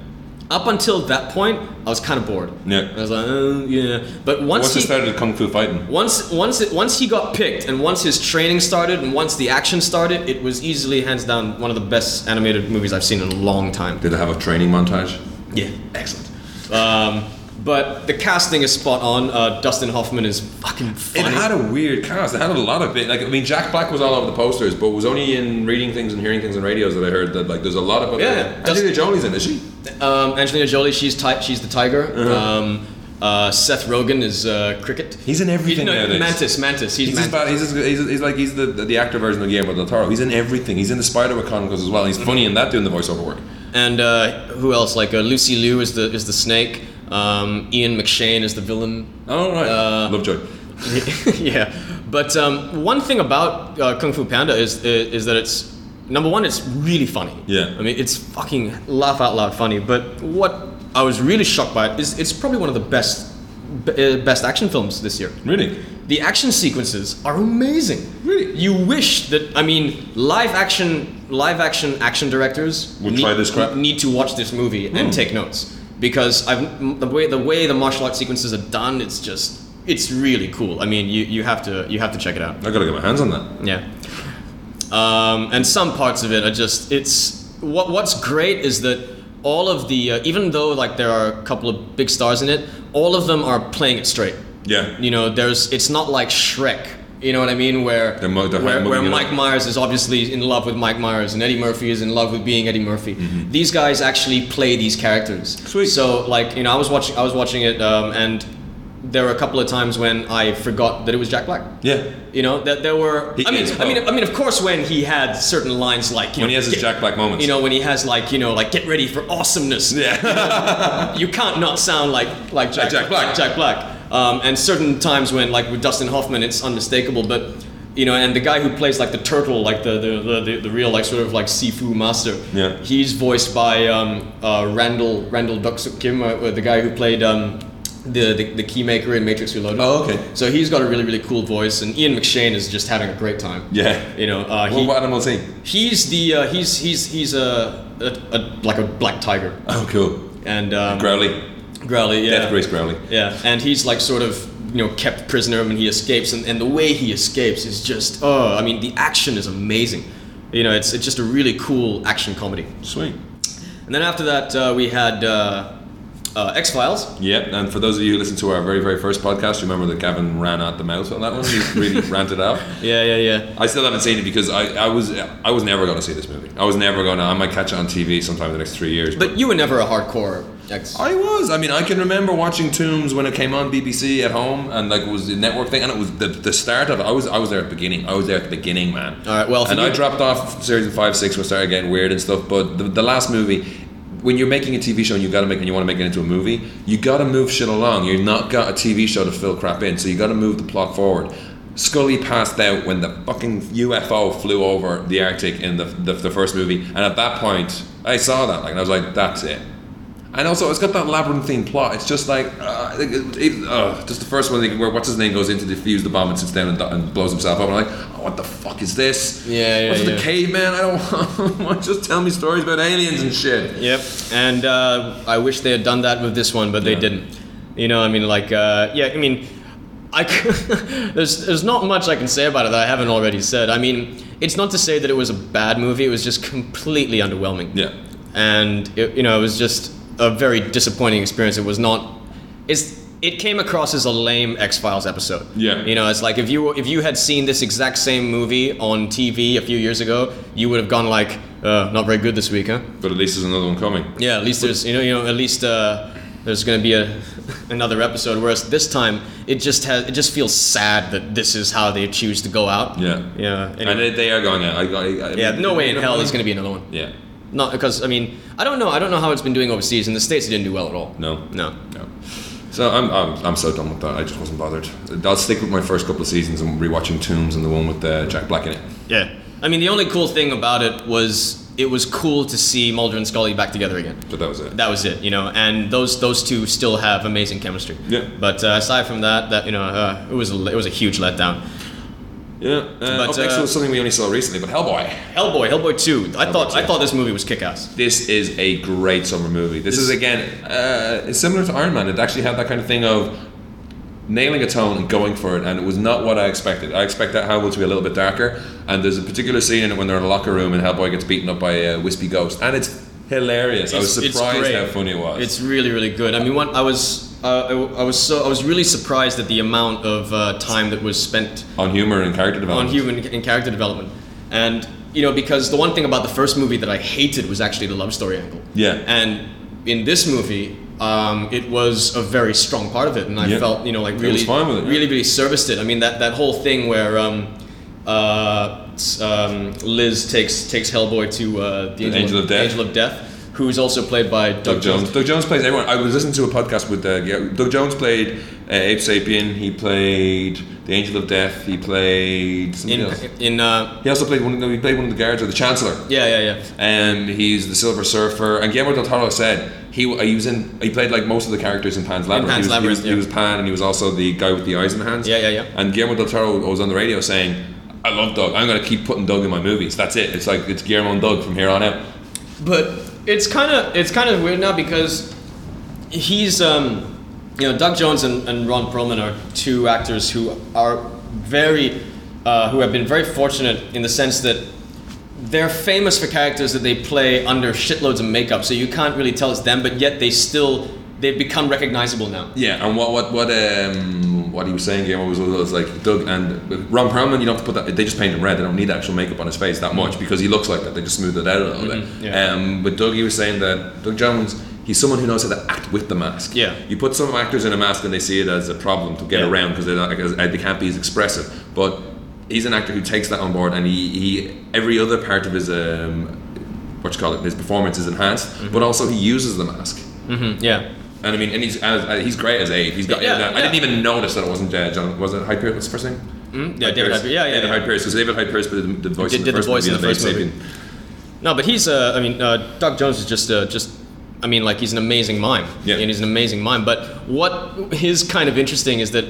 S1: Up until that point, I was kind of bored.
S2: Yeah.
S1: I was like, uh, yeah. But once
S2: Once
S1: he
S2: it started kung fu fighting.
S1: once once it, once he got picked and once his training started and once the action started, it was easily hands down one of the best animated movies I've seen in a long time.
S2: Did it have a training montage?
S1: Yeah, excellent. Um, but the casting is spot on. Uh, Dustin Hoffman is fucking
S2: It
S1: funny.
S2: had a weird cast. It had a lot of bit. Like I mean, Jack Black was all over the posters, but was only in reading things and hearing things on radios that I heard that like there's a lot of other.
S1: Yeah.
S2: Angelina Jolie's in, is she?
S1: um, Angelina Jolie, she's ti- she's the tiger.
S2: Uh-huh.
S1: Um, uh, Seth Rogen is uh, cricket.
S2: He's in everything
S1: no,
S2: nowadays.
S1: Mantis, Mantis. He's,
S2: He's, as
S1: Mantis.
S2: bad, he's, as good- he's, he's like he's the, the actor version of Guillermo del Toro. He's in everything. He's in the Spider-Man Chronicles as well. He's funny in that doing the voiceover work.
S1: and uh, who else? Like uh, Lucy Liu is the is the snake. Um, Ian McShane is the villain.
S2: Oh right,
S1: Uh,
S2: Lovejoy.
S1: yeah, but um, one thing about uh, Kung Fu Panda is, is that it's number one, it's really funny.
S2: Yeah.
S1: I mean, it's fucking laugh out loud funny. But what I was really shocked by is it's probably one of the best b- uh, best action films this year.
S2: Really?
S1: The action sequences are amazing.
S2: Really?
S1: You wish that I mean live action live action action directors
S2: Would try this crap? Hmm.
S1: need to watch this movie and take notes because I've the way the way the martial art sequences are done it's just it's really cool. I mean you, you have to you have to check it out.
S2: I gotta get my hands on that.
S1: Yeah. Um, and some parts of it are just it's what what's great is that all of the uh, even though like there are a couple of big stars in it, all of them are playing it straight
S2: Yeah.
S1: you know there's it's not like shrek you know what i mean where
S2: They're mo- they're
S1: where,
S2: moving
S1: where
S2: it up.
S1: mike myers is obviously in love with mike myers and eddie murphy is in love with being eddie murphy these guys actually play these characters
S2: Mm-hmm. Sweet.
S1: so like you know i was watching i was watching it um, and there were a couple of times when i forgot that it was jack black
S2: Yeah.
S1: you know that there were
S2: He
S1: i mean
S2: is
S1: i mean
S2: Poe.
S1: i mean of course when he had certain lines like you
S2: When
S1: know,
S2: he has his
S1: get-
S2: Jack Black moments.
S1: you know when he has like you know like get ready for awesomeness
S2: Yeah.
S1: you can't not sound like like Jack,
S2: Like Jack Black.
S1: Jack Black. Um, and certain times when like with Dustin Hoffman, it's unmistakable. But you know, and the guy who plays like the turtle, like the the, the, the, the real like sort of like Sifu master.
S2: Yeah.
S1: He's voiced by um, uh, Randall Randall Duxuk Kim, uh, uh, the guy who played. Um, the, the, the keymaker in Matrix Reloaded.
S2: Oh, okay.
S1: So he's got a really really cool voice, and Ian McShane is just having a great time.
S2: Yeah.
S1: You know, uh,
S2: Well,
S1: he,
S2: what animal is he?
S1: he's the uh, he's he's he's a, a, a like a black tiger,
S2: Oh, cool.
S1: and um,
S2: Growly.
S1: Growly, yeah.
S2: Death Grace Growly.
S1: Yeah, and he's like sort of you know kept prisoner when he escapes, and, and the way he escapes is just oh, I mean the action is amazing. You know, it's it's just a really cool action comedy.
S2: Sweet.
S1: And then after that, uh, we had uh, uh, X Files.
S2: Yep, and for those of you who listened to our very, very first podcast, you remember that Gavin ran at the mouth on that one. He really ranted out.
S1: Yeah, yeah, yeah.
S2: I still haven't seen it because I, I was I was never going to see this movie. I was never going to. I might catch it on TV sometime in the next three years.
S1: But you were never a hardcore X.
S2: I was. I mean, I can remember watching Tombs when it came on BBC at home, and like it was the network thing, and it was the, the start of. it. I was I was there at the beginning. I was there at the beginning, man.
S1: All right, well, for
S2: and
S1: you-
S2: I dropped off series of five, six when it started getting weird and stuff. But the, the last movie, when you're making a TV show and you got to make and you want to make it into a movie, you got to move shit along. You've not got a TV show to fill crap in, so you got to move the plot forward. Scully passed out when the fucking UFO flew over the Arctic in the, the, the first movie, and at that point, I saw that, like, and I was like, that's it. And also, it's got that labyrinthine plot. It's just like, uh, it, it, uh, just the first one where what's his name goes in to defuse the bomb and sits down and, and blows himself up. And I'm like, oh, what the fuck is this?
S1: Yeah, yeah,
S2: What's with
S1: yeah.
S2: the caveman? I don't want. just tell me stories about aliens and shit.
S1: Yep. And uh, I wish they had done that with this one, but they
S2: Yeah.
S1: didn't. You know, I mean, like, uh, yeah, I mean, I c- there's there's not much I can say about it that I haven't already said. I mean, it's not to say that it was a bad movie. It was just completely underwhelming.
S2: Yeah.
S1: And it, you know, it was just a very disappointing experience. It was not. It's it came across as a lame X Files episode.
S2: Yeah.
S1: You know, it's like if you if you had seen this exact same movie on TV a few years ago, you would have gone like, uh, not very good this week, huh?
S2: But at least there's another one coming.
S1: Yeah, at least there's you know you know at least uh, there's going to be a another episode. Whereas this time it just has it just feels sad that this is how they choose to go out.
S2: Yeah.
S1: Yeah.
S2: And
S1: anyway.
S2: they, they are going out. I, I, I,
S1: yeah. No way in hell there's
S2: is
S1: going to be another one.
S2: Yeah.
S1: Not because I mean I don't know I don't know how it's been doing overseas in the states. It didn't do well at all.
S2: No.
S1: No.
S2: No. So I'm, I'm I'm so done with that. I just wasn't bothered. I'll stick with my first couple of seasons and rewatching Tombs and the one with uh, Jack Black in it.
S1: Yeah. I mean the only cool thing about it was it was cool to see Mulder and Scully back together again.
S2: But that was it.
S1: That was it, you know, and those those two still have amazing chemistry.
S2: Yeah.
S1: But uh, aside from that, that you know, uh, it was a, it was a huge letdown.
S2: yeah. Uh,
S1: But,
S2: up next
S1: uh,
S2: was something we only saw recently, but Hellboy.
S1: Hellboy, Hellboy Two. I thought I
S2: 2.
S1: thought this movie was kick-ass.
S2: This is a great summer movie. This, is again uh, it's similar to Iron Man. It actually had that kind of thing of nailing a tone and going for it, and it was not what I expected. I expect that Hellboy to be a little bit darker, and there's a particular scene in it when they're in a locker room and Hellboy gets beaten up by a wispy ghost, and it's hilarious. I was
S1: It's- it's
S2: surprised
S1: great.
S2: how funny it was.
S1: It's really really good. I mean, one, I was uh, I, I was so I was really surprised at the amount of uh, time that was spent
S2: on humor and character
S1: on
S2: development.
S1: human and character development, and you know because the one thing about the first movie that I hated was actually the love story angle.
S2: Yeah.
S1: And in this movie. Um, it was a very strong part of it, and I
S2: Yeah.
S1: felt you know like
S2: It was
S1: really,
S2: fine with it, yeah.
S1: really, really serviced it. I mean that, that whole thing where um, uh, s- um, Liz takes takes Hellboy to uh, the
S2: Angel of Death.
S1: Angel of Death, who's also played by Doug,
S2: Doug Jones.
S1: Jones.
S2: Doug Jones plays everyone. I was listening to a podcast with uh, yeah, Doug Jones played uh, Ape Sapien. He played the Angel of Death. He played somebody else.
S1: in in uh,
S2: He also played one. Of the, he played one of the guards or the Chancellor.
S1: yeah yeah yeah.
S2: And he's the Silver Surfer. And Guillermo del Toro said he w- he was in. He played like most of the characters in Pan's Labyrinth.
S1: Pan's
S2: he, was, he, was,
S1: Labyrinth,
S2: he
S1: yeah.
S2: was Pan, and he was also the guy with the eyes in the hands.
S1: Yeah, yeah, yeah.
S2: And Guillermo del Toro was on the radio saying, "I love Doug. I'm going to keep putting Doug in my movies. That's it. It's like it's Guillermo and Doug from here on out."
S1: But it's kind of it's kind of weird now because he's um, you know Doug Jones and, and Ron Perlman are two actors who are very uh, who have been very fortunate in the sense that they're famous for characters that they play under shitloads of makeup, so you can't really tell it's them. But yet they still they've become recognizable now.
S2: Yeah, and what what what um what he was saying Guillermo was, was like Doug and Ron Perlman. You don't have to put that. They just paint him red. They don't need actual makeup on his face that much because he looks like that. They just smooth it out a little
S1: Mhm,
S2: bit.
S1: yeah.
S2: Um, but Doug, he was saying that Doug Jones. He's someone who knows how to act with the mask.
S1: Yeah.
S2: You put some actors in a mask and they see it as a problem to get
S1: Yeah.
S2: around because they're not, because they can't be as expressive. But he's an actor who takes that on board and he, he every other part of his um, what you call it his performance is enhanced,
S1: Mm-hmm.
S2: but also he uses the mask.
S1: Mm, yeah.
S2: And I mean, and he's as, uh, he's great as Abe. He's got.
S1: Yeah,
S2: Yeah, I didn't
S1: yeah.
S2: even notice that it wasn't uh, John. Was it Hyde Pierce? What's the first name?
S1: Mm, yeah, David. Hyde- Yeah, yeah.
S2: David
S1: yeah.
S2: Hyde Pierce. Because David Hyde Pierce did the the voice.
S1: Did-
S2: in
S1: did the
S2: the first
S1: voice in
S2: movie
S1: the
S2: and
S1: first
S2: Abe
S1: movie.
S2: Sapien.
S1: No, but he's. Uh, I mean, uh, Doug Jones is just. Uh, just. I mean, like he's an amazing mime.
S2: Yeah.
S1: And he's an amazing mime. But what is kind of interesting is that,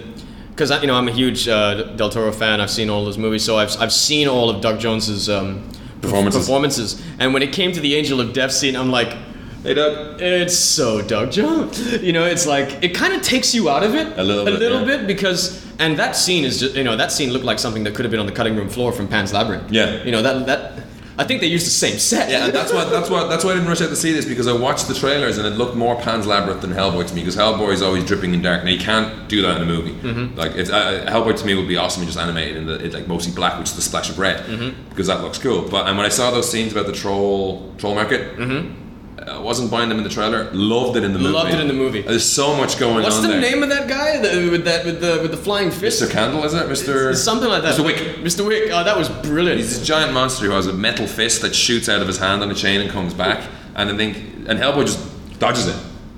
S1: because you know I'm a huge uh, Del Toro fan. I've seen all those movies, so I've I've seen all of Doug Jones's um,
S2: Performances.
S1: Performances. And when it came to the Angel of Death scene, I'm like.
S2: Hey Doug.
S1: It's so Doug Jones. You know, it's like it kind of takes you out of it
S2: A little
S1: a
S2: bit,
S1: little
S2: yeah.
S1: bit because and that scene is just you know that scene looked like something that could have been on the cutting room floor from Pan's Labyrinth.
S2: Yeah.
S1: you know that that I think they used the same set.
S2: Yeah, and that's why that's why that's why I didn't rush out to see this because I watched the trailers and it looked more Pan's Labyrinth than Hellboy to me because Hellboy is always dripping in dark. Now you can't do that in a movie.
S1: Mm-hmm.
S2: Like it's, uh, Hellboy to me would be awesome just animated in the it, like mostly black, which is the splash of red
S1: Mm-hmm.
S2: because that looks cool. But and when I saw those scenes about the troll troll market. I wasn't buying them in the trailer. Loved it in the movie.
S1: Mm-hmm. Loved it in the movie.
S2: There's so much going
S1: What's
S2: on
S1: the
S2: there.
S1: name of that guy that, with that with the with the flying fist?
S2: Mr. Candle, is it? Mr.
S1: Something like that.
S2: Mr. Wick.
S1: Mr. Wick. Oh, that was brilliant.
S2: He's this giant monster who has a metal fist that shoots out of his hand on a chain and comes back. And I think, and Hellboy just dodges it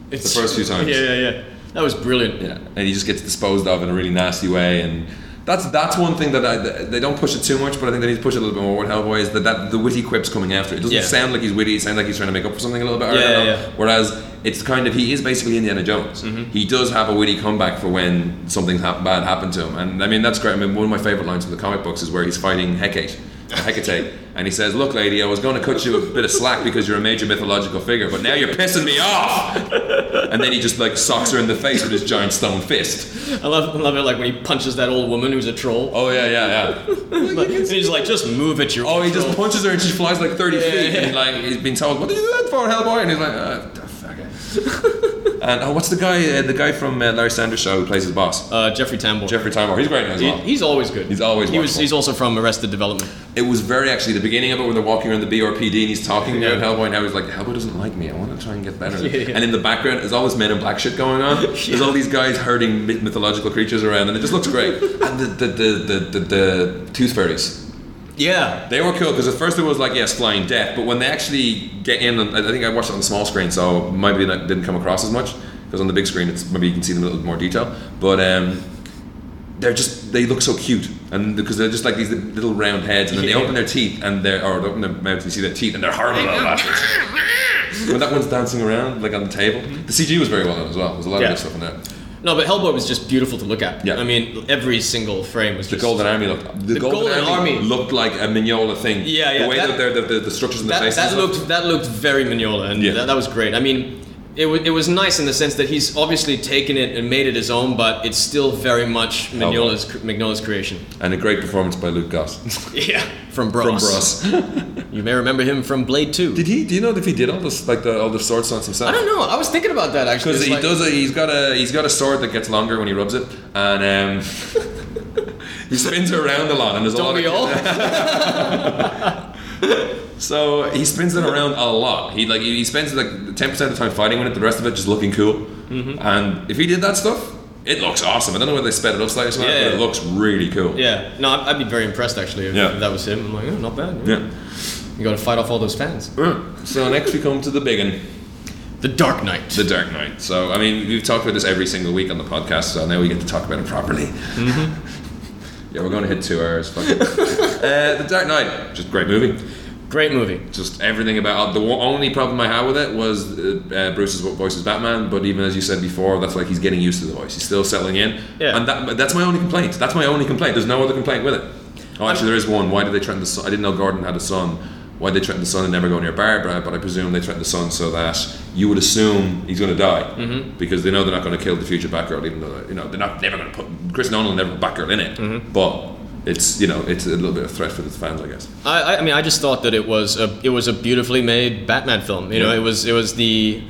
S2: the first few times.
S1: Yeah, yeah, yeah. That was brilliant.
S2: Yeah. And he just gets disposed of in a really nasty way. And That's that's one thing that I, they don't push it too much, but I think they need to push it a little bit more with Hellboy. Is that, that the witty quips coming after it doesn't
S1: Yeah.
S2: sound like he's witty. It sounds like he's trying to make up for something a little bit. I
S1: Yeah,
S2: don't
S1: yeah,
S2: know.
S1: yeah. Mm-hmm.
S2: Whereas it's kind of he is basically Indiana Jones. He does have a witty comeback for when something hap- bad happened to him, and I mean that's great. I mean one of my favorite lines from the comic books is where he's fighting Hecate. Hecate, and he says, "Look, lady, I was going to cut you a bit of slack because you're a major mythological figure, but now you're pissing me off." And then he just like socks her in the face with his giant stone fist.
S1: I love, love it like when he punches that old woman who's a troll.
S2: Oh yeah, yeah, yeah.
S1: But- and he's like, just move it, you
S2: Oh, he just punches her and she flies like 30
S1: Yeah,
S2: feet.
S1: yeah.
S2: And like, he's been told, what did you do that for, Hellboy? And he's like, uh, okay. and oh, what's the guy, uh, the guy from uh, Larry Sanders' show who plays his boss?
S1: Uh, Jeffrey Tambor.
S2: Jeffrey Tambor. He's great in it as
S1: He-
S2: well.
S1: he's always good.
S2: He's always
S1: He was,
S2: watchable.
S1: he's also from Arrested Development.
S2: it was very actually the beginning of it when they're walking around the BRPD and he's talking
S1: Yeah.
S2: about Hellboy and how he's like Hellboy doesn't like me I want to try and get better
S1: Yeah, yeah.
S2: and in the background there's all this men in black shit going on there's all these guys herding myth- mythological creatures around and it just looks great and the the, the, the, the, the tooth fairies
S1: Yeah.
S2: they were cool because at first it was like yes flying death but when they actually get in and I I think I watched it on the small screen so maybe that didn't come across as much because on the big screen it's maybe you can see them in a little more detail but um they're just they look so cute and because they're just like these little round heads and then they
S1: Yeah.
S2: open their teeth and they're or they open their mouths and you see their teeth and they're horrible little bastards when that one's dancing around like on the table the CG was very well done as well there's a
S1: Mm-hmm.
S2: lot
S1: Yeah.
S2: of good stuff in there
S1: No, but Hellboy was just beautiful to look at.
S2: Yeah.
S1: I mean, every single frame was
S2: the
S1: just
S2: Golden Army looked the, Golden,
S1: Golden Army.
S2: Army, looked like a Mignola thing
S1: Yeah, yeah,
S2: the way
S1: that-
S2: that, they're the, the, the structures in the
S1: That,
S2: faces and
S1: that
S2: stuff.
S1: looked that looked very Mignola, and
S2: Yeah.
S1: that, that was great. I mean, it, w- it was nice in the sense that he's obviously taken it and made it his own, but it's still very much Mignola's, cr- Mignola's creation.
S2: And a great performance by Luke Goss.
S1: Yeah, from Bros.
S2: From Bros.
S1: You may remember him from Blade Two.
S2: Did he? Do you know if he did all this, like the all the sword stunts himself?
S1: I don't know. I was thinking about that actually.
S2: Because
S1: It's
S2: he
S1: like-
S2: does. A, he's got a he's got a sword that gets longer when he rubs it, and um, he spins it around a lot. And there's a
S1: Don't
S2: lot
S1: we
S2: of
S1: all?
S2: so he spins it around a lot. He like he spends like ten percent of the time fighting with it, the rest of it just looking cool.
S1: Mm-hmm.
S2: And if he did that stuff, it looks awesome. I don't know whether they sped it up slightly, or something,
S1: Yeah.
S2: but it looks really cool.
S1: yeah. No, I'd, I'd be very impressed actually if
S2: Yeah.
S1: that was him. I'm like, oh, not bad.
S2: Yeah.
S1: You got to fight off all those fans.
S2: Mm. So next we come to the big one.
S1: The Dark Knight.
S2: The Dark Knight. So, I mean, we've talked about this every single week on the podcast, so now we get to talk about it properly. yeah, we're going to hit two hours. fuck it. uh, the Dark Knight, just a great movie.
S1: Great movie.
S2: Just everything about uh, the one- only problem I had with it was uh, uh, Bruce's voice is Batman, but even as you said before, that's like he's getting used to the voice. He's still settling in,
S1: Yeah.
S2: and that, that's my only complaint. That's my only complaint. There's no other complaint with it. Oh, actually, there is one. Why did they threaten the son? I didn't know Gordon had a son. Why did they threaten the son and never go near Barbara? But I presume they threatened the son so that you would assume he's going to die
S1: Mm-hmm.
S2: because they know they're not going to kill the future Batgirl, even though you know they're not never going to put Chris Nolan will never put Batgirl in it.
S1: Mm-hmm.
S2: But it's you know it's a little bit of a threat for the fans, I guess.
S1: I, I- I mean, I just thought that it was a it was a beautifully made Batman film. You know,
S2: Yeah.
S1: it was it was the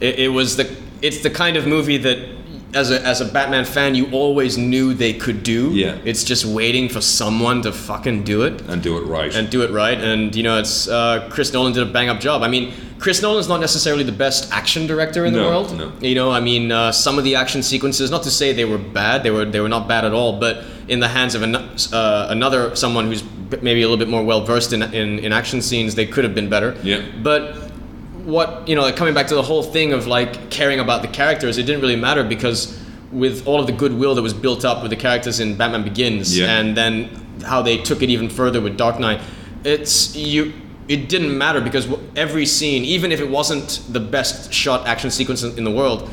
S1: it, it was the it's the kind of movie that as a as a Batman fan you always knew they could do.
S2: Yeah.
S1: It's just waiting for someone to fucking do it
S2: And do it right.
S1: and do it right. And you know, it's uh, Chris Nolan did a bang up job. I mean, Chris Nolan's not necessarily the best action director in the
S2: No,
S1: world.
S2: no.
S1: You know, I mean, uh, some of the action sequences, not to say they were bad, they were they were not bad at all, but in the hands of an, uh, another someone who's b- maybe a little bit more well versed in, in in action scenes, they could have been better.
S2: Yeah.
S1: But what you know, like coming back to the whole thing of like caring about the characters, it didn't really matter because with all of the goodwill that was built up with the characters in Batman Begins
S2: Yeah.
S1: and then how they took it even further with Dark Knight, it's you. It didn't matter because w- every scene, even if it wasn't the best shot action sequence in, in the world,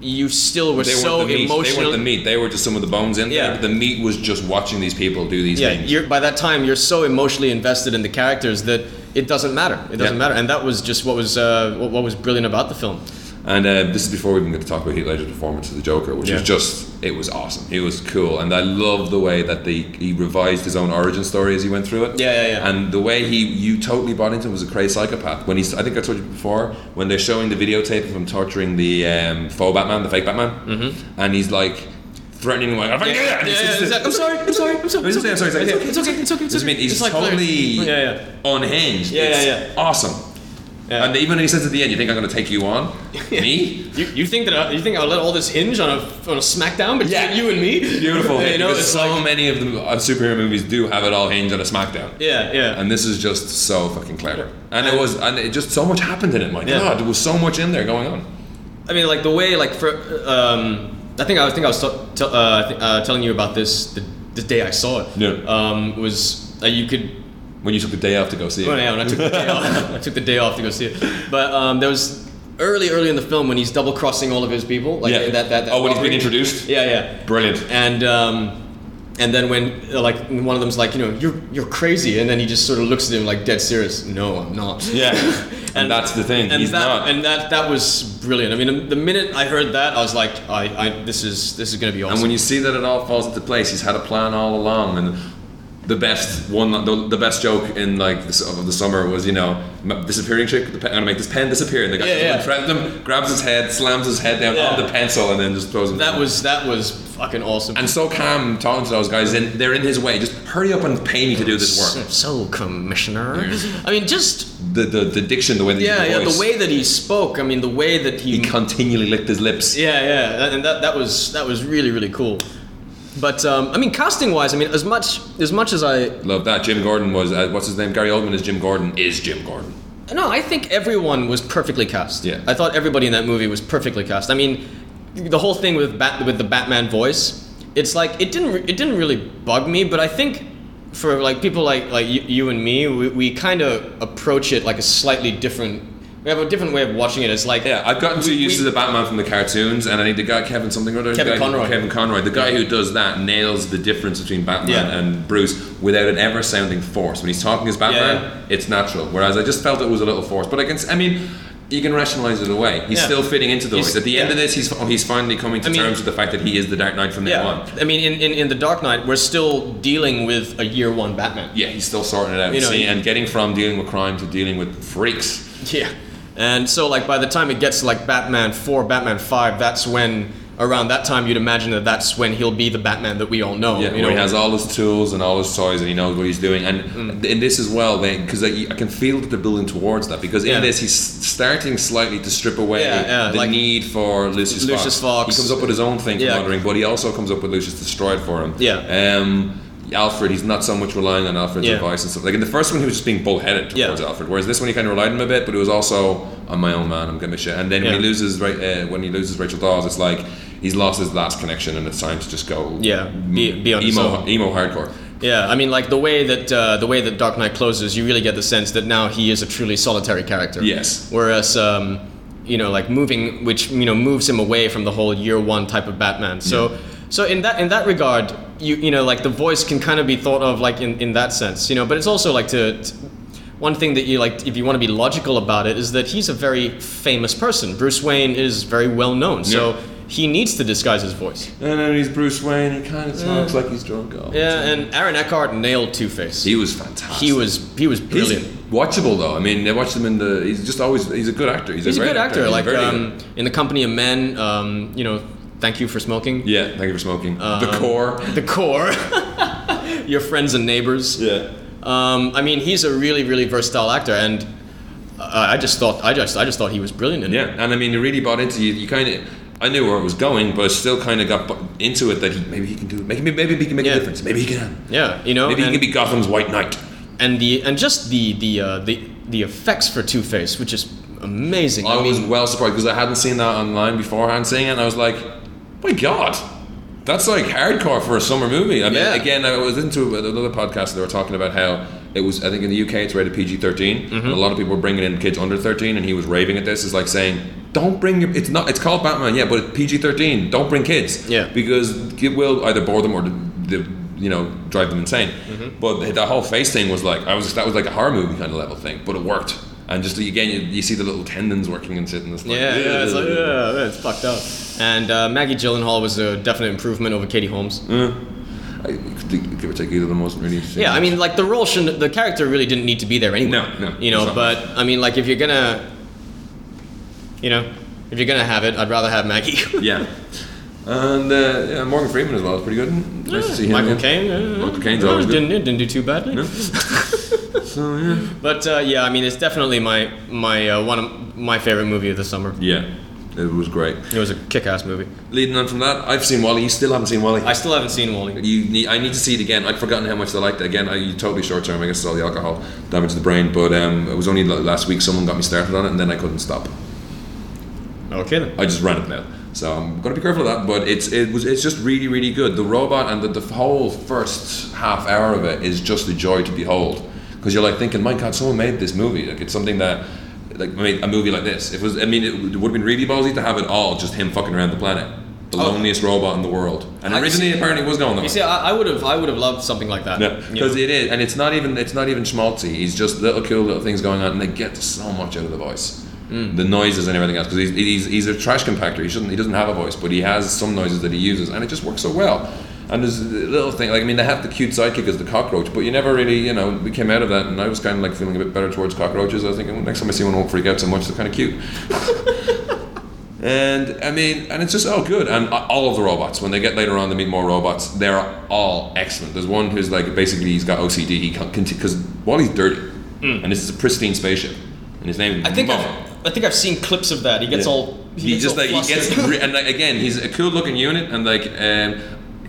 S1: you still were
S2: they
S1: so
S2: weren't the meat. They
S1: emotional.
S2: weren't the meat. They were just some of the bones in
S1: Yeah.
S2: there. But the meat was just watching these people do these
S1: yeah,
S2: things.
S1: you're, by that time you're so emotionally invested in the characters that it doesn't matter. It doesn't
S2: Yeah.
S1: matter, and that was just what was uh, what, what was brilliant about the film.
S2: And uh, this is before we even get to talk about Heath Ledger's performance of the Joker, which
S1: Yeah.
S2: is just it was awesome. It was cool, and I love the way that the he revised his own origin story as he went through it.
S1: Yeah, yeah, yeah.
S2: And the way he you totally bought into him as a crazy psychopath. When he's I think I told you before when they're showing the videotape of him torturing the um, faux Batman, the fake Batman, mm-hmm. and he's like threatening him like, "If I do that,"
S1: yeah,
S2: and he's
S1: yeah,
S2: just-
S1: exactly. I'm sorry, I'm sorry, I'm sorry.
S2: It's okay, I'm sorry, it's okay.
S1: It's okay, it's okay, it's
S2: I
S1: okay.
S2: mean, he's
S1: It's like
S2: totally
S1: Blair. Yeah, yeah.
S2: unhinged.
S1: Yeah,
S2: It's
S1: yeah, yeah.
S2: Awesome.
S1: Yeah.
S2: And even when he says at the end, "You think I'm going to take you on?" Me?
S1: You, you think that I, you think I'll let all this hinge on a on a SmackDown between
S2: Yeah.
S1: you and me?
S2: Beautiful.
S1: You know,
S2: because
S1: it's
S2: so
S1: like,
S2: many of the uh, superhero movies do have it all hinged on a SmackDown.
S1: yeah, yeah.
S2: And this is just so fucking clever. And it was, and it just so much happened in it. My
S1: Yeah.
S2: God, there was so much in there going on.
S1: I mean, like the way, like for, um, I think I was think I was t- t- uh, th- uh, telling you about this the the day I saw it.
S2: Yeah.
S1: Um, was uh, you could
S2: When you took the day off to go see it.
S1: Well, yeah, when I took the day off. I took the day off to go see it. But um, there was early, early in the film when he's double crossing all of his people. Like
S2: yeah.
S1: that, that, that
S2: oh, when he's
S1: robbery.
S2: been introduced.
S1: Yeah, yeah.
S2: Brilliant.
S1: And um, and then when uh, like one of them's like, you know, you're you're crazy, and then he just sort of looks at him like dead serious. No, I'm not.
S2: Yeah. and, that's the thing.
S1: And
S2: he's
S1: that,
S2: not.
S1: And that that was brilliant. I mean, the minute I heard that, I was like, I, I this is this is gonna be awesome.
S2: And when you see that it all falls into place, he's had a plan all along. And the best one, the, the best joke in like the, s- of the summer was, you know, m- disappearing trick. The pen, I'm gonna make this pen disappear. And the guy
S1: Yeah, yeah.
S2: threatens him, grabs his head, slams his head down
S1: Yeah.
S2: on the pencil, and then just throws him.
S1: that
S2: down.
S1: was that was fucking awesome.
S2: and so calm talking to those guys, and they're in his way. Just hurry up and pay me to do this
S1: so,
S2: work.
S1: so commissioner. I mean, just
S2: The the, the diction, the way that
S1: Yeah,
S2: he
S1: yeah.
S2: voice,
S1: The way that he spoke. I mean, the way that he.
S2: he continually licked his lips.
S1: yeah, yeah. that- And that that was that was really really cool. But um, I mean, casting wise, I mean, as much as much as I
S2: Love that. Jim Gordon was uh, what's his name? Gary Oldman is Jim Gordon. Is Jim Gordon?
S1: no, I think everyone was perfectly cast.
S2: Yeah.
S1: I thought everybody in that movie was perfectly cast. I mean, the whole thing with Bat with the Batman voice. It's like it didn't re- it didn't really bug me, but I think for like people like like you, you and me, we, we kind of approach it like a slightly different. We have a different way of watching it. It's like
S2: Yeah, I've gotten too
S1: We-
S2: used
S1: we-
S2: to the Batman from the cartoons, and I think the guy Kevin something or other, the
S1: Kevin
S2: guy who-
S1: Conroy.
S2: Kevin Conroy, the guy who does that nails the difference between Batman
S1: Yeah.
S2: and Bruce without it ever sounding forced. When he's talking as Batman,
S1: Yeah.
S2: it's natural. Whereas I just felt it was a little forced. But I can, s- I mean, you can rationalize it away. He's
S1: Yeah.
S2: still fitting into the
S1: He's-
S2: voice. At the end
S1: yeah.
S2: of this, he's fi- he's finally coming to
S1: I mean-
S2: terms with the fact that he is the Dark Knight from now on.
S1: I mean, in, in, in The Dark Knight, we're still dealing with a year one Batman.
S2: Yeah, he's still sorting it out.
S1: You know,
S2: see,
S1: you-
S2: and getting from dealing with crime to dealing with freaks.
S1: Yeah. And so, like, by the time it gets to, like, Batman 4, Batman 5, that's when, around that time, you'd imagine that that's when he'll be the Batman that we all know.
S2: Yeah,
S1: you know?
S2: where he has all his tools and all his toys, and he knows what he's doing. And
S1: Mm.
S2: in this as well, because I, I can feel that they're building towards that. Because
S1: Yeah.
S2: in this, he's starting slightly to strip away
S1: Yeah, yeah,
S2: the
S1: like-
S2: need for Lucius,
S1: Lucius Fox.
S2: He comes up with his own thing for
S1: Yeah.
S2: Muttering, but he also comes up with Lucius destroyed for him.
S1: Yeah.
S2: Um, Alfred, he's not so much relying on Alfred's
S1: Yeah.
S2: advice and stuff. Like in the first one, he was just being bullheaded
S1: Yeah.
S2: towards Alfred, whereas this one he kind of relied on him a bit, but it was also I'm my own man, I'm gonna shit. And then
S1: Yeah.
S2: when he loses, Ra- uh, when he loses Rachel Dawes, it's like he's lost his last connection, and it's time to just go
S1: Yeah, be- be on his
S2: Mm, emo,
S1: own.
S2: emo hardcore.
S1: Yeah, I mean, like, the way that uh, the way that Dark Knight closes, you really get the sense that now he is a truly solitary character.
S2: Yes.
S1: Whereas, um, you know, like moving, which you know moves him away from the whole year one type of Batman. So, so in that in that regard, you you know, like the voice can kind of be thought of like in in that sense, you know. But it's also like to. to- one thing that you like, if you want to be logical about it, is that he's a very famous person. Bruce Wayne is very well known, so
S2: Yeah.
S1: he needs to disguise his voice.
S2: And then he's Bruce Wayne. He kind of talks like he's drunk. all the
S1: Yeah,
S2: time.
S1: and Aaron Eckhart nailed Two Face.
S2: he was fantastic.
S1: he was he was
S2: He's
S1: brilliant.
S2: watchable though. I mean, I watched him in the. He's just always. He's a good actor. He's,
S1: He's a
S2: great
S1: good actor.
S2: He's
S1: Like
S2: very
S1: um,
S2: good.
S1: in the Company of Men, um, you know, thank you for smoking.
S2: Yeah. Thank you for smoking.
S1: um,
S2: the core.
S1: The core, your friends and neighbors.
S2: Yeah.
S1: Um, I mean, he's a really, really versatile actor, and uh, I just thought, I just, I just thought he was brilliant in it.
S2: Yeah, and I mean, he really bought into you. You kind of, I knew where it was going, but I still kind of got bu- into it that he, maybe he can do it. Maybe, maybe he can make
S1: Yeah. Oh,
S2: a difference. Maybe he can.
S1: Yeah, you know,
S2: Maybe he
S1: and,
S2: can be Gotham's White Knight.
S1: and the and just the the uh, the the effects for Two Face, which is amazing.
S2: I
S1: I
S2: was
S1: mean,
S2: well surprised because I hadn't seen that online beforehand seeing it, and I was like, my God. That's like hardcore for a summer movie. I mean,
S1: Yeah.
S2: again, I was into another podcast and they were talking about how it was. I think in the UK it's rated PG 13
S1: Mm-hmm.
S2: and a lot of people were bringing in kids under thirteen, and he was raving at this. Is like saying, "Don't bring your." It's not. It's called Batman, yeah, but PG thirteen. Don't bring kids,
S1: Yeah.
S2: because it will either bore them or the, the you know drive them insane.
S1: Mm-hmm.
S2: But that whole face thing was like I was that was like a horror movie kind of level thing, but it worked. And just again, you, you see the little tendons working and shit, and it's like
S1: yeah, yeah, it's like,
S2: "Ugh."
S1: yeah, that's fucked up. And uh, Maggie Gyllenhaal was a definite improvement over Katie Holmes.
S2: I think give or take either of them wasn't really interesting.
S1: Yeah, I mean, like the role shouldn't, the character really didn't need to be there anyway.
S2: No, no,
S1: You know,
S2: it's not.
S1: but I mean, like if you're gonna, you know, if you're gonna have it, I'd rather have Maggie.
S2: yeah. And uh, yeah, Morgan Freeman as well is pretty good. Nice to see him.
S1: Michael
S2: again.
S1: Caine. uh,
S2: Michael Caine's
S1: uh,
S2: always good.
S1: Didn't, it didn't do too badly.
S2: So yeah.
S1: But uh, yeah, I mean, it's definitely my my uh, one of my favorite movie of the summer.
S2: Yeah, it was great.
S1: It was a kick-ass movie.
S2: Leading on from that, I've seen Wally. You still haven't seen Wally.
S1: I still haven't seen Wally.
S2: You need, I need to see it again. I'd forgotten how much I liked it. Again, I, you totally short term. I guess it's all the alcohol damage to the brain. But um, it was only l- last week someone got me started on it, and then I couldn't stop.
S1: Okay then.
S2: I just ran it now. So I'm gonna be careful of that, but it's it was it's just really really good. The robot and the, the whole first half hour of it is just a joy to behold because you're like thinking, my God, someone made this movie. Like it's something that like made a movie like this. It was I mean it, would have been really ballsy to have it all just him fucking around the planet. The
S1: Oh.
S2: loneliest robot in the world, and
S1: I
S2: originally
S1: see.
S2: apparently it was going that
S1: You
S2: way.
S1: see, I, I would have, I would have loved something like that.
S2: Yeah,
S1: You know?
S2: because it is, and it's not even it's not even schmaltzy. He's just little cool little things going on, and they get so much out of the voice,
S1: Hmm.
S2: the noises and everything else. Because he's, he's he's a trash compactor. He shouldn't he doesn't have a voice, but he has some noises that he uses, and it just works so well. And there's a little thing like I mean, they have the cute sidekick as the cockroach, but you never really you know we came out of that, and I was kind of like feeling a bit better towards cockroaches. I was thinking well, next time I see one, I won't freak out so much. They're kind of cute. And I mean, and it's just all good. And a- all of the robots, when they get later on, they meet more robots. They're all excellent. There's one who's like basically he's got OCD. He can't because Wally's dirty, and this is a pristine spaceship, and his name. is
S1: Hmm. I think
S2: Bubba.
S1: I've, I think I've seen clips of that. He gets
S2: Yeah.
S1: all,
S2: he,
S1: gets
S2: just
S1: all
S2: like he gets
S1: flustered.
S2: re- and like again he's a cool looking unit and like um,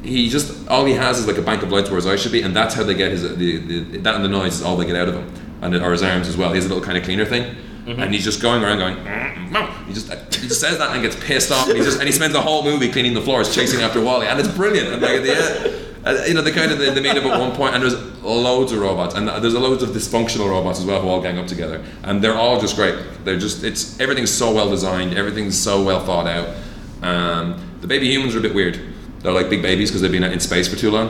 S2: he just all he has is like a bank of lights where his eyes should be and that's how they get his the, the that and the noise is all they get out of him and or his arms as well he has a little kind of cleaner thing
S1: Mm-hmm.
S2: and he's just going around going "Mm, mm, mm." he just he just says that and gets pissed off and he just and he spends the whole movie cleaning the floors chasing after Wally and it's brilliant and like at the end uh, you know they kind of they, they made up at one point and there's loads of robots and there's loads of dysfunctional robots as well who all gang up together and they're all just great they're just it's everything's so well designed everything's so well thought out um, the baby humans are a bit weird they're like big babies because they've been in space for too long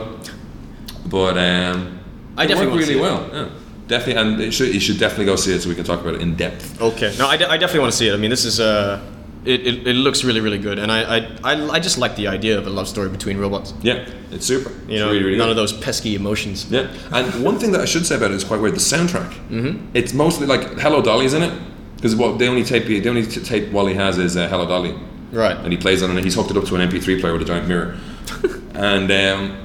S2: but um,
S1: I
S2: they
S1: definitely
S2: work
S1: wanna
S2: really
S1: see it.
S2: well yeah. definitely and it should, you should definitely go see it so we can talk about it in depth
S1: Okay. No, I, de- I definitely want to see it. I mean, this is uh, it, it, it looks really really good, and I, I, I, I just like the idea of a love story between robots.
S2: yeah it's super
S1: You know, none of those pesky emotions.
S2: Yeah, and one thing that I should say about it is quite weird. The soundtrack. Mm-hmm. It's mostly like Hello Dolly's in it because what the only tape he, the only t- tape Wally has is uh, Hello Dolly, and
S1: Right.
S2: he plays it and he's hooked it up to an MP3 player with a giant mirror, and. Um,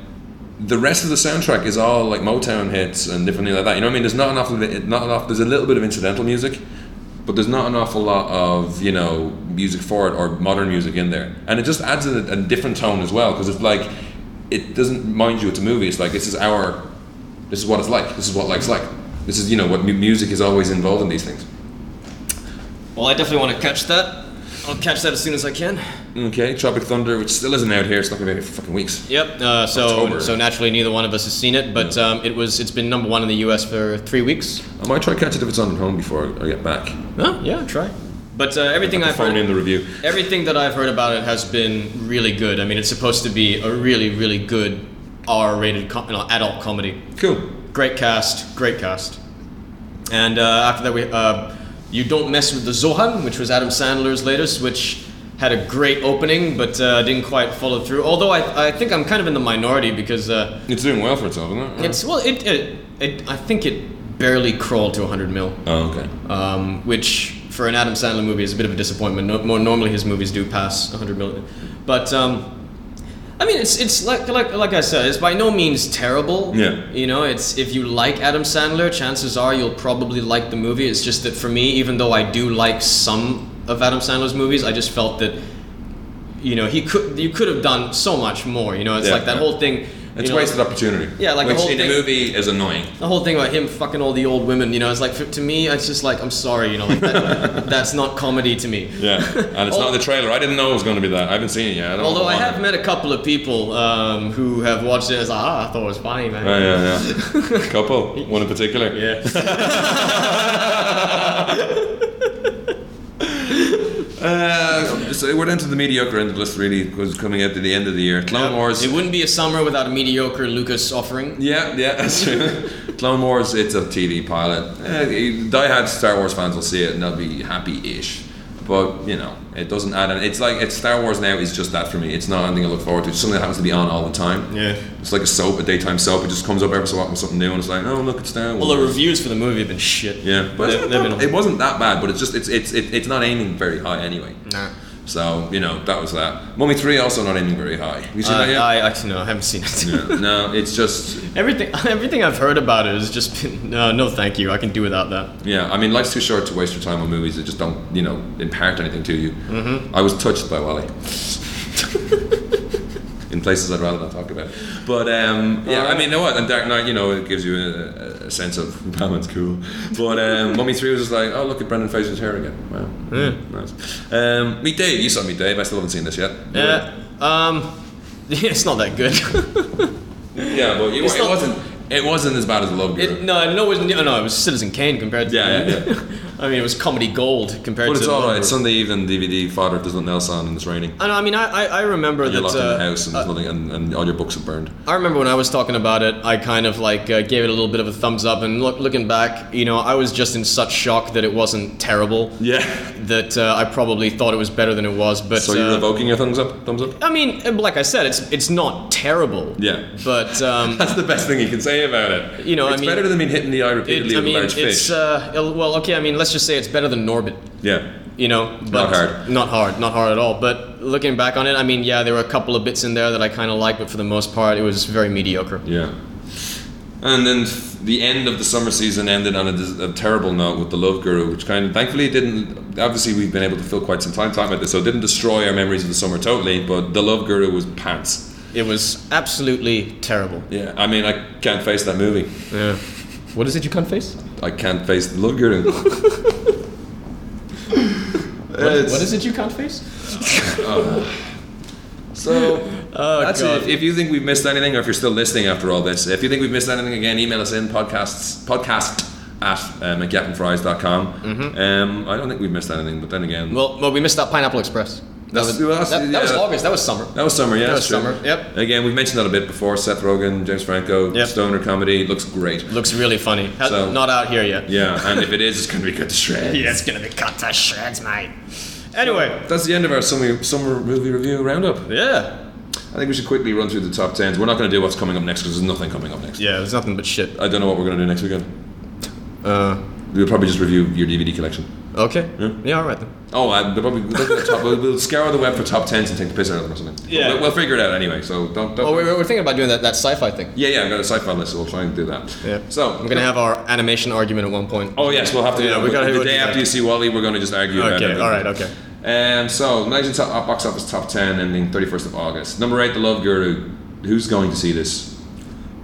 S2: the rest of the soundtrack is all like Motown hits and different things like that. You know what I mean? There's not enough. Of it, not enough. There's a little bit of incidental music, but there's not an awful lot of you know music for it or modern music in there, and it just adds a, a different tone as well because it's like it doesn't mind you. It's a movie. It's like this is our. This is what it's like. This is what life's like. This is you know what mu- music is always involved in these things.
S1: Well, I definitely want to catch that. I'll catch that as soon as I can.
S2: Okay, Tropic Thunder, which still isn't out here. It's not gonna be out here for fucking weeks.
S1: Yep. Uh, so
S2: October.
S1: so naturally, neither one of us has seen it, but um, it was it's been number one in the U.S. for three weeks.
S2: I might try to catch it if it's on at home before I get back.
S1: Huh? Yeah, try. But uh, everything I've
S2: Phone
S1: heard
S2: in the review.
S1: Everything that I've heard about it has been really good. I mean, it's supposed to be a really, really good R-rated com- you know, adult comedy.
S2: Cool.
S1: Great cast, great cast. And uh, after that, we uh, you don't mess with the Zohan, which was Adam Sandler's latest, which had a great opening but uh, didn't quite follow through. Although I, I think I'm kind of in the minority because uh,
S2: It's doing well for itself, isn't it?
S1: it's well, it, it, it I think it barely crawled to 100 mil
S2: Oh, okay.
S1: um, which for an Adam Sandler movie is a bit of a disappointment. No, more normally, his movies do pass 100 million, but um, I mean, it's it's like like like I said, it's by no means terrible.
S2: Yeah.
S1: you know, it's if you like Adam Sandler, chances are you'll probably like the movie. It's just that for me, even though I do like some of Adam Sandler's movies, I just felt that you know he could you could have done so much more. You know, it's
S2: Yeah.
S1: like that whole thing.
S2: It's
S1: you know,
S2: wasted opportunity.
S1: Yeah, like the
S2: which
S1: whole
S2: in
S1: thing-
S2: a movie is annoying.
S1: the whole thing about him fucking all the old women, you know, it's like for, to me, it's just like I'm sorry, you know, like that, that's not comedy to me.
S2: Yeah, and it's
S1: Al-
S2: not in the trailer. I didn't know it was going to be that. I haven't seen it yet. I don't
S1: Although I
S2: want
S1: have
S2: it.
S1: met a couple of people um, who have watched it as like, ah, I thought it was funny, man.
S2: Oh, yeah, yeah. Couple, one in particular.
S1: Yeah.
S2: Uh, so we're down to the mediocre end of the list, really, because coming out to the end of the year. Clone Wars.
S1: Um, It wouldn't be a summer without a mediocre Lucas offering.
S2: Yeah, yeah, that's true. Clone Wars, it's a TV pilot. Eh, diehard Star Wars fans will see it and they'll be happy-ish. But you know, it doesn't add. Any, it's like it's Star Wars now is just that for me. It's not anything I look forward to. It's something that happens to be on all the time.
S1: Yeah.
S2: It's like a soap, a daytime soap. It just comes up every so often with something new, and it's like, oh look, it's Star Wars.
S1: Well, the reviews for the movie have been shit.
S2: yeah, but
S1: They-
S2: it's not
S1: they've
S2: that-
S1: been-
S2: it wasn't that bad. But it's just it's it's it, it's not aiming very high anyway.
S1: Nah.
S2: So you know that was that. Mummy three also not aiming very high. Have you seen
S1: Uh,
S2: that yet?
S1: I actually no, I haven't seen it.
S2: yeah. No, it's just
S1: everything, everything I've heard about it has just been no, no, thank you. I can do without that.
S2: Yeah, I mean, life's too short to waste your time on movies that just don't, you know, impart anything to you. Mm-hmm. I was touched by Wally. In places I'd rather not talk about. But um, yeah, I mean, you know what? And Dark Knight, you know, it gives you a, a sense of Batman's cool. But um, Mummy Three was just like, oh look at Brendan Fraser's hair again. Wow, nice. Um, Meet Dave. You saw Meet Dave. I still haven't seen this yet.
S1: Yeah. Um, it's not that good.
S2: Yeah, but you,
S1: It's
S2: it
S1: not-
S2: wasn't. It wasn't as bad as Love Guru.
S1: It, no, no, it was no, no, it was Citizen Kane compared to.
S2: Yeah, yeah,
S1: I mean, it was comedy gold compared
S2: but
S1: to.
S2: it's all right.
S1: Lover.
S2: It's Sunday evening DVD. Father, there's nothing else on, and it's raining.
S1: I know. I mean, I, I, I remember
S2: You're
S1: that.
S2: locked in
S1: Uh,
S2: the house, and there's nothing, and, and all your books have burned.
S1: I remember when I was talking about it, I kind of like uh, gave it a little bit of a thumbs up. And look, looking back, you know, I was just in such shock that it wasn't terrible.
S2: Yeah.
S1: That uh, I probably thought it was better than it was. But
S2: So you're
S1: uh,
S2: revoking your thumbs up. Thumbs up.
S1: I mean, and like I said, it's it's not terrible.
S2: Yeah.
S1: But um,
S2: That's the best thing you can say about it.
S1: You know,
S2: it's
S1: I mean-
S2: better than being hit in the eye repeatedly
S1: it, I
S2: with a
S1: mean,
S2: large
S1: it's
S2: fish.
S1: uh, well, okay. I mean, let's just say it's better than Norbit.
S2: yeah.
S1: you know but
S2: hard.
S1: not hard not hard at all but looking back on it i mean yeah there were a couple of bits in there that i kind of liked but for the most part it was very mediocre
S2: Yeah. And then f- the end of the summer season ended on a, dis- a terrible note with the Love Guru, which kind of thankfully didn't. Obviously, we've been able to fill quite some time talking about this, so it didn't destroy our memories of the summer totally. But the Love Guru was pants.
S1: it was absolutely terrible
S2: Yeah, I mean, I can't face that movie.
S1: yeah what is it you can't face
S2: I can't face the Love Guru.
S1: what is it you can't face
S2: So
S1: Oh,
S2: that's
S1: God.
S2: it. If you think we've missed anything, or if you're still listening after all this, if you think we've missed anything, again, email us in podcasts podcast at uh, mcgappinfries.com. Um, I don't think we've missed anything, but then again,
S1: Mm-hmm. well well we missed out pineapple express that
S2: That's-
S1: was,
S2: well, that's-
S1: that, that was
S2: yeah.
S1: august that was summer
S2: that was summer. Yeah,
S1: That
S2: that's
S1: was
S2: true.
S1: summer, yep.
S2: Again, we've mentioned that a bit before. Seth Rogen, James Franco,
S1: Yep.
S2: stoner comedy looks great.
S1: looks really funny Ha-
S2: So-
S1: not out here yet
S2: Yeah, and if it is, it's going to be good to shred.
S1: yeah it's gonna be cut to shreds mate anyway
S2: That's the end of our summer, summer movie review roundup.
S1: yeah
S2: I think we should quickly run through the top tens. We're not going to do what's coming up next because there's nothing coming up next.
S1: yeah there's nothing but shit
S2: I don't know what we're going to do next weekend.
S1: uh
S2: We'll probably just review your DVD collection.
S1: okay yeah, all right then
S2: Oh, I, they're probably we'll look at the top, we'll, we'll scour the web for top tens and take the piss out of them or something.
S1: Yeah.
S2: we'll, we'll figure it out anyway. So don't. don't
S1: oh we we we're thinking about doing that, that sci-fi thing
S2: yeah, yeah. I've got a sci-fi list, so we'll try and do that.
S1: Yeah.
S2: So
S1: I'm gonna have our animation argument at one point.
S2: Oh yes, we'll have to.
S1: Yeah,
S2: do that.
S1: we gotta
S2: the
S1: do
S2: day
S1: it.
S2: after you see Wally, we're going to just argue. about
S1: Okay,
S2: everything.
S1: all right, okay.
S2: Um, so Malaysian top, box office top ten ending 31st of August. Number eight, The Love Guru. Who's going to see this?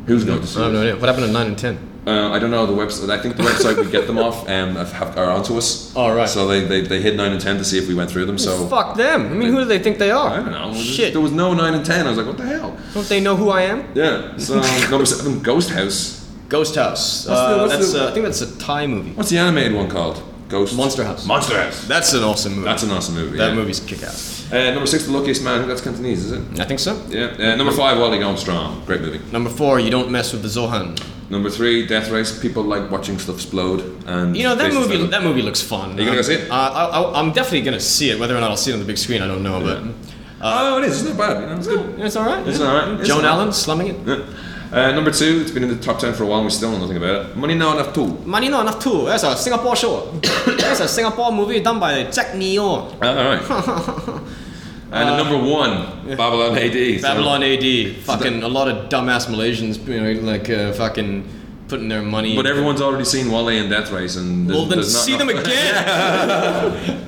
S2: Who's going to see
S1: I have
S2: this?
S1: no idea. What happened to nine and ten?
S2: Uh, I don't know the website. I think the website we get them off um, have, are onto us.
S1: All Oh, right.
S2: So they, they, they hid nine and ten to see if we went through them. So
S1: Fuck them. I mean, who do they think they are?
S2: Oh. I don't know. It was just-
S1: Shit.
S2: There was no nine and ten. I was like, what the hell?
S1: Don't they know who I am?
S2: Yeah. So number seven, Ghost House.
S1: Ghost House.
S2: What's the-
S1: Uh,
S2: what's
S1: that's
S2: the-
S1: uh, I think that's a Thai movie.
S2: What's the animated one called? Ghost.
S1: Monster House.
S2: Monster House.
S1: That's an awesome movie.
S2: That's an awesome movie.
S1: that
S2: yeah.
S1: movie's kick ass.
S2: Uh, number six, The Luckiest Man. That's Cantonese, is it?
S1: I think so.
S2: Yeah. Uh, number five, Wally Gone Strong. Great movie.
S1: Number four, you don't mess with the Zohan.
S2: Number three, Death Race. People like watching stuff explode. And
S1: You know that
S2: faces
S1: movie.
S2: them.
S1: That movie looks fun. Are
S2: you gonna go see it?
S1: Uh, I, I, I'm definitely gonna see it. Whether or not I'll see it on the big screen, I don't know.
S2: oh, it is. It's not bad. You know, it's good.
S1: But it's all right.
S2: It's all right. It's
S1: Joan
S2: all right.
S1: Allen slumming it.
S2: Uh, number two, it's been in the top ten for a while. and We still know nothing about it. Money Now Enough Two.
S1: Money Not Enough Too. That's a Singapore show. That's a Singapore movie done by Jack Neo.
S2: Uh, all right. and the number one, Babylon AD. so-
S1: Uh, Babylon AD. Fucking a lot of dumbass Malaysians, you know, like uh, fucking putting their money.
S2: But everyone's already seen Wally and Death Race, and there's-
S1: Well, then
S2: there's not
S1: see them
S2: enough-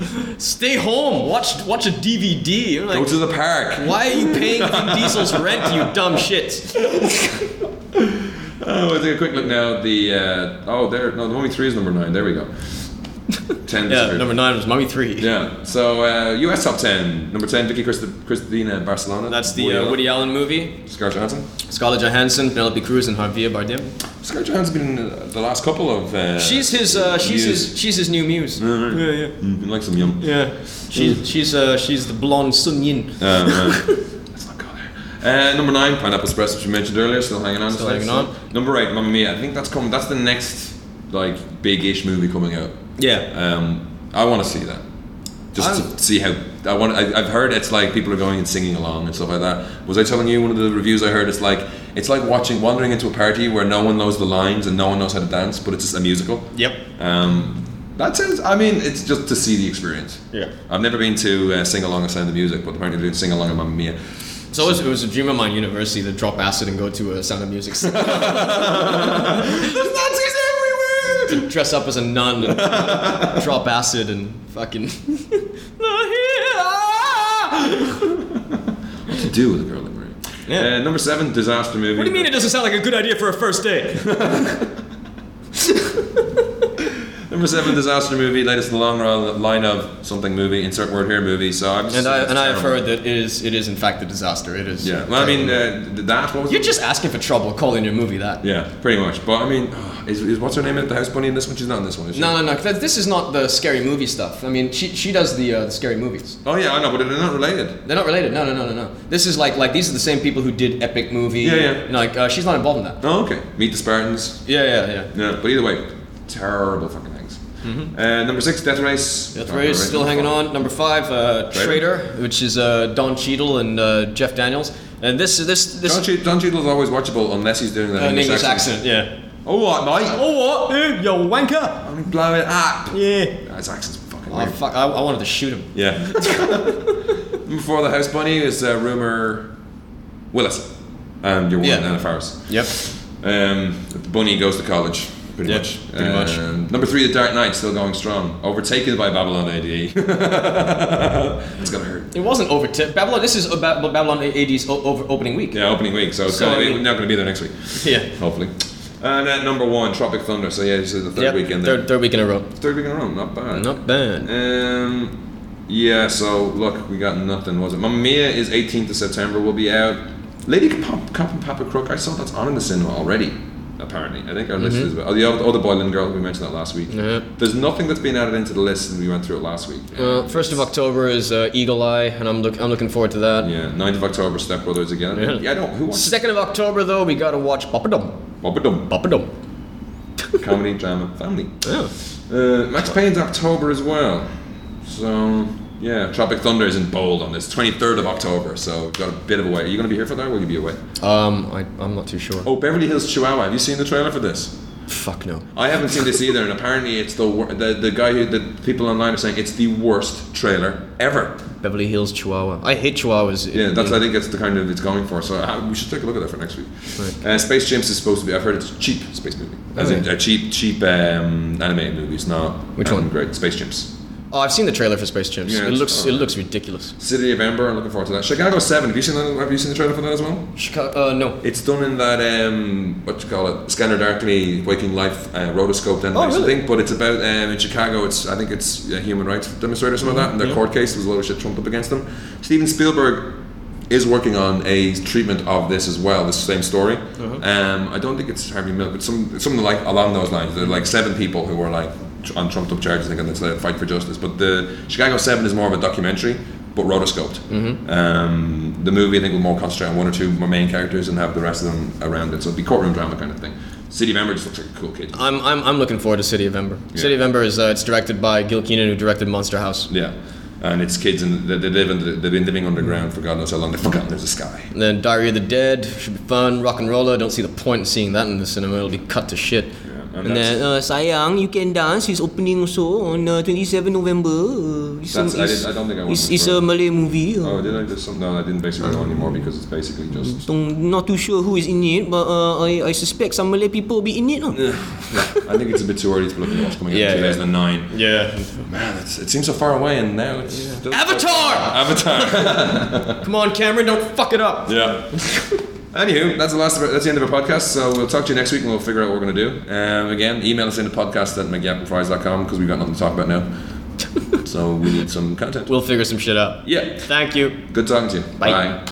S1: again. Stay home. Watch watch a DVD. You're
S2: Go
S1: like,
S2: to the park.
S1: why are you paying Vin Diesel's rent, you dumb shit?
S2: Oh, we'll take a quick look now. The uh, oh, there. No, the only three is number nine. There we go. ten.
S1: Yeah,
S2: disappeared.
S1: number nine was Mummy Three.
S2: Yeah. So uh, U.S. top ten. Number ten, Vicky Christi- Christina Barcelona.
S1: That's the uh, Woody Allen movie.
S2: Scarlett Johansson.
S1: Scarlett Johansson, Penelope Cruz, and Javier Bardem.
S2: Scarlett Johansson's been in uh, the last couple of. Uh,
S1: She's his. Uh, she's
S2: Muse.
S1: his. She's his new muse. Yeah, yeah.
S2: Mm, been like some young.
S1: Yeah, she's she's uh, she's the blonde Sun Yin.
S2: Um, uh, let's not go there. Uh, number nine, Pineapple Express, which we mentioned earlier, still hanging on.
S1: Still hanging on.
S2: Number eight, Mamma Mia. I think that's coming. That's the next like big-ish movie coming out.
S1: Yeah,
S2: Um, I want to see that. Just
S1: I'm-
S2: to see how I want. I, I've heard it's like people are going and singing along and stuff like that. Was I telling you one of the reviews I heard? It's like it's like watching wandering into a party where no one knows the lines and no one knows how to dance, but it's just a musical.
S1: yep.
S2: Um, that sounds. I mean, it's just to see the experience.
S1: Yeah.
S2: I've never been to uh, sing along a Sound of Music, but apparently they're doing sing along at Mamma Mia.
S1: It's always it was a dream of mine university to drop acid and go to a Sound of Music, to
S2: There's Nazis everywhere.
S1: dress up as a nun, and drop acid and fucking.
S2: To do with a girl like Maria.
S1: Yeah.
S2: Uh, number seven, disaster movie.
S1: what do you mean it doesn't sound like a good idea for a first date?
S2: Number seven, disaster movie, latest in the long run, line of something movie, insert word here movie. So I'm just
S1: And I
S2: it's
S1: and I have
S2: terrible.
S1: heard that it is it is in fact a disaster. It is.
S2: Yeah. Well, I mean uh, th- that. What was
S1: you're
S2: it?
S1: just asking for trouble calling your movie that.
S2: Yeah, pretty much. But I mean, is, is what's her name? The house bunny in this one? She's not in this one, is she?
S1: No, no, no. 'cause that- This is not the scary movie stuff. I mean, she she does the uh, the scary movies.
S2: Oh yeah, I know, but they're not related.
S1: They're not related. No, no, no, no, no. This is like like these are the same people who did Epic Movie.
S2: Yeah, yeah.
S1: You know, like uh, she's not involved in that.
S2: Oh, okay. Meet the Spartans.
S1: Yeah, yeah, yeah.
S2: Yeah, but either way, terrible fucking things. Uh, number six, Death Race.
S1: Mm-hmm. Death
S2: Fuck,
S1: Ray is
S2: right,
S1: still
S2: fuck.
S1: hanging on. Number five, uh,
S2: Traitor.
S1: Traitor, which is uh, Don Cheadle and uh, Jeff Daniels. And this this this
S2: Don, che- Don Cheadle's always watchable unless he's doing that
S1: an English accent. Yeah.
S2: Oh what, mate?
S1: Oh what, eh, you wanker?
S2: I'm blowing up.
S1: Yeah.
S2: His accent's fucking
S1: Oh
S2: weird.
S1: fuck! I, I wanted to shoot him.
S2: Yeah. number four, the House Bunny is uh, rumor Willis, and your woman
S1: Yeah.
S2: Anna Faris.
S1: Yep.
S2: Um, the bunny goes to college. Pretty
S1: Yeah,
S2: much.
S1: pretty much.
S2: Um, Number three, The Dark Knight, still going strong. Overtaken by Babylon AD. it's gonna hurt.
S1: It wasn't over. T- Babylon. This is about Babylon AD's o- over opening week.
S2: Yeah, opening week. So it's
S1: So,
S2: gonna,
S1: I
S2: be-
S1: mean-
S2: we're not going to be there next week,
S1: Yeah.
S2: hopefully. And at number one, Tropic Thunder. So yeah, this is the third
S1: Yep,
S2: weekend.
S1: Third, third week in a row.
S2: there. third week in a row. Not bad.
S1: Not bad.
S2: Um, yeah. So look, we got nothing. Was it? Mamma Mia is 18th of September. We'll be out. Lady Cop, Cop and Papa Crook. I saw that's on in the cinema already. Apparently, I think our list is. Oh, the other, other boy and girl. We mentioned that last week.
S1: Yep.
S2: There's nothing that's been added into the list, and we went through it last week.
S1: Uh, first of October is uh, Eagle Eye, and I'm look I'm looking forward to that.
S2: Yeah, 9th of October, Step Brothers again.
S1: Yeah.
S2: Yeah, I don't. Who wants?
S1: Second of October though, we gotta watch Papadum.
S2: Bobadum.
S1: Papadum.
S2: Comedy, drama, family.
S1: Yeah.
S2: Uh, Max Payne's October as well. So, yeah, Tropic Thunder is in bold on this. 23rd of October, so we've got a bit of a wait. Are you going to be here for that or will you be away?
S1: Um, I I'm not too sure.
S2: Oh, Beverly Hills Chihuahua. Have you seen the trailer for this?
S1: Fuck no.
S2: I haven't seen this either, and apparently it's the wor- the, the guy who, the people online are saying it's the worst trailer ever.
S1: Beverly Hills Chihuahua. I hate Chihuahuas.
S2: Yeah, that's I think that's the kind of it's going for. So uh, we should take a look at that for next week.
S1: Right.
S2: Uh, space Chimps is supposed to be. I've heard it's a cheap space movie. As in
S1: Okay.
S2: a cheap, cheap um, animated movie. It's not
S1: Which
S2: um,
S1: one?
S2: Great Space Chimps.
S1: Oh, I've seen the trailer for Space Chimps.
S2: Yeah,
S1: it
S2: it's-
S1: looks it
S2: alright.
S1: looks ridiculous.
S2: City of Ember. I'm looking forward to that. Chicago Seven. Have you seen that? Have you seen the trailer for that as well?
S1: Chicago. Uh, no.
S2: It's done in that um, what you call it, Scanner Darkly, Waking Life, uh, rotoscoped animation
S1: really?
S2: thing. But it's about um, in Chicago. It's I think it's a human rights demonstrator, or something like that. And their court case was a lot of shit trumped up against them. Steven Spielberg is working on a treatment of this as well. This same story. Um, I don't think it's Harvey Milk, but some something like along those lines. There are like seven people who are like tr- on trumped up charges against the fight for justice. But the Chicago Seven is more of a documentary but rotoscoped. Um, the movie, I think, will more concentrate on one or two main characters and have the rest of them around it. So it'll be courtroom drama kind of thing. City of Ember just looks like a cool kid.
S1: I'm, I'm, I'm looking forward to City of Ember. City of Ember is uh, it's directed by Gil Keenan, who directed Monster House.
S2: Yeah, and it's kids and they, they live in the, they've been living underground for God knows how long. They've forgotten there's a sky.
S1: And then Diary of the Dead should be fun. Rock and Roller. Don't see the point in seeing that in the cinema. It'll be cut to shit.
S2: and
S1: and then uh, Sayang, you can dance. He's opening also on uh, 27 November. Uh, it's,
S2: That's- I
S1: it's-
S2: did- I don't think I
S1: it's,
S2: watched it,
S1: it's
S2: bro.
S1: a Malay movie. uh,
S2: Oh, did I just no? I didn't basically know anymore because it's basically just.
S1: Oh. Mm. don't- not too sure who is in it, but uh, I, I suspect some Malay people will be in it. Uh.
S2: I think it's a bit too early to look at what's coming
S1: Yeah,
S2: out
S1: yeah.
S2: in 2009.
S1: Yeah.
S2: Man, it's, it seems so far away, and now it's does-
S1: Avatar!
S2: Avatar.
S1: Come on, Cameron, don't fuck it up.
S2: yeah. Anywho, that's the last. Of our, that's the end of our podcast. So we'll talk to you next week, and we'll figure out what we're going to do. Um, again, email us in the podcast at mcgapandfries.com because we've got nothing to talk about now. so we need some content.
S1: We'll figure some shit out.
S2: yeah.
S1: Thank you.
S2: Good talking to you.
S1: Bye.
S2: Bye.